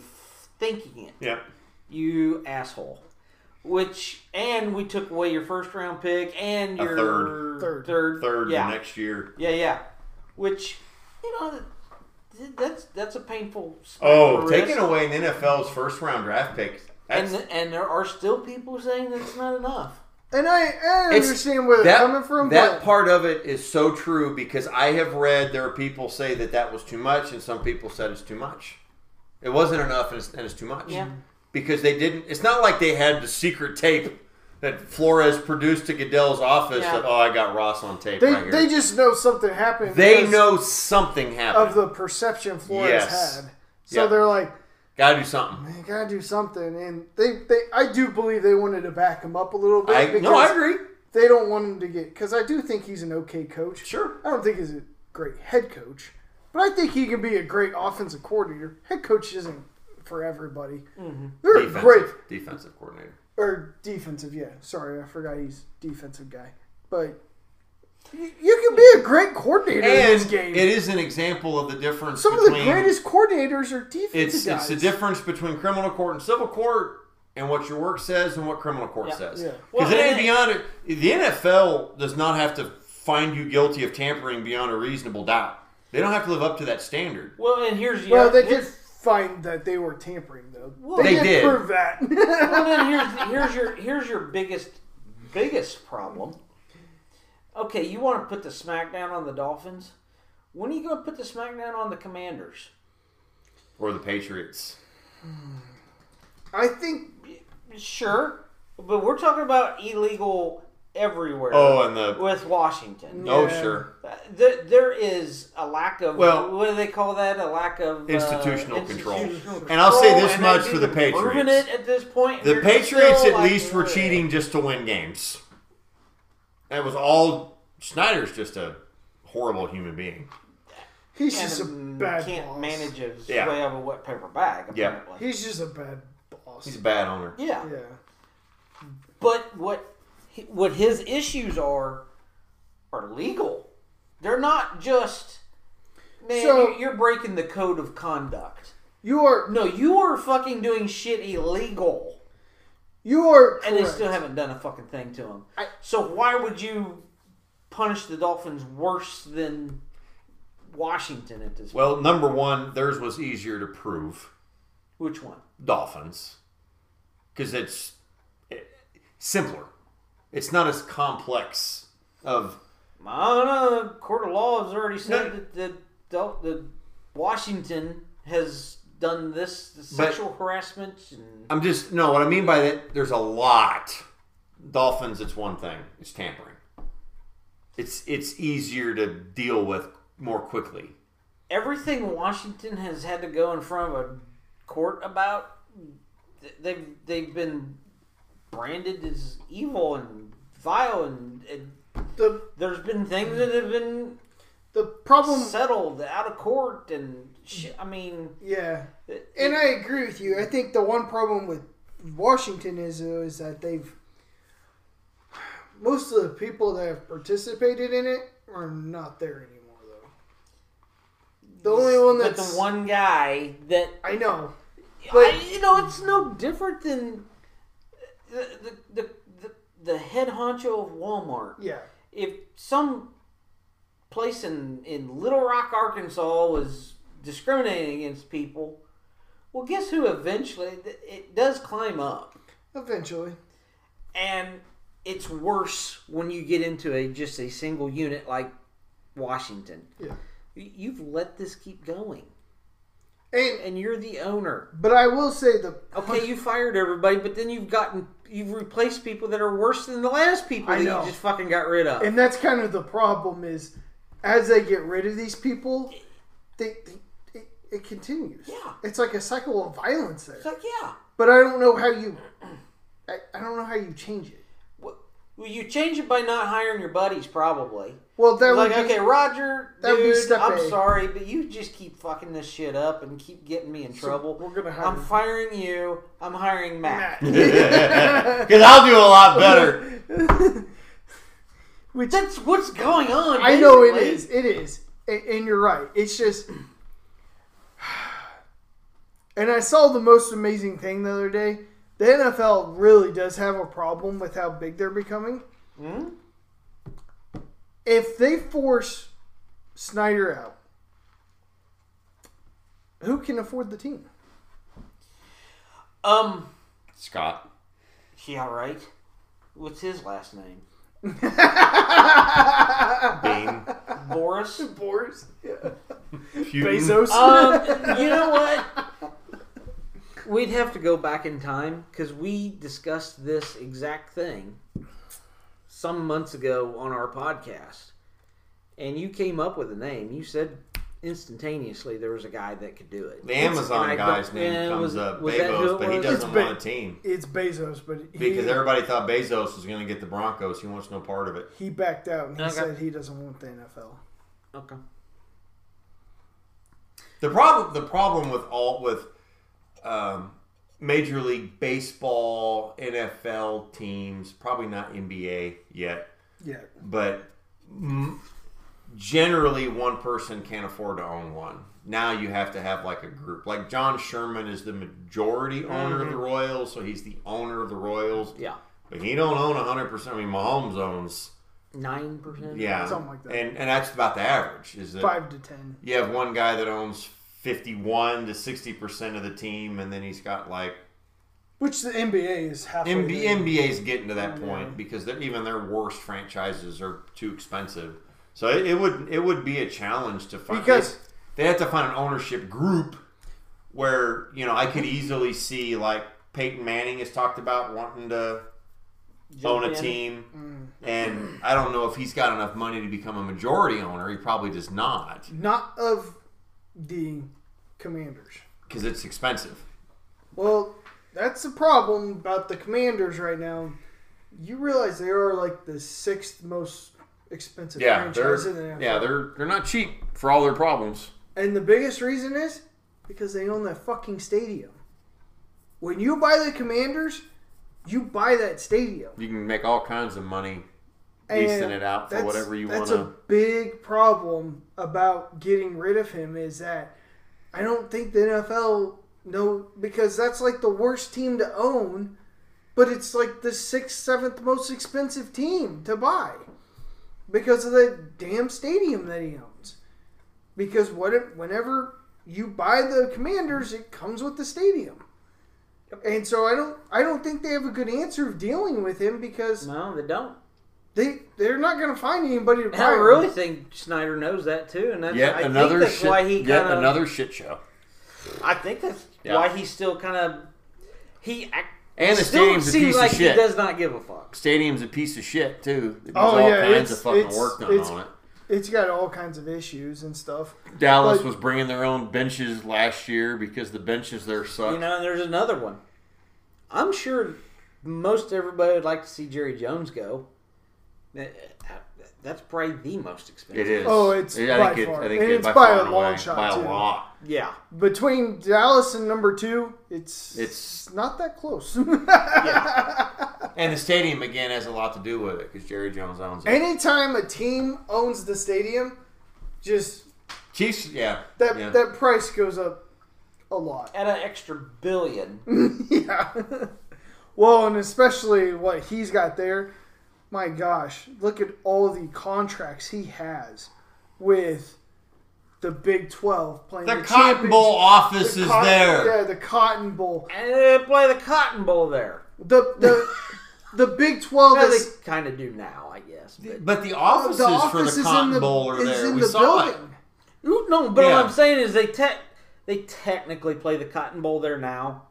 S2: thinking it.
S3: Yep.
S2: you asshole. Which and we took away your first round pick and
S3: A
S2: your
S3: third.
S1: Third.
S2: third,
S3: Third
S2: yeah,
S3: the next year.
S2: yeah, yeah. Which you know th- that's that's a painful. smack on
S3: Oh,
S2: the
S3: taking
S2: wrist.
S3: away an NFL's first round draft pick.
S2: And
S3: That's,
S2: and there are still people saying that's not enough.
S1: And I, I
S3: It's-
S1: understand where
S3: that,
S1: they're coming from.
S3: that
S1: but
S3: part of it is so true because I have read there are people say that that was too much, and some people said it's too much. It wasn't enough, and it's, and it's too much.
S2: Yeah.
S3: Because they didn't. It's not like they had the secret tape that Flores produced to Goodell's office.
S2: Yeah.
S3: That oh, I got Ross on tape
S1: they,
S3: right here.
S1: they just know something happened.
S3: They
S1: because
S3: know something happened.
S1: of the perception Flores
S3: Yes.
S1: had. So
S3: Yeah.
S1: they're like,
S3: Gotta do something.
S1: they gotta do something, and they, they I do believe they wanted to back him up a little bit.
S3: I,
S1: because
S3: no, I agree.
S1: They don't want him to get because I do think he's an okay coach.
S3: Sure.
S1: I don't think he's a great head coach, but I think he can be a great offensive coordinator. Head coach isn't for everybody.
S2: Mm-hmm.
S1: They're
S3: Defensive,
S1: great
S3: defensive coordinator.
S1: or defensive. Yeah, sorry, I forgot he's defensive guy, but. y- You can be a great coordinator in
S3: And
S1: this game.
S3: it is an example of the difference
S1: Some of
S3: between
S1: the greatest coordinators are defensive
S3: it's
S1: guys.
S3: it's the difference between criminal court and civil court and what your work says and what criminal court says.
S1: Yeah.
S3: Because
S2: Well,
S3: it
S2: and
S3: ain't
S2: it-
S3: beyond it. The NFL does not have to find you guilty of tampering beyond a reasonable doubt. They don't have to live up to that standard.
S2: Well, and here's the
S1: Well,
S2: other-
S1: they did find that they were tampering, though.
S3: They
S1: did
S3: did.
S1: prove that.
S2: well, then here's the- here's your here's your biggest biggest problem. Okay, you want to put the smackdown on the Dolphins? When are you going to put the smackdown on the Commanders?
S3: Or the Patriots.
S1: I think
S2: Sure, but we're talking about illegal everywhere.
S3: Oh, and the
S2: with Washington,
S3: oh
S1: Yeah.
S3: sure
S2: Uh, there, there is a lack of
S3: Well-
S2: what do they call that? A lack of uh,
S3: institutional control.
S2: institutional
S3: And I'll say
S2: control,
S3: this
S2: and they've
S3: much for the
S2: even proven
S3: Patriots.
S2: it at this point.
S3: the
S2: You're
S3: Patriots
S2: still
S3: at
S2: like,
S3: least were
S2: "Ugh."
S3: cheating just to win games. That was all. Snyder's just a horrible human being.
S1: he's
S2: And
S1: just a
S2: um,
S1: bad
S2: can't
S1: boss.
S2: manage his
S3: Yeah.
S2: way over a wet paper bag.
S3: Yeah.
S2: Apparently.
S1: He's just a bad boss.
S3: He's a bad owner.
S2: Yeah.
S1: yeah.
S2: But what he- what his issues are are legal. They're not just man.
S1: So-
S2: you- you're breaking the code of conduct.
S1: You are
S2: No, you are fucking doing shit illegal,
S1: you are
S2: and they
S1: correct.
S2: still haven't done a fucking thing to him.
S1: I-
S2: so why would you punish the Dolphins worse than Washington at this? point?
S3: Well, number one, theirs was easier to prove.
S2: Which one?
S3: Dolphins, because it's it, simpler. It's not as complex of
S2: I don't know. Court of law has already said
S3: No.
S2: that the, Del- the Washington has done this the sexual harassment and
S3: I'm just no. What I mean by that, there's a lot. Dolphins, it's one thing. It's tampering. It's it's easier to deal with more quickly.
S2: everything Washington has had to go in front of a court about. th- They've they've been branded as evil and vile and, and
S1: The
S2: there's been things that have been
S1: the problem,
S2: settled out of court and shit. I mean,
S1: yeah,
S2: it-
S1: and I agree with you. I think the one problem with Washington is is that they've most of the people that have participated in it are not there anymore, though. The only one
S2: but
S1: that's
S2: the one guy that
S1: I know
S2: But
S1: But-
S2: you know, it's no different than the the, the, the the head honcho of Walmart.
S1: Yeah.
S2: If some place in in Little Rock, Arkansas, was discriminating against people, well, guess who? Eventually, it does climb up,
S1: Eventually.
S2: and it's worse when you get into a just a single unit like Washington.
S1: Yeah.
S2: You- You've let this keep going,
S1: And
S2: and you're the owner.
S1: but I will say the
S2: Okay, you fired everybody, but then you've gotten you've replaced people that are worse than the last people
S1: I
S2: that
S1: know.
S2: you just fucking got rid of.
S1: and that's kind of the problem is as they get rid of these people, they, they it, it continues.
S2: Yeah.
S1: It's like a cycle of violence there.
S2: it's like, yeah,
S1: But I don't know how you I, I don't know how you change it.
S2: well, you change it by not hiring your buddies, probably.
S1: Well, that
S2: like,
S1: would be,
S2: okay, Roger,
S1: that would be
S2: dude,
S1: step
S2: I'm
S1: A.
S2: sorry, but you just keep fucking this shit up and keep getting me in trouble.
S1: we're gonna hire
S2: I'm
S1: you.
S2: firing you. I'm hiring Matt.
S3: Because I'll do a lot better.
S2: That's what's going on.
S1: I know it
S2: basically.
S1: is. It is. And, and you're right. It's just. And I saw the most amazing thing the other day. The NFL really does have a problem with how big they're becoming.
S2: Hmm?
S1: If they force Snyder out, who can afford the team?
S2: Um,
S3: Scott,
S2: yeah, right. What's his last name?
S3: Bane,
S2: Boris.
S1: Boris,
S3: Putin.
S1: Bezos.
S2: um, you know what? We'd have to go back in time because we discussed this exact thing some months ago on our podcast, and you came up with a name. You said instantaneously there was a guy that could do it.
S3: The Amazon
S2: And I
S3: guy's
S2: don't-
S3: name
S2: and
S3: comes
S2: uh, was-
S3: up,
S2: was that who
S3: Bezos,
S2: it
S3: but he
S2: was?
S3: doesn't
S1: It's
S3: want a team
S1: it's Bezos, but he,
S3: because everybody thought Bezos was going to get the Broncos. He wants no part of it.
S1: he backed out and he
S2: Okay.
S1: said he doesn't want the NFL.
S2: Okay.
S3: The problem, the problem with all with um, Major League Baseball, NFL teams, probably not NBA yet,
S1: Yeah.
S3: but m- generally one person can't afford to own one. Now you have to have like a group. Like John Sherman is the majority owner
S1: Mm-hmm.
S3: of the Royals, so he's the owner of the Royals.
S2: Yeah.
S3: But he don't own 100%. I mean, Mahomes owns.
S2: Nine percent.
S3: Yeah.
S1: Something like that.
S3: And, and that's about the average. Is that
S1: Five to ten.
S3: you have one guy that owns 51 to 60% of the team and then he's got like
S1: Which the NBA is halfway.
S3: MB,
S1: there.
S3: NBA's getting to that point because they're, even their worst franchises are too expensive. So it, it would it would be a challenge to find
S1: Because-
S3: they, they have to find an ownership group where you know I could easily see like Peyton Manning has talked about wanting to
S2: Jump
S3: own a
S2: in.
S3: team, and I don't know if he's got enough money to become a majority owner. He probably does not
S1: Not of the Commanders.
S3: because it's expensive.
S1: Well, that's the problem about the Commanders right now. You realize they are like the sixth most expensive
S3: Yeah,
S1: franchise in the
S3: they're
S1: NFL.
S3: yeah they're they're not cheap for all their problems.
S1: And the biggest reason is because they own that fucking stadium. When you buy the Commanders, you buy that stadium.
S3: You can make all kinds of money
S1: And
S3: leasing it out for
S1: that's-
S3: whatever you want
S1: That's
S3: to.
S1: a big problem about getting rid of him is that I don't think the NFL know because that's like the worst team to own, but it's like the sixth, seventh most expensive team to buy because of the damn stadium that he owns. Because what if- whenever you buy the Commanders, it comes with the stadium. And so I don't I don't think they have a good answer of dealing with him because
S2: No, they don't.
S1: They they're not going to find anybody to
S2: And I
S1: buy
S2: really
S1: really?
S2: think Snyder knows that too, and that's
S3: Yet
S2: I
S3: another
S2: think that's
S3: shit.
S2: why he
S3: yet
S2: kind of.
S3: another shit show.
S2: I think that's
S3: Yeah.
S2: why he's still kind of he. Act,
S3: And the
S2: still
S3: stadium's a
S2: seems
S3: piece
S2: like
S3: of
S2: he
S3: shit.
S2: does not give a fuck.
S3: Stadium's a piece of shit too. There's
S1: Oh,
S3: all
S1: yeah,
S3: kinds
S1: it's-
S3: of fucking
S1: it's-
S3: work done
S1: it's-
S3: on it.
S1: It's got all kinds of issues and stuff.
S3: Dallas
S1: But-
S3: was bringing their own benches last year because the benches there suck.
S2: You know, and there's another one. I'm sure most everybody would like to see Jerry Jones go. That- That's probably the most expensive.
S3: it is.
S1: Oh, it's
S3: I
S1: by
S3: think
S1: far.
S3: I think
S1: And
S3: it
S1: it's
S3: by,
S1: by
S3: far
S1: a
S3: and
S1: long
S3: away,
S1: shot,
S3: By
S1: too.
S3: a lot.
S2: Yeah.
S1: Between Dallas and number 2, it's
S3: It's-
S1: not that close.
S3: And the stadium again has a lot to do with it because Jerry Jones owns it.
S1: Anytime a team owns the stadium, just
S3: Chiefs, yeah,
S1: that
S3: yeah.
S1: that price goes up a lot.
S2: At an extra billion.
S1: yeah. well, and especially what he's got there. My gosh, look at all the contracts he has with the Big Twelve playing the,
S3: the Cotton Bowl
S1: champions-
S3: office is
S1: Cotton-
S3: there.
S1: Yeah, the Cotton Bowl.
S2: And they play the Cotton Bowl there.
S1: The the the Big Twelve
S2: Well, they
S1: is
S2: kind of do now, I guess. But.
S3: But the offices
S1: the
S3: for
S1: office
S3: the
S1: is
S3: Cotton
S1: in the
S3: Bowl are
S1: is
S3: there.
S1: in
S3: We
S1: the
S3: saw it.
S1: building.
S2: Ooh, No, but
S3: Yeah.
S2: what I'm saying is they te- they technically play the Cotton Bowl there now,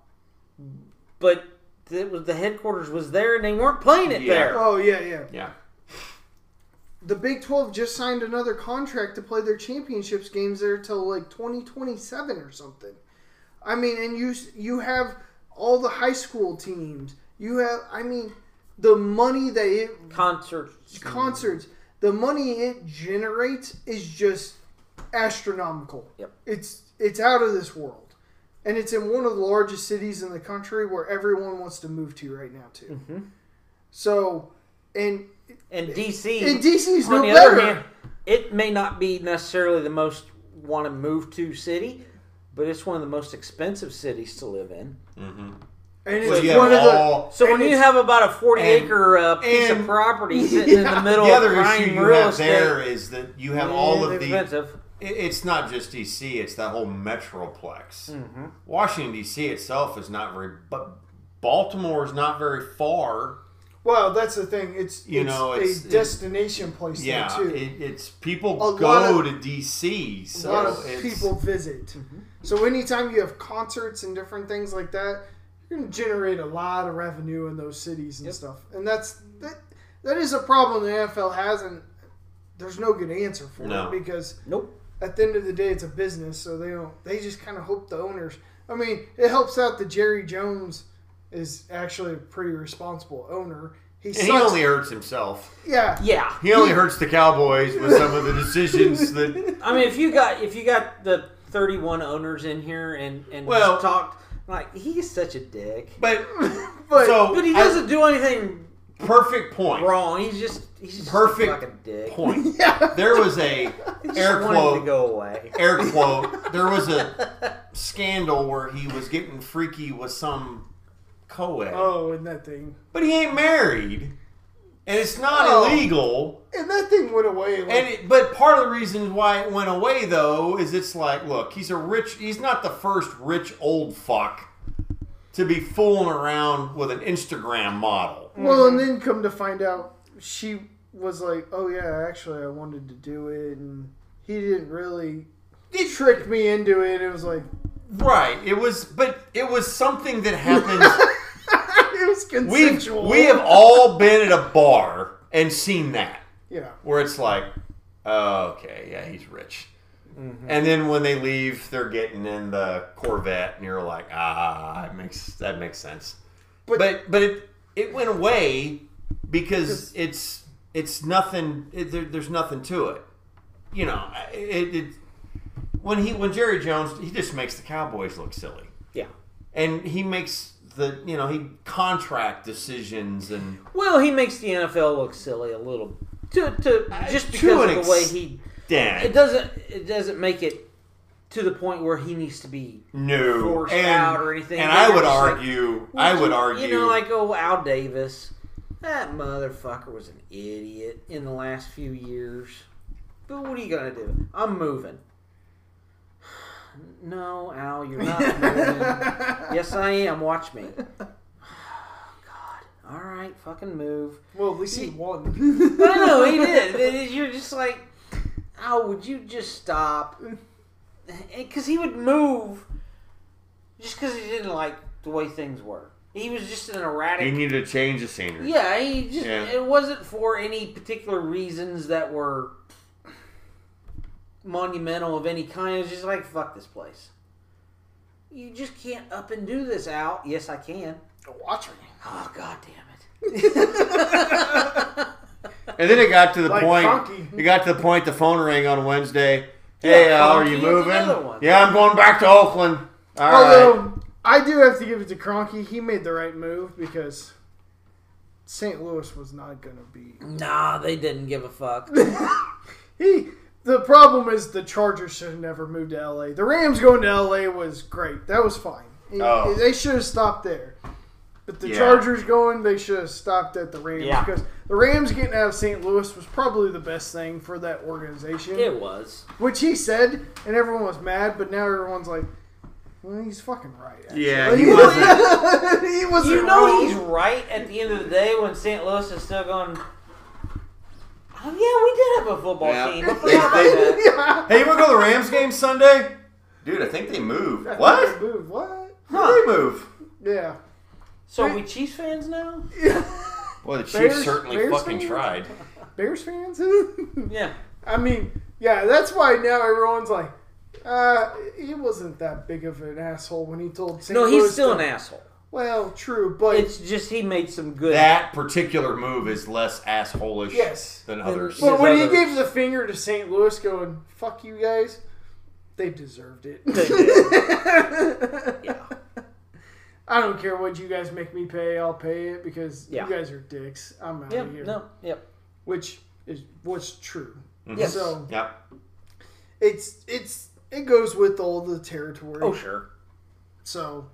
S2: but it was the headquarters was there and they weren't playing it
S3: Yeah.
S2: there.
S1: Oh yeah, yeah.
S3: Yeah,
S1: The Big Twelve just signed another contract to play their championships games there till like twenty twenty seven or something. I mean, and you you have all the high school teams. You have, I mean, the money that it
S2: Concerts.
S3: Mm.
S1: concerts, the money it generates is just astronomical.
S2: Yep.
S1: It's it's out of this world, and it's in one of the largest cities in the country where everyone wants to move to right now too.
S3: Mm-hmm.
S1: So, and
S2: And DC.
S1: and DC's no
S2: on the
S1: better.
S2: other hand, it may not be necessarily the most want to move to city, but it's one of the most expensive cities to live in.
S1: And
S3: So
S1: it's
S3: you have
S1: one of the
S3: all-
S2: So
S1: And
S2: when you
S1: it's-
S2: have about a forty acre uh, piece of
S3: and-
S2: property sitting in the middle
S3: the
S2: of
S3: other
S2: prime
S3: issue you
S2: real
S3: have
S2: estate,
S3: there is that you have
S2: it's
S3: all of the. it-
S2: expensive.
S3: It's not just DC; it's that whole metroplex.
S1: Mm-hmm.
S3: Washington DC itself is not very, but Baltimore is not very far.
S1: well, that's the thing. It's
S3: You
S1: it's
S3: know,
S1: a
S3: it's-
S1: destination place
S3: yeah,
S1: there too.
S3: it, it's
S1: A
S3: people
S1: lot
S3: go
S1: of-
S3: to DC,
S1: a
S3: so
S1: lot of
S3: it's,
S1: people visit.
S3: Mm-hmm.
S1: So anytime you have concerts and different things like that, you're going to generate a lot of revenue in those cities and stuff. And that's that. That is a problem the NFL has, and there's no good answer for
S3: No.
S1: it because
S2: Nope.
S1: at the end of the day, it's a business, so they don't. They just kind of hope the owners. I mean, it helps out that Jerry Jones is actually a pretty responsible owner. He
S3: And
S1: sucks.
S3: he only hurts himself.
S1: yeah,
S2: Yeah.
S3: He only hurts the Cowboys with some of the decisions that.
S2: I mean, if you got if you got the thirty-one owners in here and and
S3: Well-
S2: just talked like he's such a dick,
S3: But
S1: but
S3: so
S2: but he
S3: I-
S2: doesn't do anything
S3: perfect point.
S2: wrong. He's just he's just
S3: Perfect
S2: a fucking dick.
S3: Point. There was a air
S2: Just want him
S3: quote
S2: to go away.
S3: air quote, there was a scandal where he was getting freaky with some co-ed.
S1: oh, and that thing,
S3: But he ain't married. And it's not
S1: Oh.
S3: illegal.
S1: and that thing went away. Like,
S3: And it, but part of the reason why it went away though is it's like, look, he's a rich he's not the first rich old fuck to be fooling around with an Instagram model.
S1: Well, and then come to find out, she was like, "Oh yeah, actually, I wanted to do it," and he didn't really
S3: It-
S1: trick me into it. It was like
S3: right. It was but it was something that happens
S1: it was
S3: we
S1: consensual.
S3: we have all been at a bar and seen that.
S1: yeah,
S3: where it's like, oh, okay, yeah, he's rich. And then when they leave, they're getting in the Corvette, and you're like, ah, that makes that makes sense. But
S1: But-
S3: but, it it went away because it's it's nothing. It, there, there's nothing to it. You know, it, it when he when Jerry Jones he just makes the Cowboys look silly,
S2: Yeah.
S3: and he makes the you know he contract decisions and
S2: Well, he makes the NFL look silly a little to to just
S3: Uh, to
S2: because
S3: an
S2: of the way
S3: ex-
S2: he it
S3: damn
S2: doesn't it doesn't make it to the point where he needs to be
S3: no
S2: forced
S3: and,
S2: out or anything.
S3: And
S2: They're
S3: I would
S2: just like,
S3: argue, I would argue,
S2: You know, like oh Al Davis, that motherfucker was an idiot in the last few years. But what are you gonna do? I'm moving. No, Al, you're not moving. yes, I am. Watch me. God, all right, fucking move.
S1: Well, at least he won.
S2: I know he did. It is- You're just like, oh, would you just stop? Because he would move just because he didn't like the way things were. He was just an
S3: He
S2: erratic.
S3: needed to change the scenery.
S2: yeah, he just
S3: Yeah.
S2: it wasn't for any particular reasons that were monumental of any kind. It was just like fuck this place. You just can't up and do this out. Yes, I can.
S1: Watch me.
S2: Oh god damn it.
S3: And then it got to the
S1: Like
S3: point.
S1: Conky.
S3: It got to the point. The phone rang on Wednesday. Hey,
S2: Yeah,
S3: Al, are
S2: Conky
S3: you
S2: is
S3: moving?
S2: another one.
S3: Yeah, I'm going back to Oakland. All right.
S1: Although I do have to give it to Cronky, he made the right move because St. Louis was not going to be.
S2: Nah, they didn't give a fuck.
S1: He the problem is the Chargers should have never moved to L.A. The Rams going to L.A. was great. That was fine. He-
S3: Oh.
S1: They should have stopped there. But the
S3: Yeah.
S1: Chargers going, they should have stopped at the Rams
S2: Yeah.
S1: because the Rams getting out of St. Louis was probably the best thing for that organization.
S2: it was.
S1: Which he said, and everyone was mad. But now everyone's like, well, he's fucking right. actually."
S3: Yeah, he wasn't.
S1: he wasn't.
S2: You know
S1: wrong.
S2: he's right at the end of the day when St. Louis is still going. Oh yeah, we did have a football
S3: Yeah.
S2: team. I forgot about that."
S1: yeah.
S3: hey, you want to go to the Rams game Sunday? Dude, I think they moved. What?
S1: Dude, what?
S3: Where did they move?
S1: Yeah.
S2: So are we Chiefs fans now?
S3: Well, the Chiefs
S1: Bears-
S3: certainly
S1: Bears
S3: fucking
S1: fans?
S3: tried.
S1: Bears fans?
S2: Yeah.
S1: I mean, yeah, that's why now everyone's like, uh, he wasn't that big of an asshole when he told St.
S2: No,
S1: Louis
S2: he's still
S1: to-
S2: an asshole.
S1: Well, true, but
S2: It's just he made some good.
S3: That particular move is less assholish
S1: Yes.
S3: than others.
S1: but
S2: his
S1: when he
S2: others.
S1: gave the finger to St. Louis going, fuck you guys, they deserved it.
S2: They did. yeah.
S1: I don't care what you guys make me pay, I'll pay it because
S2: Yeah.
S1: you guys are dicks. I'm out
S2: Yeah.
S1: of here.
S2: No. Yep.
S1: Which is what's true.
S2: Yes. Oh.
S1: So
S3: Yep.
S1: it's it's it goes with all the territory.
S2: Oh sure.
S1: So,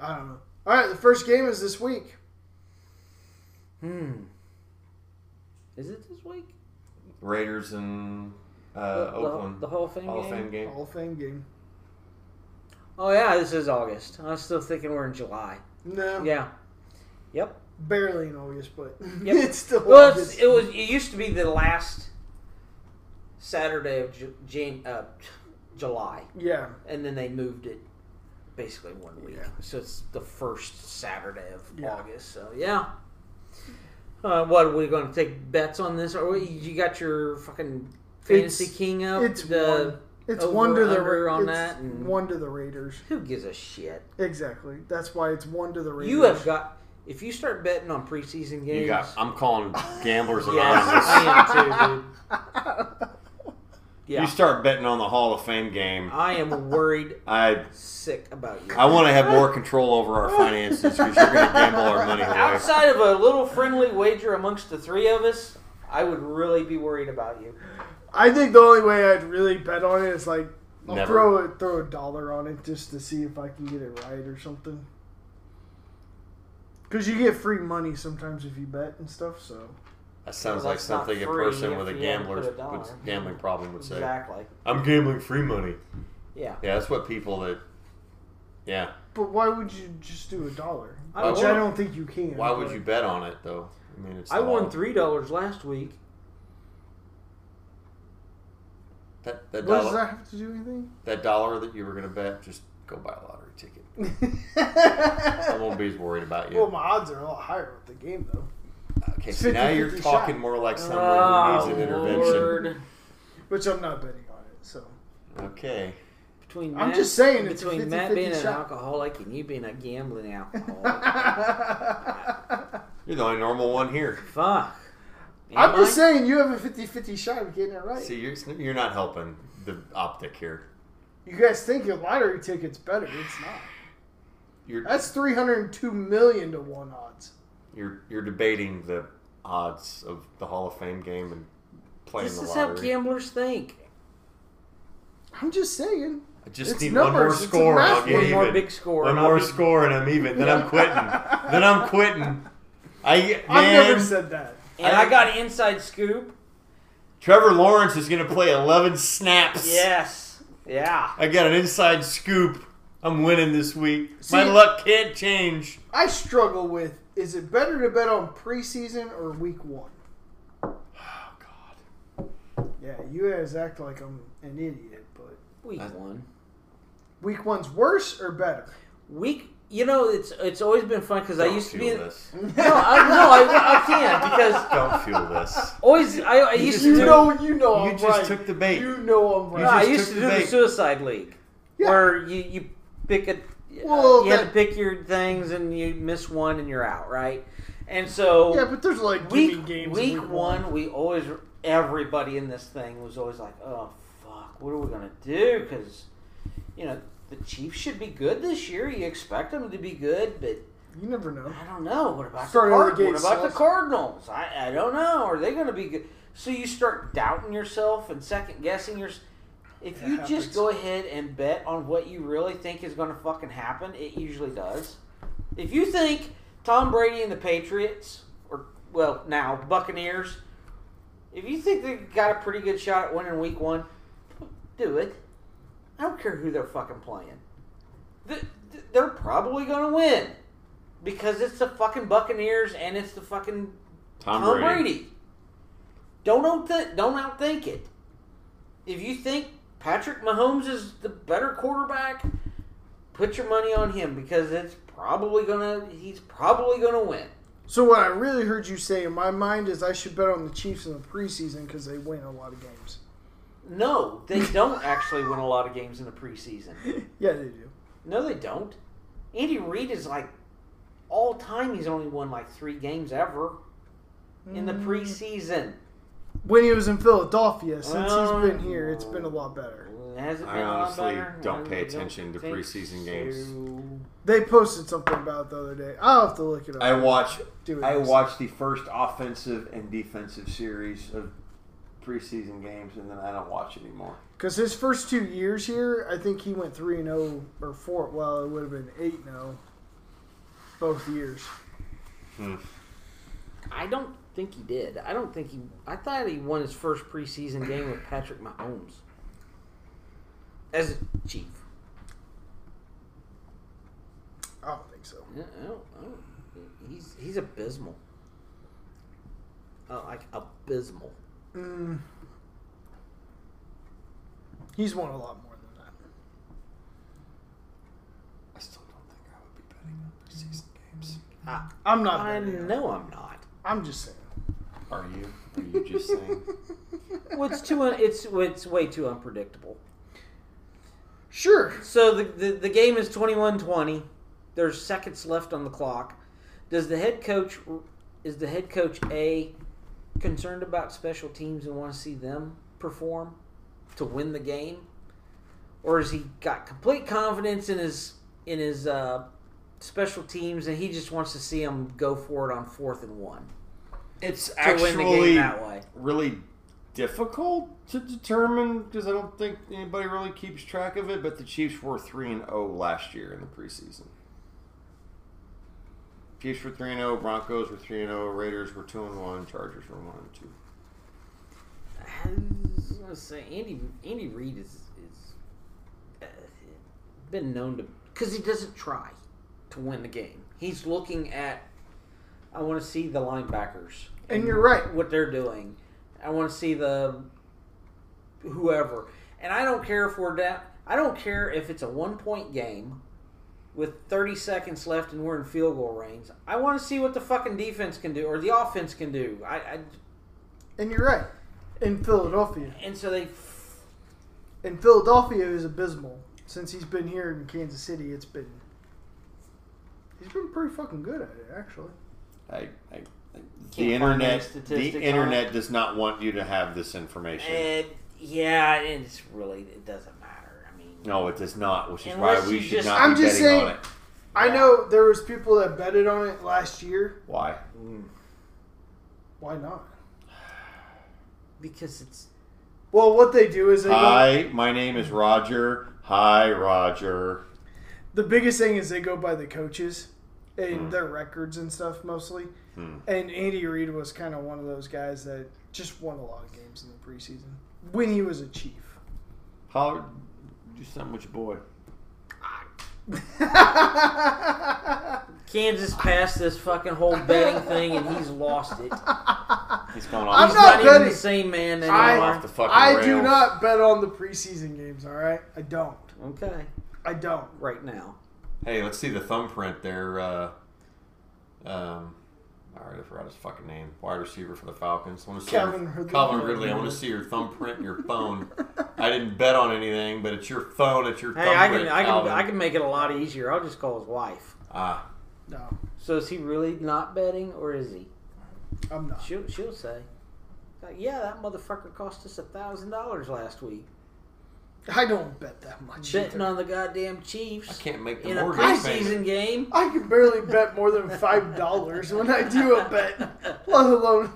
S1: I don't know. All right, the first game is this week.
S2: Hmm. Is it this week?
S3: Raiders and
S2: The-
S3: uh,
S2: the,
S3: Oakland.
S2: The Hall of Fame
S3: Hall of
S2: game.
S3: Fame game.
S1: Hall of Fame game.
S2: Oh yeah, this is August. I was still thinking we're in July.
S1: No,
S2: Yeah. Yep.
S1: barely in August, but
S2: Yep.
S1: it's still
S2: Well, it's,
S1: August.
S2: it was. It used to be the last Saturday of Ju- Jan, uh, July,
S1: yeah,
S2: and then they moved it basically one week.
S1: Yeah.
S2: So it's the first Saturday of
S1: Yeah.
S2: August. So yeah. Uh, what are we going to take bets on this? Or you got your fucking fantasy
S1: It's-
S2: king up?
S1: it's
S2: Oh, the,
S1: one. It's
S2: over,
S1: one to the
S2: under
S1: Ra-
S2: on
S1: it's
S2: that and-
S1: one to the Raiders.
S2: who gives a shit?
S1: Exactly. That's why it's one to the Raiders.
S2: You have got. If you start betting on preseason games,
S3: You got. I'm calling gamblers
S2: yes,
S3: anonymous.
S2: I am too, dude. Yeah,
S3: You start betting on the Hall of Fame game.
S2: I am worried
S3: I
S2: sick about you.
S3: I want to have more control over our finances because you're going to gamble our money away.
S2: Outside of a little friendly wager amongst the three of us, I would really be worried about you.
S1: I think the only way I'd really bet on it is like I'll
S3: Never.
S1: throw it, throw a dollar on it just to see if I can get it right or something. Because you get free money sometimes if you bet and stuff. So
S3: That sounds
S2: Well,
S3: like
S2: that's not
S3: something a
S2: free
S3: person
S2: if
S3: with a
S2: you haven't
S3: gambler's
S2: put a dollar.
S3: with gambling problem would say.
S2: Exactly.
S3: I'm gambling free money.
S2: Yeah.
S3: Yeah, that's what people that. Yeah.
S1: But why would you just do a dollar?
S2: I
S1: Which
S2: won-
S1: I don't think you can.
S3: Why would
S1: but-
S3: you bet on it though? I mean, it's.
S2: I
S3: the
S2: won
S3: Hall-
S2: three dollars last week.
S3: That that
S1: What does
S3: dollar
S1: that have to do anything?
S3: that dollar that you were going to bet, just go buy a lottery ticket. I won't be as worried about you.
S1: Well, Oh my odds are a lot higher with the game though.
S3: okay, so now you're
S1: 50-50
S3: talking
S1: shot. Oh,
S3: more like someone who needs an intervention.
S2: Oh, Lord.
S1: Which I'm not betting on it. So
S3: Okay.
S2: Between
S1: I'm
S2: Matt,
S1: just saying it's a
S2: between Matt
S1: 50-50
S2: being an
S1: shot.
S2: alcoholic and you being a gambling
S3: Oh.
S2: alcoholic.
S3: You're the only normal one here.
S2: Fuck. Am
S1: I'm just
S2: I?
S1: saying you have a 50-50 shot of getting it right.
S3: See, you're you're not helping the optic here.
S1: You guys think your lottery ticket's better? It's not.
S3: You're
S1: That's 302 million to one odds.
S3: you're you're debating the odds of the Hall of Fame game and playing
S2: This
S3: the
S2: is how
S3: lottery.
S2: gamblers think.
S1: I'm just saying.
S3: I just
S1: it's
S3: need one more
S1: numbers. It's a
S3: score and I'll
S1: math
S3: get
S2: One
S3: even.
S2: more big score.
S3: one
S2: and I'll
S3: more
S2: be-
S3: score and I'm even. Then I'm quitting. then I'm quitting. I man,
S1: I've never said that.
S2: And I got an inside scoop.
S3: Trevor Lawrence is going to play 11 snaps.
S2: Yes. Yeah.
S3: I got an inside scoop. I'm winning this week. My
S1: See-
S3: luck can't change.
S1: I struggle with Is it better to bet on preseason or week one?
S3: Oh God.
S1: Yeah, you guys act like I'm an idiot, but
S2: Week
S3: I-
S2: one.
S1: week one's worse or better?
S2: Week. You know, it's it's always been fun because I
S3: Don't
S2: used to be.
S3: fuel
S2: in-
S3: this.
S2: No, I, no, I, I can't because
S3: Don't fuel this.
S2: always I, I used to
S3: just
S2: do.
S3: took-
S1: know, you know,
S3: You
S1: I'm
S3: just
S1: right.
S3: took the bait.
S1: You know I'm right.
S2: No,
S3: just
S2: I used to
S3: took the
S2: do
S3: bait.
S2: the Suicide League,
S1: Yeah.
S2: where you you pick a uh,
S1: Well,
S2: you had to
S1: that-
S2: pick your things and you miss one and you're out, right? And so
S1: Yeah, but there's like
S2: week
S1: giving games. in
S2: week one, we always everybody in this thing was always like, oh fuck, what are we gonna do? Because you know the Chiefs should be good this year. You expect them to be good, but
S1: You never know.
S2: I don't know. What about
S1: Starting
S2: the
S1: out of
S2: Card-
S1: the
S2: What
S1: gate,
S2: about the
S1: Celtics.
S2: Cardinals? I, I don't know. Are they going to be good? So you start doubting yourself and second guessing your. If
S1: That
S2: you
S1: happens.
S2: just go ahead and bet on what you really think is going to fucking happen, it usually does. If you think Tom Brady and the Patriots, or well, now Buccaneers, if you think they got a pretty good shot at winning Week One, do it. I don't care who they're fucking playing. Th- th- They're probably going to win because it's the fucking Buccaneers and it's the fucking Tom, Brady. Don't outth- don't outthink it. If you think Patrick Mahomes is the better quarterback, put your money on him because it's probably gonna he's probably gonna win.
S1: So what I really heard you say in my mind is I should bet on the Chiefs in the preseason because they win a lot of games.
S2: No, they don't actually win a lot of games in the preseason.
S1: Yeah, they do.
S2: No, they don't. Andy Reid is like all time. He's only won like three games ever
S1: Mm.
S2: in the preseason.
S1: When he was in Philadelphia, since
S2: Well,
S1: he's been here, it's been a lot better.
S2: Has it
S3: Um, I
S2: been a lot
S3: honestly
S2: better?
S3: don't
S2: I
S3: pay attention to
S2: think
S3: preseason games.
S2: so.
S1: They posted something about it the other day. I'll have to look it up.
S3: I watch.
S1: Do it
S3: I
S1: next
S3: watch the first offensive and defensive series of preseason games, and then I don't watch anymore.
S1: Because his first two years here, I think he went 3 and 0 or 4. Well, it would have been 8 and 0 both years.
S2: I don't think he did. I don't think he. I thought he won his first preseason game with Patrick Mahomes as a chief.
S1: I don't think so.
S2: I don't, I don't, I don't- he's he's abysmal. Uh, like abysmal.
S1: Mm. He's won a lot more than that.
S3: I still don't think I would be betting on preseason games.
S2: I,
S1: I'm not.
S2: I
S1: betting on it.
S2: know I'm not.
S1: I'm just saying.
S3: Are you? Are you just saying?
S2: Well, it's too. Un, it's it's way too unpredictable.
S1: Sure.
S2: So the, the, the game is 21 20. There's seconds left on the clock. Does the head coach is the head coach A concerned about special teams and want to see them perform to win the game? Or has he got complete confidence in his in his uh, special teams and he just wants to see them go for it on fourth and one
S3: It's
S2: to win the game that way?
S3: really difficult to determine because I don't think anybody really keeps track of it. But the Chiefs were three and zero last year in the preseason. Chiefs were three and zero. Broncos were three and zero. Raiders were two and one. Chargers were one and two.
S2: I was gonna say Andy Andy Reid is is uh, been known to because he doesn't try to win the game. He's looking at I want to see the linebackers
S1: And you're right.
S2: what they're doing. I want to see the whoever, and I don't care if we're down. I don't care if it's a one point game with 30 seconds left and we're in field goal range. I want to see what the fucking defense can do or the offense can do. I, I
S1: And you're right. In Philadelphia.
S2: and so they
S1: And Philadelphia is abysmal. Since he's been here in Kansas City, it's been. He's been pretty fucking good at it, actually.
S3: I, I, I
S2: find
S3: the
S2: any
S3: internet, the
S2: statistics on Eh.
S3: internet does not want you to have this information.
S2: And yeah, and it's really it doesn't matter. I mean,
S3: no, it does not, which is
S2: Unless
S3: why we
S2: you
S3: should
S2: just-
S3: not
S1: I'm
S3: be
S1: just
S3: betting
S1: saying-
S3: on it.
S1: I know there was people that betted on it last year.
S3: Why?
S1: Mm. Why not?
S2: because it's
S1: Well, what they do is they go,
S3: Hi, my name is Roger. Hi, Roger.
S1: the biggest thing is they go by the coaches and their records and stuff mostly.
S3: Hmm.
S1: And Andy Reid was kind of one of those guys that just won a lot of games in the preseason when he was a chief.
S3: Holler, do something with your boy.
S2: Kansas passed this fucking whole betting thing and he's lost it.
S3: He's going
S1: I'm
S3: off.
S1: not
S2: He's not, even
S1: betting.
S2: the same man
S1: I-
S2: anymore.
S3: off the fucking
S1: I do
S3: rails.
S1: not bet on the preseason games. All right, I don't.
S2: Okay,
S1: I don't.
S2: right now.
S3: Hey, let's see the thumbprint there. Uh, um, I already forgot his fucking name. Wide receiver for the Falcons. want to see
S1: Calvin
S3: your,
S1: Ridley.
S3: Calvin Ridley. I want to see your thumbprint in your phone. I didn't bet on anything, but it's your phone. It's your
S2: Hey, I
S3: thumbprint.
S2: can I can
S3: Calvin.
S2: I can make it a lot easier. I'll just call his wife.
S3: Ah,
S1: No,
S2: So is he really not betting, or is he?
S1: I'm not.
S2: She'll she'll say, like, yeah, that motherfucker cost us a thousand dollars last week
S1: I don't bet that much.
S2: betting
S1: either.
S2: on the goddamn
S3: I
S2: Chiefs
S3: can't make the
S2: in a
S3: mortgage payment.
S2: preseason game.
S1: I can barely bet more than five dollars when I do a bet, let alone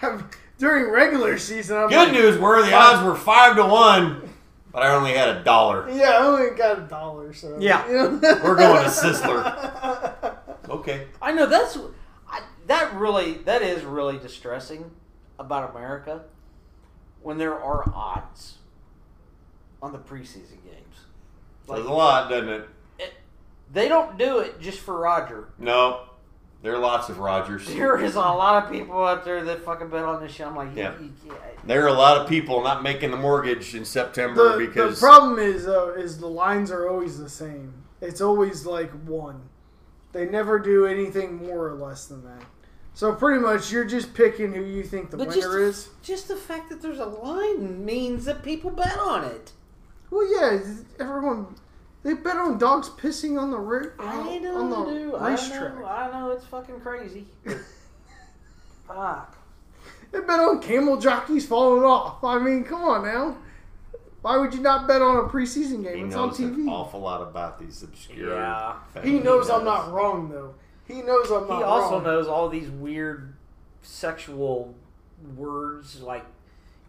S1: have, during regular season. I'm
S3: Good
S1: like,
S3: news were the odds were five to one, but I only had a dollar.
S1: Yeah, I only got a dollar. So
S2: Yeah.
S1: you know?
S3: We're going to Sizzler. Okay.
S2: I know that's I, that really that is really distressing about America when there are odds on the preseason games.
S3: There's a lot, doesn't it?
S2: They don't do it just for Roger.
S3: No. There are lots of Rogers.
S2: There is a lot of people out there that fucking bet on this shit. I'm like, you,
S3: Yeah.
S2: you can't.
S3: There are a lot of people not making the mortgage in September
S1: The,
S3: because
S1: the problem is though is the lines are always the same. It's always like one. They never do anything more or less than that. So pretty much you're just picking who you think the
S2: But just,
S1: winner is.
S2: just the fact that there's a line means that people bet on it.
S1: Well, yeah, it's- everyone they bet on dogs pissing on the ri-
S2: I
S1: on,
S2: know,
S1: on the
S2: dude.
S1: racetrack.
S2: I know, I know it's fucking crazy. Fuck.
S1: They bet on camel jockeys falling off. I mean, come on now. Why would you not bet on a preseason
S3: he
S1: game? It's on
S3: knows an
S1: TV.
S3: awful lot about these obscure.
S2: Yeah.
S1: He knows I'm not wrong though. He knows I'm
S2: He
S1: not
S2: also
S1: wrong.
S2: knows all these weird sexual words like,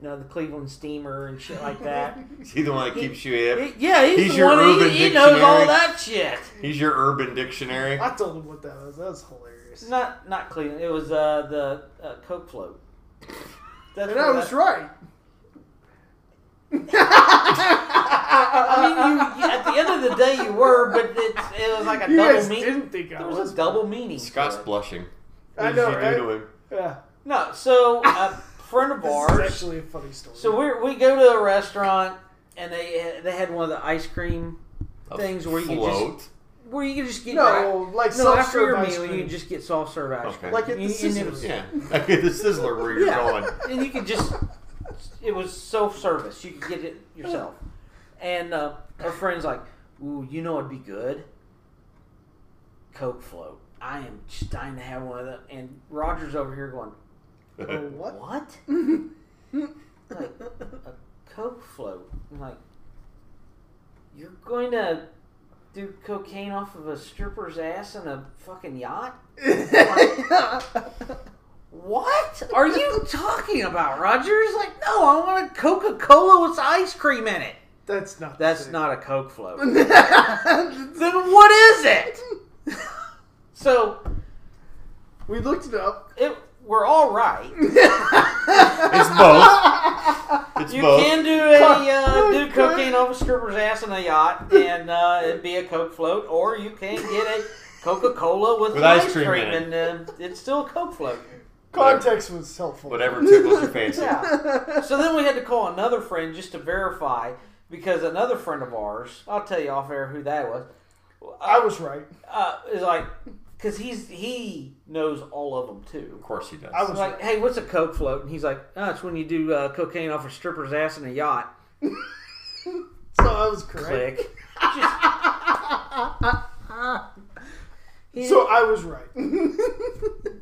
S2: you know, the Cleveland steamer and shit like that.
S3: Is he the one that keeps you hip?
S2: He- yeah, he's,
S3: He's
S2: the
S3: your
S2: one.
S3: urban
S2: He, he knows all
S3: dictionary.
S2: that shit.
S3: He's your urban dictionary.
S1: I told him what that was. That was hilarious.
S2: It's not not Cleveland. It was uh, the uh, Coke float. That's
S1: And
S2: where
S1: I was
S2: that-
S1: right.
S2: I mean, you, you, at the end of the day, you were, but it's, it was like a
S1: You
S2: double
S1: guys
S2: meaning.
S1: didn't think I
S2: There was
S1: was.
S2: a double meaning. to
S3: Scott's
S2: it.
S3: blushing. What
S1: I
S3: did
S1: know,
S3: you do
S1: right?
S3: to him?
S1: Yeah.
S2: No, so a friend of
S1: This is
S2: ours.
S1: actually a funny story.
S2: So we we go to a restaurant and they they had one of the ice cream
S3: A
S2: things where you
S3: float.
S2: just where you can just get
S1: no, like
S2: no after
S1: self-serve
S2: your
S1: ice
S2: meal you
S1: cream.
S2: can just get soft serve ice
S3: Okay.
S2: cream
S1: Like at
S2: You-
S1: the
S2: and it
S1: Sizzler.
S2: was-
S3: Yeah. Like the Sizzler where you're
S2: Yeah.
S3: going.
S2: and you could just it was self-service you could get it yourself and uh, our friend's like ooh you know it'd be good coke float i am just dying to have one of them and roger's over here going
S1: Oh, what?
S2: what like a coke float I'm like you're going to do cocaine off of a stripper's ass in a fucking yacht
S1: uh,
S2: What are you talking about, Rogers? Like, no, I want a Coca Cola with ice cream in it.
S1: That's not.
S2: That's
S1: the
S2: not a Coke float.
S1: same.
S2: then what is it? so
S1: we looked it up.
S2: it, we're all right.
S3: It's both. It's
S2: You
S3: both.
S2: can do a uh, do cocaine off a stripper's ass in a yacht and uh, it'd be a Coke float, or you can get a Coca Cola with,
S3: With
S2: ice,
S3: ice cream
S2: cream,
S3: in
S2: and uh, it's still a Coke float.
S1: Context was helpful.
S3: Whatever tickles your fancy.
S2: Yeah. so then we had to call another friend just to verify because another friend of ours, I'll tell you off air who that was,
S1: I was right.
S2: uh, is like, because he's he knows all of them too.
S3: Of course he does.
S1: I was
S2: It's like, hey, what's a coke float? And he's like, oh, it's when you do uh, cocaine off a stripper's ass in a yacht.
S1: So I was correct.
S2: Click. Just- He-
S1: So I was right.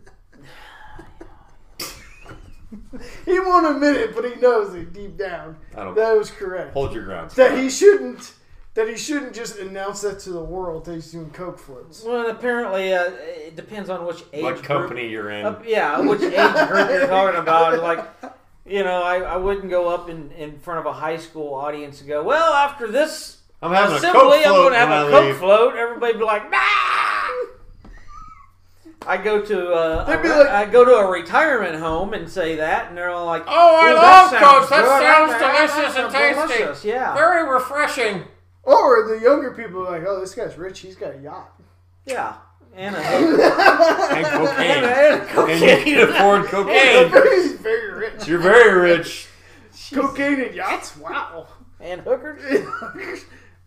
S1: he won't admit it, but he knows it deep down.
S3: I don't-
S1: That was correct.
S3: Hold your ground.
S1: That he shouldn't. That he shouldn't just announce that to the world that he's doing coke floats.
S2: well, and apparently, uh, it depends on which age
S3: What
S2: group
S3: company you're in.
S2: Up- yeah, which age group you're talking about. Like, you know, I, I wouldn't go up in, in front of a high school audience and go, well, after this
S3: I'm having a coke
S2: assembly, I'm
S3: float
S2: going to
S3: when I
S2: have a Coke
S3: leave.
S2: float. Everybody be like, nah! I go to uh, a,
S1: They'd be
S2: re-
S1: like-
S2: I go to a retirement home and say that, and they're all like,
S3: Oh, I
S2: "Well,
S3: love
S2: that
S3: Coke. That
S2: good.
S3: sounds
S2: That's
S3: delicious and
S2: delicious." Yeah,
S3: Very refreshing.
S1: Or the younger people are like, oh, this guy's rich. He's got a yacht.
S2: Yeah. And a,
S3: And
S2: and
S3: cocaine.
S2: a, and a
S3: and you
S2: cocaine.
S3: can afford cocaine.
S1: He's very rich.
S3: You're very rich.
S1: Cocaine and yachts? Wow.
S2: And hookers?
S1: yeah,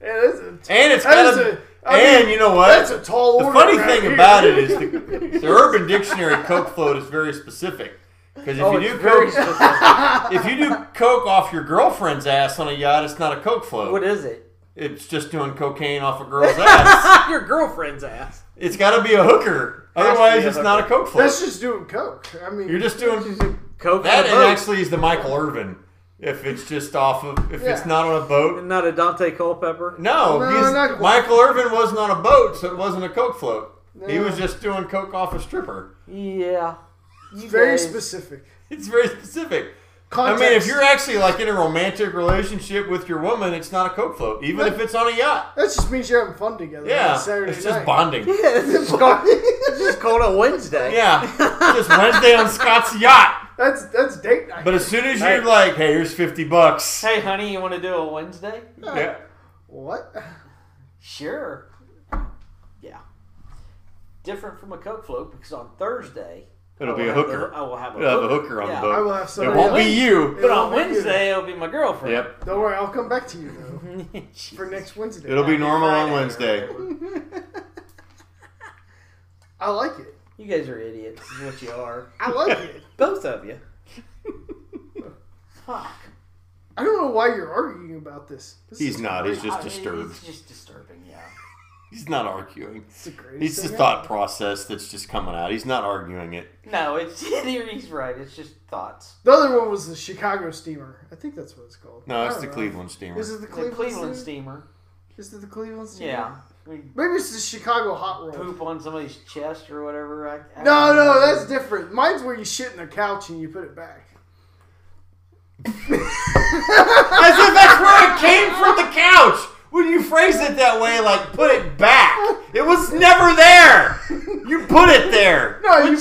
S1: that's a,
S3: And it's
S1: that is
S3: got
S1: a,
S3: a,
S1: I
S3: and
S1: mean,
S3: you know what?
S1: that's a tall
S3: the
S1: order.
S3: funny
S1: right
S3: thing
S1: here.
S3: about it is the, the Urban Dictionary Coke float is very specific. Because if
S2: Oh,
S3: you
S2: it's
S3: do
S2: very
S3: coke,
S2: specific.
S3: if you do coke off your girlfriend's ass on a yacht, it's not a coke float.
S2: What is it?
S3: It's just doing cocaine off a girl's ass.
S2: Ah, Your girlfriend's ass.
S3: it's got to be a hooker.
S2: to
S3: Otherwise,
S2: be a
S3: it's not a coke float.
S1: That's just doing coke. I mean,
S3: You're just doing
S2: Coke
S3: that.
S2: that
S3: It
S2: and a boat.
S3: actually is the Michael Irvin. If it's just off of, if it's
S1: Yeah.
S3: not on a boat.
S2: And not a Dante Culpepper.
S3: No,
S1: No,
S3: he's-
S1: not quite.
S3: Michael Irvin wasn't on a boat, so it wasn't a coke float. He
S1: No.
S3: was just doing coke off a stripper.
S2: Yeah. You
S1: very
S2: guys-
S1: specific.
S3: It's very specific.
S1: Context.
S3: I mean, if you're actually like in a romantic relationship with your woman, it's not a coke float, even if it's on a yacht.
S1: that just means you're having fun together.
S3: Yeah,
S1: on Saturday
S3: it's just
S1: night.
S3: bonding.
S2: Yeah, it's just called, it's just called a Wednesday.
S3: Yeah, just Wednesday on Scott's yacht.
S1: that's that's date night.
S3: But as soon as
S2: Hey.
S3: you're like, "Hey, here's fifty bucks,"
S2: Hey, honey, you want to do a Wednesday?
S3: yeah,
S1: what?
S2: Sure. Yeah. Different from a Coke float because on Thursday
S3: it'll
S2: I
S3: be
S2: will
S3: a
S2: have
S3: hooker.
S2: The, I will have a
S3: You'll have
S2: hooker.
S3: a hooker on
S2: Yeah.
S3: the boat.
S1: I will have
S3: It
S1: somebody.
S3: won't be
S1: else.
S3: you.
S2: But
S1: It'll
S2: on
S1: be you.
S2: Wednesday, it'll be my girlfriend.
S3: Yep.
S1: Don't worry, I'll come back to you though for next Wednesday.
S3: Mm-hmm. It'll be
S2: Friday,
S3: normal on
S2: Friday.
S3: Wednesday.
S1: I like it.
S2: You guys are idiots, is what you are.
S1: I like it.
S2: Both of you. Fuck.
S1: I don't know why you're arguing about this. this
S3: He's not. He's
S2: I
S3: just
S2: mean,
S3: disturbed.
S2: It's just disturbing, yeah.
S3: He's not arguing.
S1: It's the greatest.
S3: It's his
S1: thing
S3: thought process that's just coming out. He's not arguing it.
S2: No, it's he's right. It's just thoughts.
S1: ever. The other one was the Chicago Steamer. I think that's what it's called.
S3: No,
S1: I
S3: it's
S1: don't
S3: the
S1: know.
S3: Cleveland steamer.
S1: Is it the
S2: The
S1: Cleveland,
S2: Cleveland
S1: Steamer?
S2: steamer.
S1: Is it the Cleveland Steamer?
S2: Yeah. We
S1: Maybe it's the Chicago Hot Roll.
S2: poop on somebody's chest or whatever. I, I
S1: No,
S2: don't
S1: no,
S2: know.
S1: that's different. Mine's where you shit in a couch and you put it back.
S3: As if that's where it came from the couch. When you phrase it that way, like put it back. It was never there. You put it there.
S1: No, you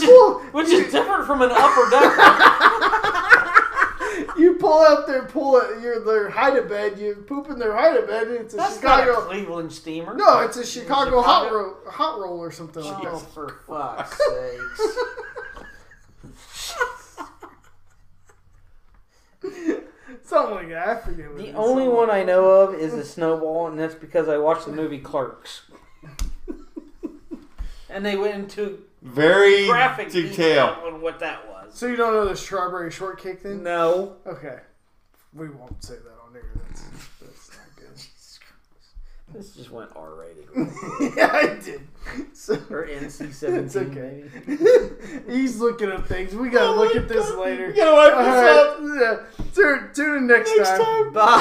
S1: pull,
S2: Which is different from an upper decker.
S1: you pull out their pull it, your their hide a bed. You poop in their hide a bed. And it's a
S2: That's not a
S1: Chicago.
S2: Cleveland steamer.
S1: No, it's a Chicago, hot
S2: Chicago?
S1: roll, hot roll or something like
S2: Oh,
S1: that.
S2: for fuck's sakes.
S1: Something like that. I forget. What it
S7: The
S1: is.
S7: only
S1: Something-
S7: one I know of is the snowball, and that's because I watched the movie Clerks.
S2: And they went into
S3: Very
S2: graphic detail
S3: detail.
S2: on what that was.
S1: So you don't know the strawberry shortcake thing?
S7: No.
S1: Okay. We won't say that on air. That's, that's not good.
S7: This just went R rated.
S1: yeah, I did. So,
S7: Or NC 17.
S1: It's okay. He's looking up things.
S7: Oh
S1: We gotta look at this later.
S3: You gotta wipe
S1: All
S3: this up.
S1: right. Yeah. Tune, tune in next,
S3: Next time.
S7: Bye.